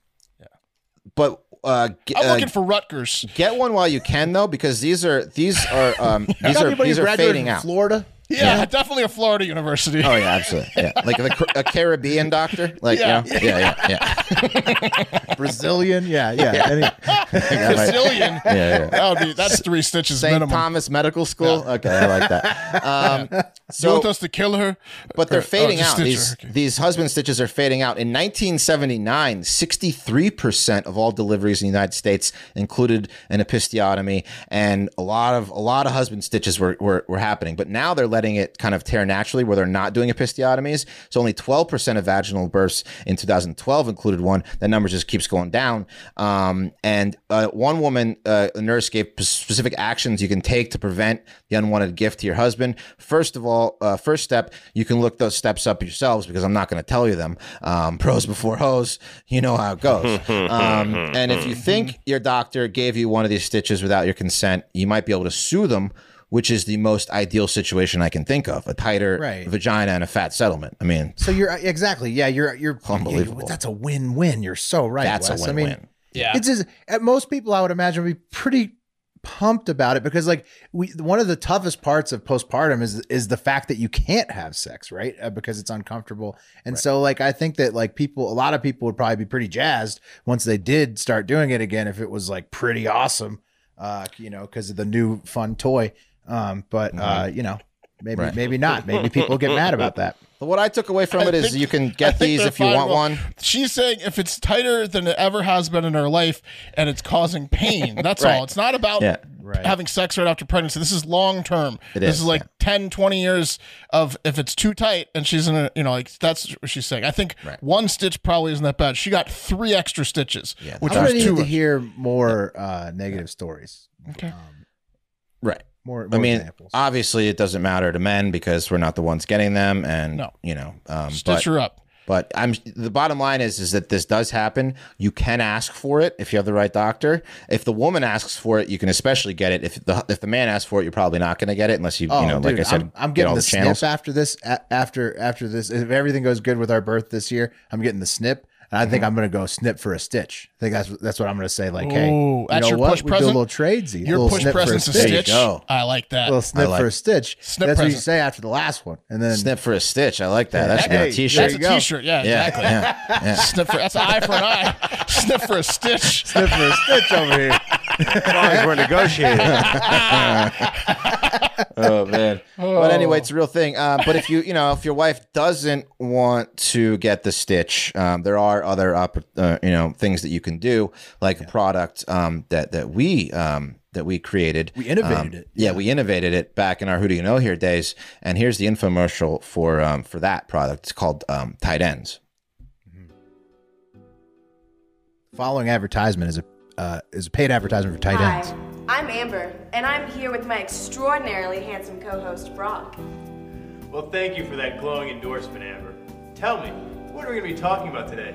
Speaker 4: but. Uh, g-
Speaker 3: I'm
Speaker 4: uh,
Speaker 3: looking for Rutgers.
Speaker 4: Get one while you can, though, because these are these are
Speaker 3: *laughs*
Speaker 4: um, these are
Speaker 2: Anybody
Speaker 4: these are
Speaker 2: graduated
Speaker 4: fading
Speaker 2: from
Speaker 4: out.
Speaker 2: Florida.
Speaker 3: Yeah, definitely a Florida university.
Speaker 4: Oh yeah, absolutely. Yeah, like the, Car- a Caribbean doctor. Like
Speaker 3: Yeah.
Speaker 4: yeah, yeah, yeah, yeah. *laughs*
Speaker 2: Brazilian. Yeah, yeah.
Speaker 3: *laughs*
Speaker 2: Any-
Speaker 4: *laughs* Yeah, right.
Speaker 3: Brazilian.
Speaker 4: *laughs* Yeah, yeah.
Speaker 3: That would be that's three stitches
Speaker 4: St.
Speaker 3: minimum.
Speaker 4: Thomas Medical School. Okay, I like *laughs* that. Um,
Speaker 3: you
Speaker 4: so,
Speaker 3: want us *laughs* to kill her?
Speaker 4: but they're
Speaker 3: Or- oh,
Speaker 4: fading
Speaker 3: just
Speaker 4: out.
Speaker 3: stitch her.
Speaker 4: These
Speaker 3: Okay.
Speaker 4: these husband stitches are fading out. In 1979, 63 percent of all deliveries in the United States included an episiotomy, and a lot of a lot of husband stitches were, were were happening. But now they're letting it kind of tear naturally, where they're not doing episiotomies. So only 12 percent of vaginal births in 2012 included one. That number just keeps going down. Um, and uh, one woman, uh, a nurse, gave p- specific actions you can take to prevent the unwanted gift to your husband. First of all, uh, first step, you can look those steps up yourselves because I'm not going to tell you them. Um, pros before hoes, you know how it goes. um, and
Speaker 2: *laughs*
Speaker 4: if you think your doctor gave you one of these stitches without your consent, you might be able to sue them. Which is the most ideal situation I can think of—a tighter
Speaker 2: Right.
Speaker 4: vagina and a fat settlement. I mean,
Speaker 2: so you're exactly yeah. You're you're
Speaker 4: Unbelievable.
Speaker 2: that's a win-win. You're so right.
Speaker 4: That's a
Speaker 2: Wes. I
Speaker 4: win-win.
Speaker 2: mean, It's just, at most people I would imagine would be pretty pumped about it because like we one of the toughest parts of postpartum is is the fact that you can't have sex right uh, because it's uncomfortable and so like I think that like people a lot of people would probably be pretty jazzed once they did start doing it again if it was like pretty awesome uh you know because of the new fun toy um but uh you know maybe
Speaker 4: Right.
Speaker 2: maybe not maybe people get mad about that
Speaker 4: But what I took away from it is
Speaker 3: think-
Speaker 4: you can
Speaker 3: I
Speaker 4: get
Speaker 3: think
Speaker 4: these
Speaker 3: they're
Speaker 4: if you
Speaker 3: fine.
Speaker 4: want
Speaker 3: Well,
Speaker 4: one.
Speaker 3: She's saying if it's tighter than it ever has been in her life and it's causing
Speaker 4: *laughs*
Speaker 3: pain. That's
Speaker 4: Right.
Speaker 3: all. It's not about
Speaker 4: Yeah.
Speaker 2: Right.
Speaker 3: having sex right after pregnancy. This is long term.
Speaker 4: It
Speaker 3: This
Speaker 4: is,
Speaker 3: is, like 10, 20 years of if it's too tight and she's in a, you know, like that's what she's saying. I think
Speaker 4: Right.
Speaker 3: one stitch probably isn't that bad. She got three extra stitches,
Speaker 4: Yeah,
Speaker 3: which
Speaker 2: I
Speaker 3: was
Speaker 2: would need
Speaker 3: two.
Speaker 2: to hear more uh negative stories
Speaker 3: Okay.
Speaker 2: um,
Speaker 4: Right.
Speaker 2: more, more
Speaker 4: I mean,
Speaker 2: examples.
Speaker 4: obviously, it doesn't matter to men because we're not the ones getting them, and
Speaker 3: No.
Speaker 4: you know, um,
Speaker 3: Stitch
Speaker 4: but
Speaker 3: her up.
Speaker 4: but I'm the bottom line is is that this does happen. You can ask for it if you have the right doctor. If the woman asks for it, you can especially get it. If the if the man asks for it, you're probably not going to get it unless you you know, like I said,
Speaker 2: am Oh, I'm
Speaker 4: get
Speaker 2: getting
Speaker 4: all
Speaker 2: the,
Speaker 4: the channels.
Speaker 2: snip after this. a- After after this, if everything goes good with our birth this year, I'm getting the snip, and I
Speaker 3: Mm-hmm.
Speaker 2: think I'm gonna go snip for a stitch. I think that's that's what I'm gonna say. Like, hey,
Speaker 3: Ooh,
Speaker 2: you
Speaker 3: that's
Speaker 2: know
Speaker 3: your
Speaker 2: what?
Speaker 3: push
Speaker 2: we do a
Speaker 3: present?
Speaker 2: little tradesy, a
Speaker 3: Your
Speaker 2: little
Speaker 3: push
Speaker 2: snip for
Speaker 3: presence a
Speaker 4: There you
Speaker 3: stitch.
Speaker 4: go.
Speaker 3: I like that.
Speaker 2: a little snip
Speaker 4: like
Speaker 2: for a
Speaker 4: it.
Speaker 2: stitch.
Speaker 3: Snip
Speaker 2: that's what you
Speaker 3: present.
Speaker 2: say after the last one, and then
Speaker 4: Snip for a stitch. I like that. That's
Speaker 2: Hey,
Speaker 4: a
Speaker 2: there
Speaker 4: t t-shirt.
Speaker 3: That's a
Speaker 2: you go.
Speaker 3: shirt Yeah,
Speaker 4: yeah,
Speaker 3: exactly.
Speaker 4: yeah,
Speaker 3: *laughs*
Speaker 4: yeah.
Speaker 3: Snip for that's an eye for an eye. Snip for a stitch.
Speaker 2: snip for a stitch over here.
Speaker 1: As long as we're negotiating.
Speaker 4: *laughs* oh man. But anyway, it's a real thing. Uh, but if you you know if your wife doesn't want to get the stitch, um, there are other oppor- uh, you know things that you can do, like a product um, that that we. Um, that we created.
Speaker 2: We innovated
Speaker 4: Um,
Speaker 2: it.
Speaker 4: Yeah, we innovated it back in our Who Do You Know Here days. And here's the infomercial for um, for that product. It's called um, Tight Ends.
Speaker 2: Following advertisement is a uh, is a paid advertisement for tight ends.
Speaker 11: I'm Amber, and I'm here with my extraordinarily handsome co host, Brock.
Speaker 12: *laughs* Well, thank you for that glowing endorsement, Amber. Tell me, what are we going to be talking about today?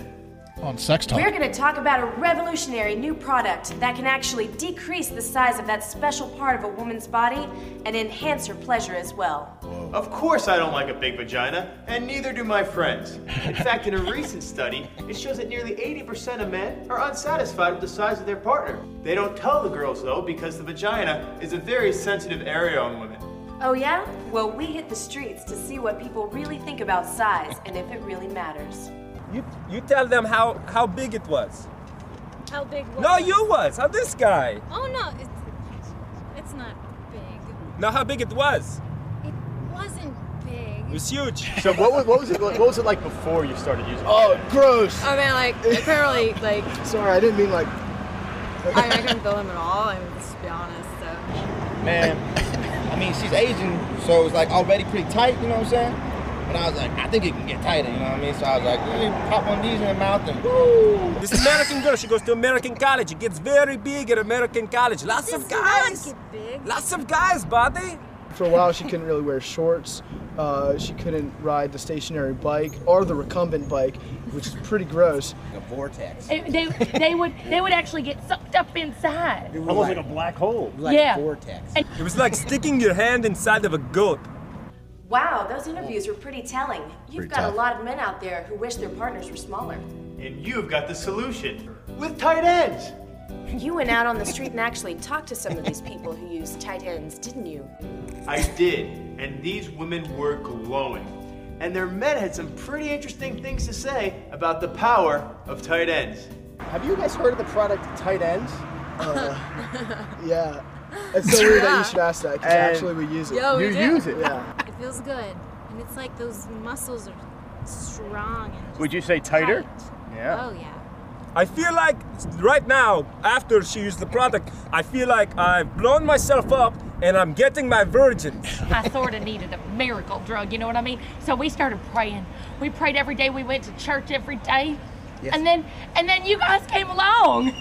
Speaker 3: On sex talk.
Speaker 11: We're going to talk about a revolutionary new product that can actually decrease the size of that special part of a woman's body and enhance her pleasure as well.
Speaker 12: Of course, I don't like a big vagina, and neither do my friends. In fact, in a recent study, it shows that nearly 80% of men are unsatisfied with the size of their partner. They don't tell the girls, though, because the vagina is a very sensitive area on women.
Speaker 11: Oh, yeah? Well, we hit the streets to see what people really think about size and if it really matters.
Speaker 13: You you tell them how how big it was.
Speaker 8: How big was
Speaker 13: No,
Speaker 8: it?
Speaker 13: you was. How this guy?
Speaker 8: Oh, no. It's, it's not big.
Speaker 13: No, how big it was?
Speaker 8: It wasn't big.
Speaker 13: It was huge. So what was what was it what was it like before you started using?
Speaker 14: Oh, gross.
Speaker 8: I mean,
Speaker 13: *laughs*
Speaker 8: like, apparently, like,
Speaker 14: Sorry, I didn't mean like.
Speaker 8: I, mean, I couldn't feel him at all. I mean, just to be honest, so.
Speaker 14: Man, I mean, she's Asian, so it's like already pretty tight, you know what I'm saying? And I was like, I think it can get tighter, you know what I mean? So I was like, let me pop one of these in her mouth and woo.
Speaker 13: This American girl, she goes to American college. It gets very big at American college. Lots of guys.
Speaker 8: Big.
Speaker 13: Lots of guys, buddy.
Speaker 15: For a while, she couldn't really wear shorts. Uh, she couldn't ride the stationary bike or the recumbent bike, which is pretty gross.
Speaker 4: A vortex.
Speaker 16: It- they, they would they would actually get sucked up inside.
Speaker 17: Almost like a black hole.
Speaker 16: like a Yeah.
Speaker 17: vortex. It was like sticking your hand inside of a goat.
Speaker 11: Wow, those interviews were pretty telling. You've
Speaker 17: Pretty
Speaker 11: got
Speaker 17: tough.
Speaker 11: a lot of men out there who wish their partners were smaller.
Speaker 12: And you've got the solution with tight ends.
Speaker 11: You went out on the street and actually talked to some of these people who use tight ends, didn't you?
Speaker 12: I did, and these women were glowing. And their men had some pretty interesting things to say about the power of tight ends.
Speaker 13: Have you guys heard of the product tight ends?
Speaker 15: Uh, Yeah. It's so weird that
Speaker 13: Yeah.
Speaker 15: you should ask that because
Speaker 13: And-
Speaker 15: actually we use it.
Speaker 13: Yo, we You do. use it?
Speaker 15: Yeah.
Speaker 8: It feels good, and it's like those muscles are strong. And
Speaker 17: Would you say tighter?
Speaker 8: Oh yeah.
Speaker 17: I feel like right now, after she used the product, I feel like I've blown myself up and I'm getting my virgin.
Speaker 13: *laughs*
Speaker 16: I sort of needed a miracle drug, you know what I mean? So we started praying. We prayed every day. We went to church every day.
Speaker 13: Yes.
Speaker 16: And then and then you guys came along.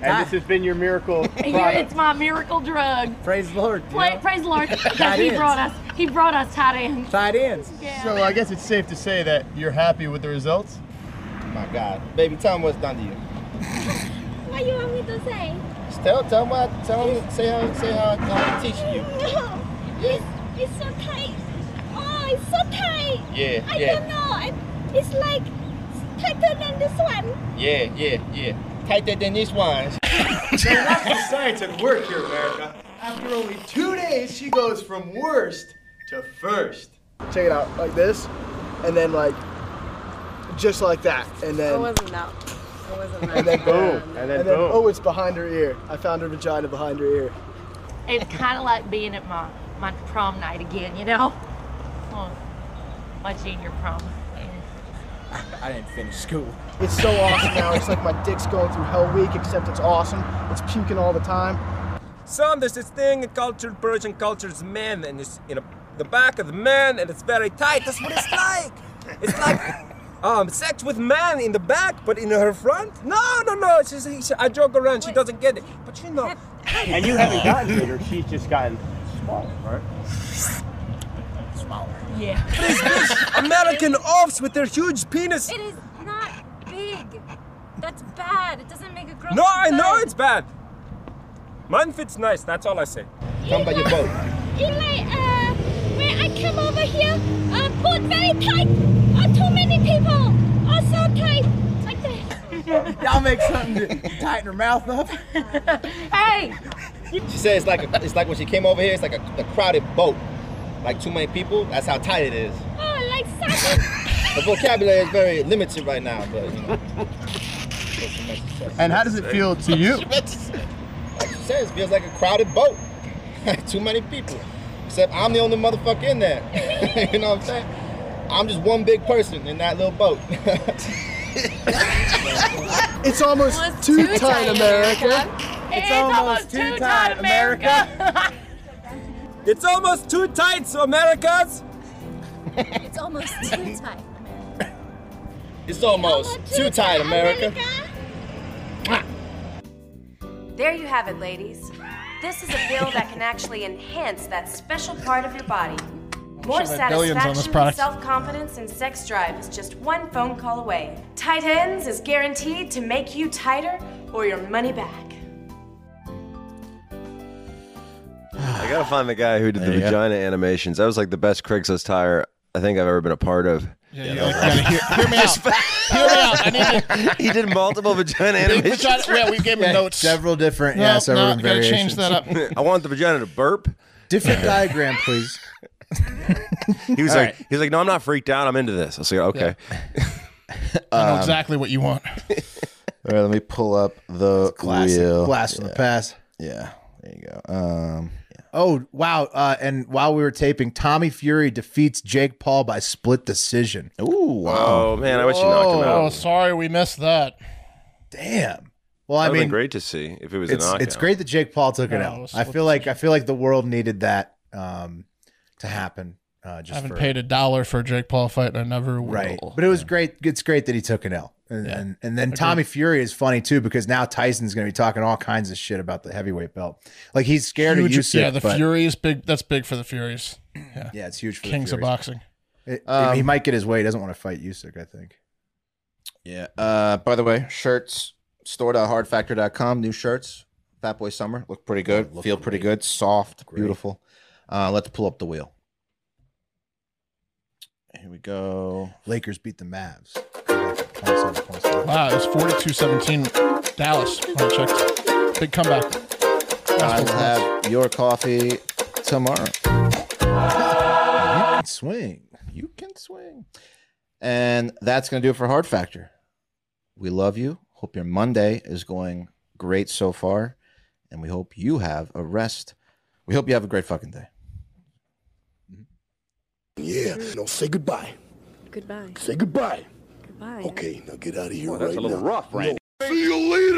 Speaker 13: And this has been your miracle
Speaker 16: *laughs* And you-
Speaker 13: product.
Speaker 16: it's my miracle drug.
Speaker 13: Praise the Lord.
Speaker 16: Pla- Praise the Lord, because
Speaker 13: *laughs* Tight
Speaker 16: he
Speaker 13: ends.
Speaker 16: brought us he brought us tight ends.
Speaker 13: Tight ends.
Speaker 16: Yeah.
Speaker 13: So I guess it's safe to say that you're happy with the results.
Speaker 14: My God, baby, tell him what's done to you.
Speaker 16: What you want me to say?
Speaker 14: Just tell, tell him, what, tell him, say how, say how, how I'm teaching you.
Speaker 16: *laughs* No,
Speaker 14: Yeah,
Speaker 16: it's so tight. Oh, it's so tight.
Speaker 14: Yeah, I yeah. don't
Speaker 16: know. I, it's like tighter than this one.
Speaker 14: yeah, yeah, yeah. Tighter than these
Speaker 13: *laughs*
Speaker 14: ones.
Speaker 12: So that's the science at work here, America. After only two days, she goes from worst to first.
Speaker 15: Check it out, like this, and then like just like that, and
Speaker 16: Oh,
Speaker 15: then.
Speaker 8: It wasn't that. It
Speaker 13: *laughs*
Speaker 8: wasn't that.
Speaker 15: and then
Speaker 8: bad.
Speaker 15: *laughs* boom, and then, oh, it's behind her ear. I found her vagina behind her ear.
Speaker 16: It's kind of like being at my my prom night again, you know? Oh, my junior prom.
Speaker 14: I didn't finish school.
Speaker 15: It's so awesome now. It's like my dick's going through hell week, except it's awesome. It's puking all the time.
Speaker 17: Some there's this thing called Persian cultures men, and it's in a, the back of the man, and it's very tight. That's
Speaker 13: *laughs*
Speaker 17: what it's like. It's like um, sex with man in the back, but in her front. No, no, no. She's, she, I joke around. She doesn't get it, but you know.
Speaker 13: And you haven't gotten
Speaker 17: *laughs*
Speaker 13: bigger. She's just gotten smaller, right?
Speaker 17: Smaller.
Speaker 16: Yeah.
Speaker 17: American offs with their huge penis.
Speaker 8: It is not big. That's bad. It doesn't make a girl.
Speaker 17: No,
Speaker 8: feel
Speaker 17: I know
Speaker 8: good.
Speaker 17: it's bad. Mine fits nice. That's all I say.
Speaker 8: Come by your boat.
Speaker 16: You like, uh, when I come over here, uh, put very tight. Oh, too many people. Oh, so tight. Like
Speaker 14: *laughs*
Speaker 16: that.
Speaker 14: Y'all make something to tighten her mouth up.
Speaker 16: hey!
Speaker 14: She says it's like a, it's like when she came over here, it's like a, a crowded boat, like too many people. That's how tight it is.
Speaker 16: Oh, like something.
Speaker 14: The vocabulary is very limited right now, but you know.
Speaker 13: And how does it feel to
Speaker 14: *laughs*
Speaker 13: you?
Speaker 14: Like she says, it feels like a crowded boat. *laughs* Too many people. Except I'm the only motherfucker in there. *laughs* you know what I'm saying? I'm just one big person in that little boat. *laughs*
Speaker 15: It's almost too, tight, America.
Speaker 16: It's almost
Speaker 17: almost too too tight, tight, America. *laughs* It's almost too tight, so Americas.
Speaker 8: *laughs* It's almost
Speaker 13: *laughs*
Speaker 8: too tight.
Speaker 14: It's almost too tight, America.
Speaker 11: There you have it, ladies. This is a pill that can actually enhance that special part of your body. More
Speaker 3: Should have billions on this
Speaker 11: satisfaction,
Speaker 3: product.
Speaker 11: self confidence, and sex drive is just one phone call away. Tight Ends is guaranteed to make you tighter or your money back.
Speaker 1: I gotta find the guy who did the vagina animations. That was like the best Craigslist hire I think I've ever been a part of. *laughs*
Speaker 3: Yeah, you gotta hear, hear me out.
Speaker 16: *laughs*
Speaker 3: hear me out. I need to,
Speaker 1: he did multiple vagina
Speaker 3: Big
Speaker 1: animations.
Speaker 3: vagina- yeah, we gave him notes.
Speaker 2: Several different, yeah,
Speaker 3: No,
Speaker 2: several
Speaker 3: no,
Speaker 2: different
Speaker 3: gotta
Speaker 2: variations.
Speaker 3: change that up.
Speaker 2: *laughs*
Speaker 1: *laughs* I want the vagina to burp.
Speaker 2: Different diagram, please.
Speaker 1: *laughs* He was
Speaker 2: All
Speaker 1: like, he was like, no, I'm not freaked out. I'm into this. I was like, okay.
Speaker 3: *laughs* I know
Speaker 4: Um,
Speaker 3: exactly what you want.
Speaker 4: All right, let me pull up the
Speaker 2: classic.
Speaker 4: wheel.
Speaker 2: Blast from the past.
Speaker 4: Yeah, there you go. Um,
Speaker 2: Oh wow! Uh, and while we were taping, Tommy Fury defeats Jake Paul by split decision.
Speaker 4: Ooh!
Speaker 1: Oh man, I wish you knocked him
Speaker 3: Oh,
Speaker 1: out.
Speaker 3: sorry, we missed that.
Speaker 2: Damn. Well, I
Speaker 1: That'd been
Speaker 2: mean,
Speaker 1: great to see if it was
Speaker 2: it's
Speaker 1: a knockout.
Speaker 2: it's great that Jake Paul took it
Speaker 3: No,
Speaker 2: out.
Speaker 3: it was
Speaker 2: I feel like I feel like the world needed that um, to happen. Uh,
Speaker 3: I
Speaker 2: just
Speaker 3: haven't
Speaker 2: for,
Speaker 3: paid a dollar for a Jake Paul fight, and I never will.
Speaker 2: right, but it was great. It's great that he took an L. And, and, and then Tommy Fury is funny too because now Tyson's going to be talking all kinds of shit about the heavyweight belt. Like he's scared
Speaker 3: Huge-
Speaker 2: of Usyk.
Speaker 3: yeah, the
Speaker 2: but
Speaker 3: Furies big. That's big for the Furies. Yeah,
Speaker 2: yeah, it's huge for the
Speaker 3: Kings of
Speaker 2: Furies.
Speaker 3: boxing.
Speaker 2: it-
Speaker 4: Um,
Speaker 2: he might get his way. He doesn't want to fight Usyk, I think.
Speaker 4: Yeah. Uh, by the way, shirts store.hardfactor.com. New shirts. Fat Boy Summer look pretty good. Feel pretty good. Soft, beautiful. Uh, let's pull up the wheel. Here we go.
Speaker 2: Lakers beat the Mavs.
Speaker 3: Wow, it was 42-17 Dallas when I checked. Big comeback.
Speaker 4: I will have your coffee tomorrow.
Speaker 2: You can swing.
Speaker 4: You can swing. And that's going to do it for Hard Factor. We love you. Hope your Monday is going great so far. And we hope you have a rest. We hope you have a great fucking day.
Speaker 18: Yeah. No, say goodbye.
Speaker 8: Goodbye.
Speaker 18: Say goodbye.
Speaker 8: Goodbye.
Speaker 18: Okay, now get out of here
Speaker 5: Boy, that's
Speaker 18: right
Speaker 5: a little
Speaker 18: now.
Speaker 5: rough,
Speaker 18: No.
Speaker 5: Randy. See you later.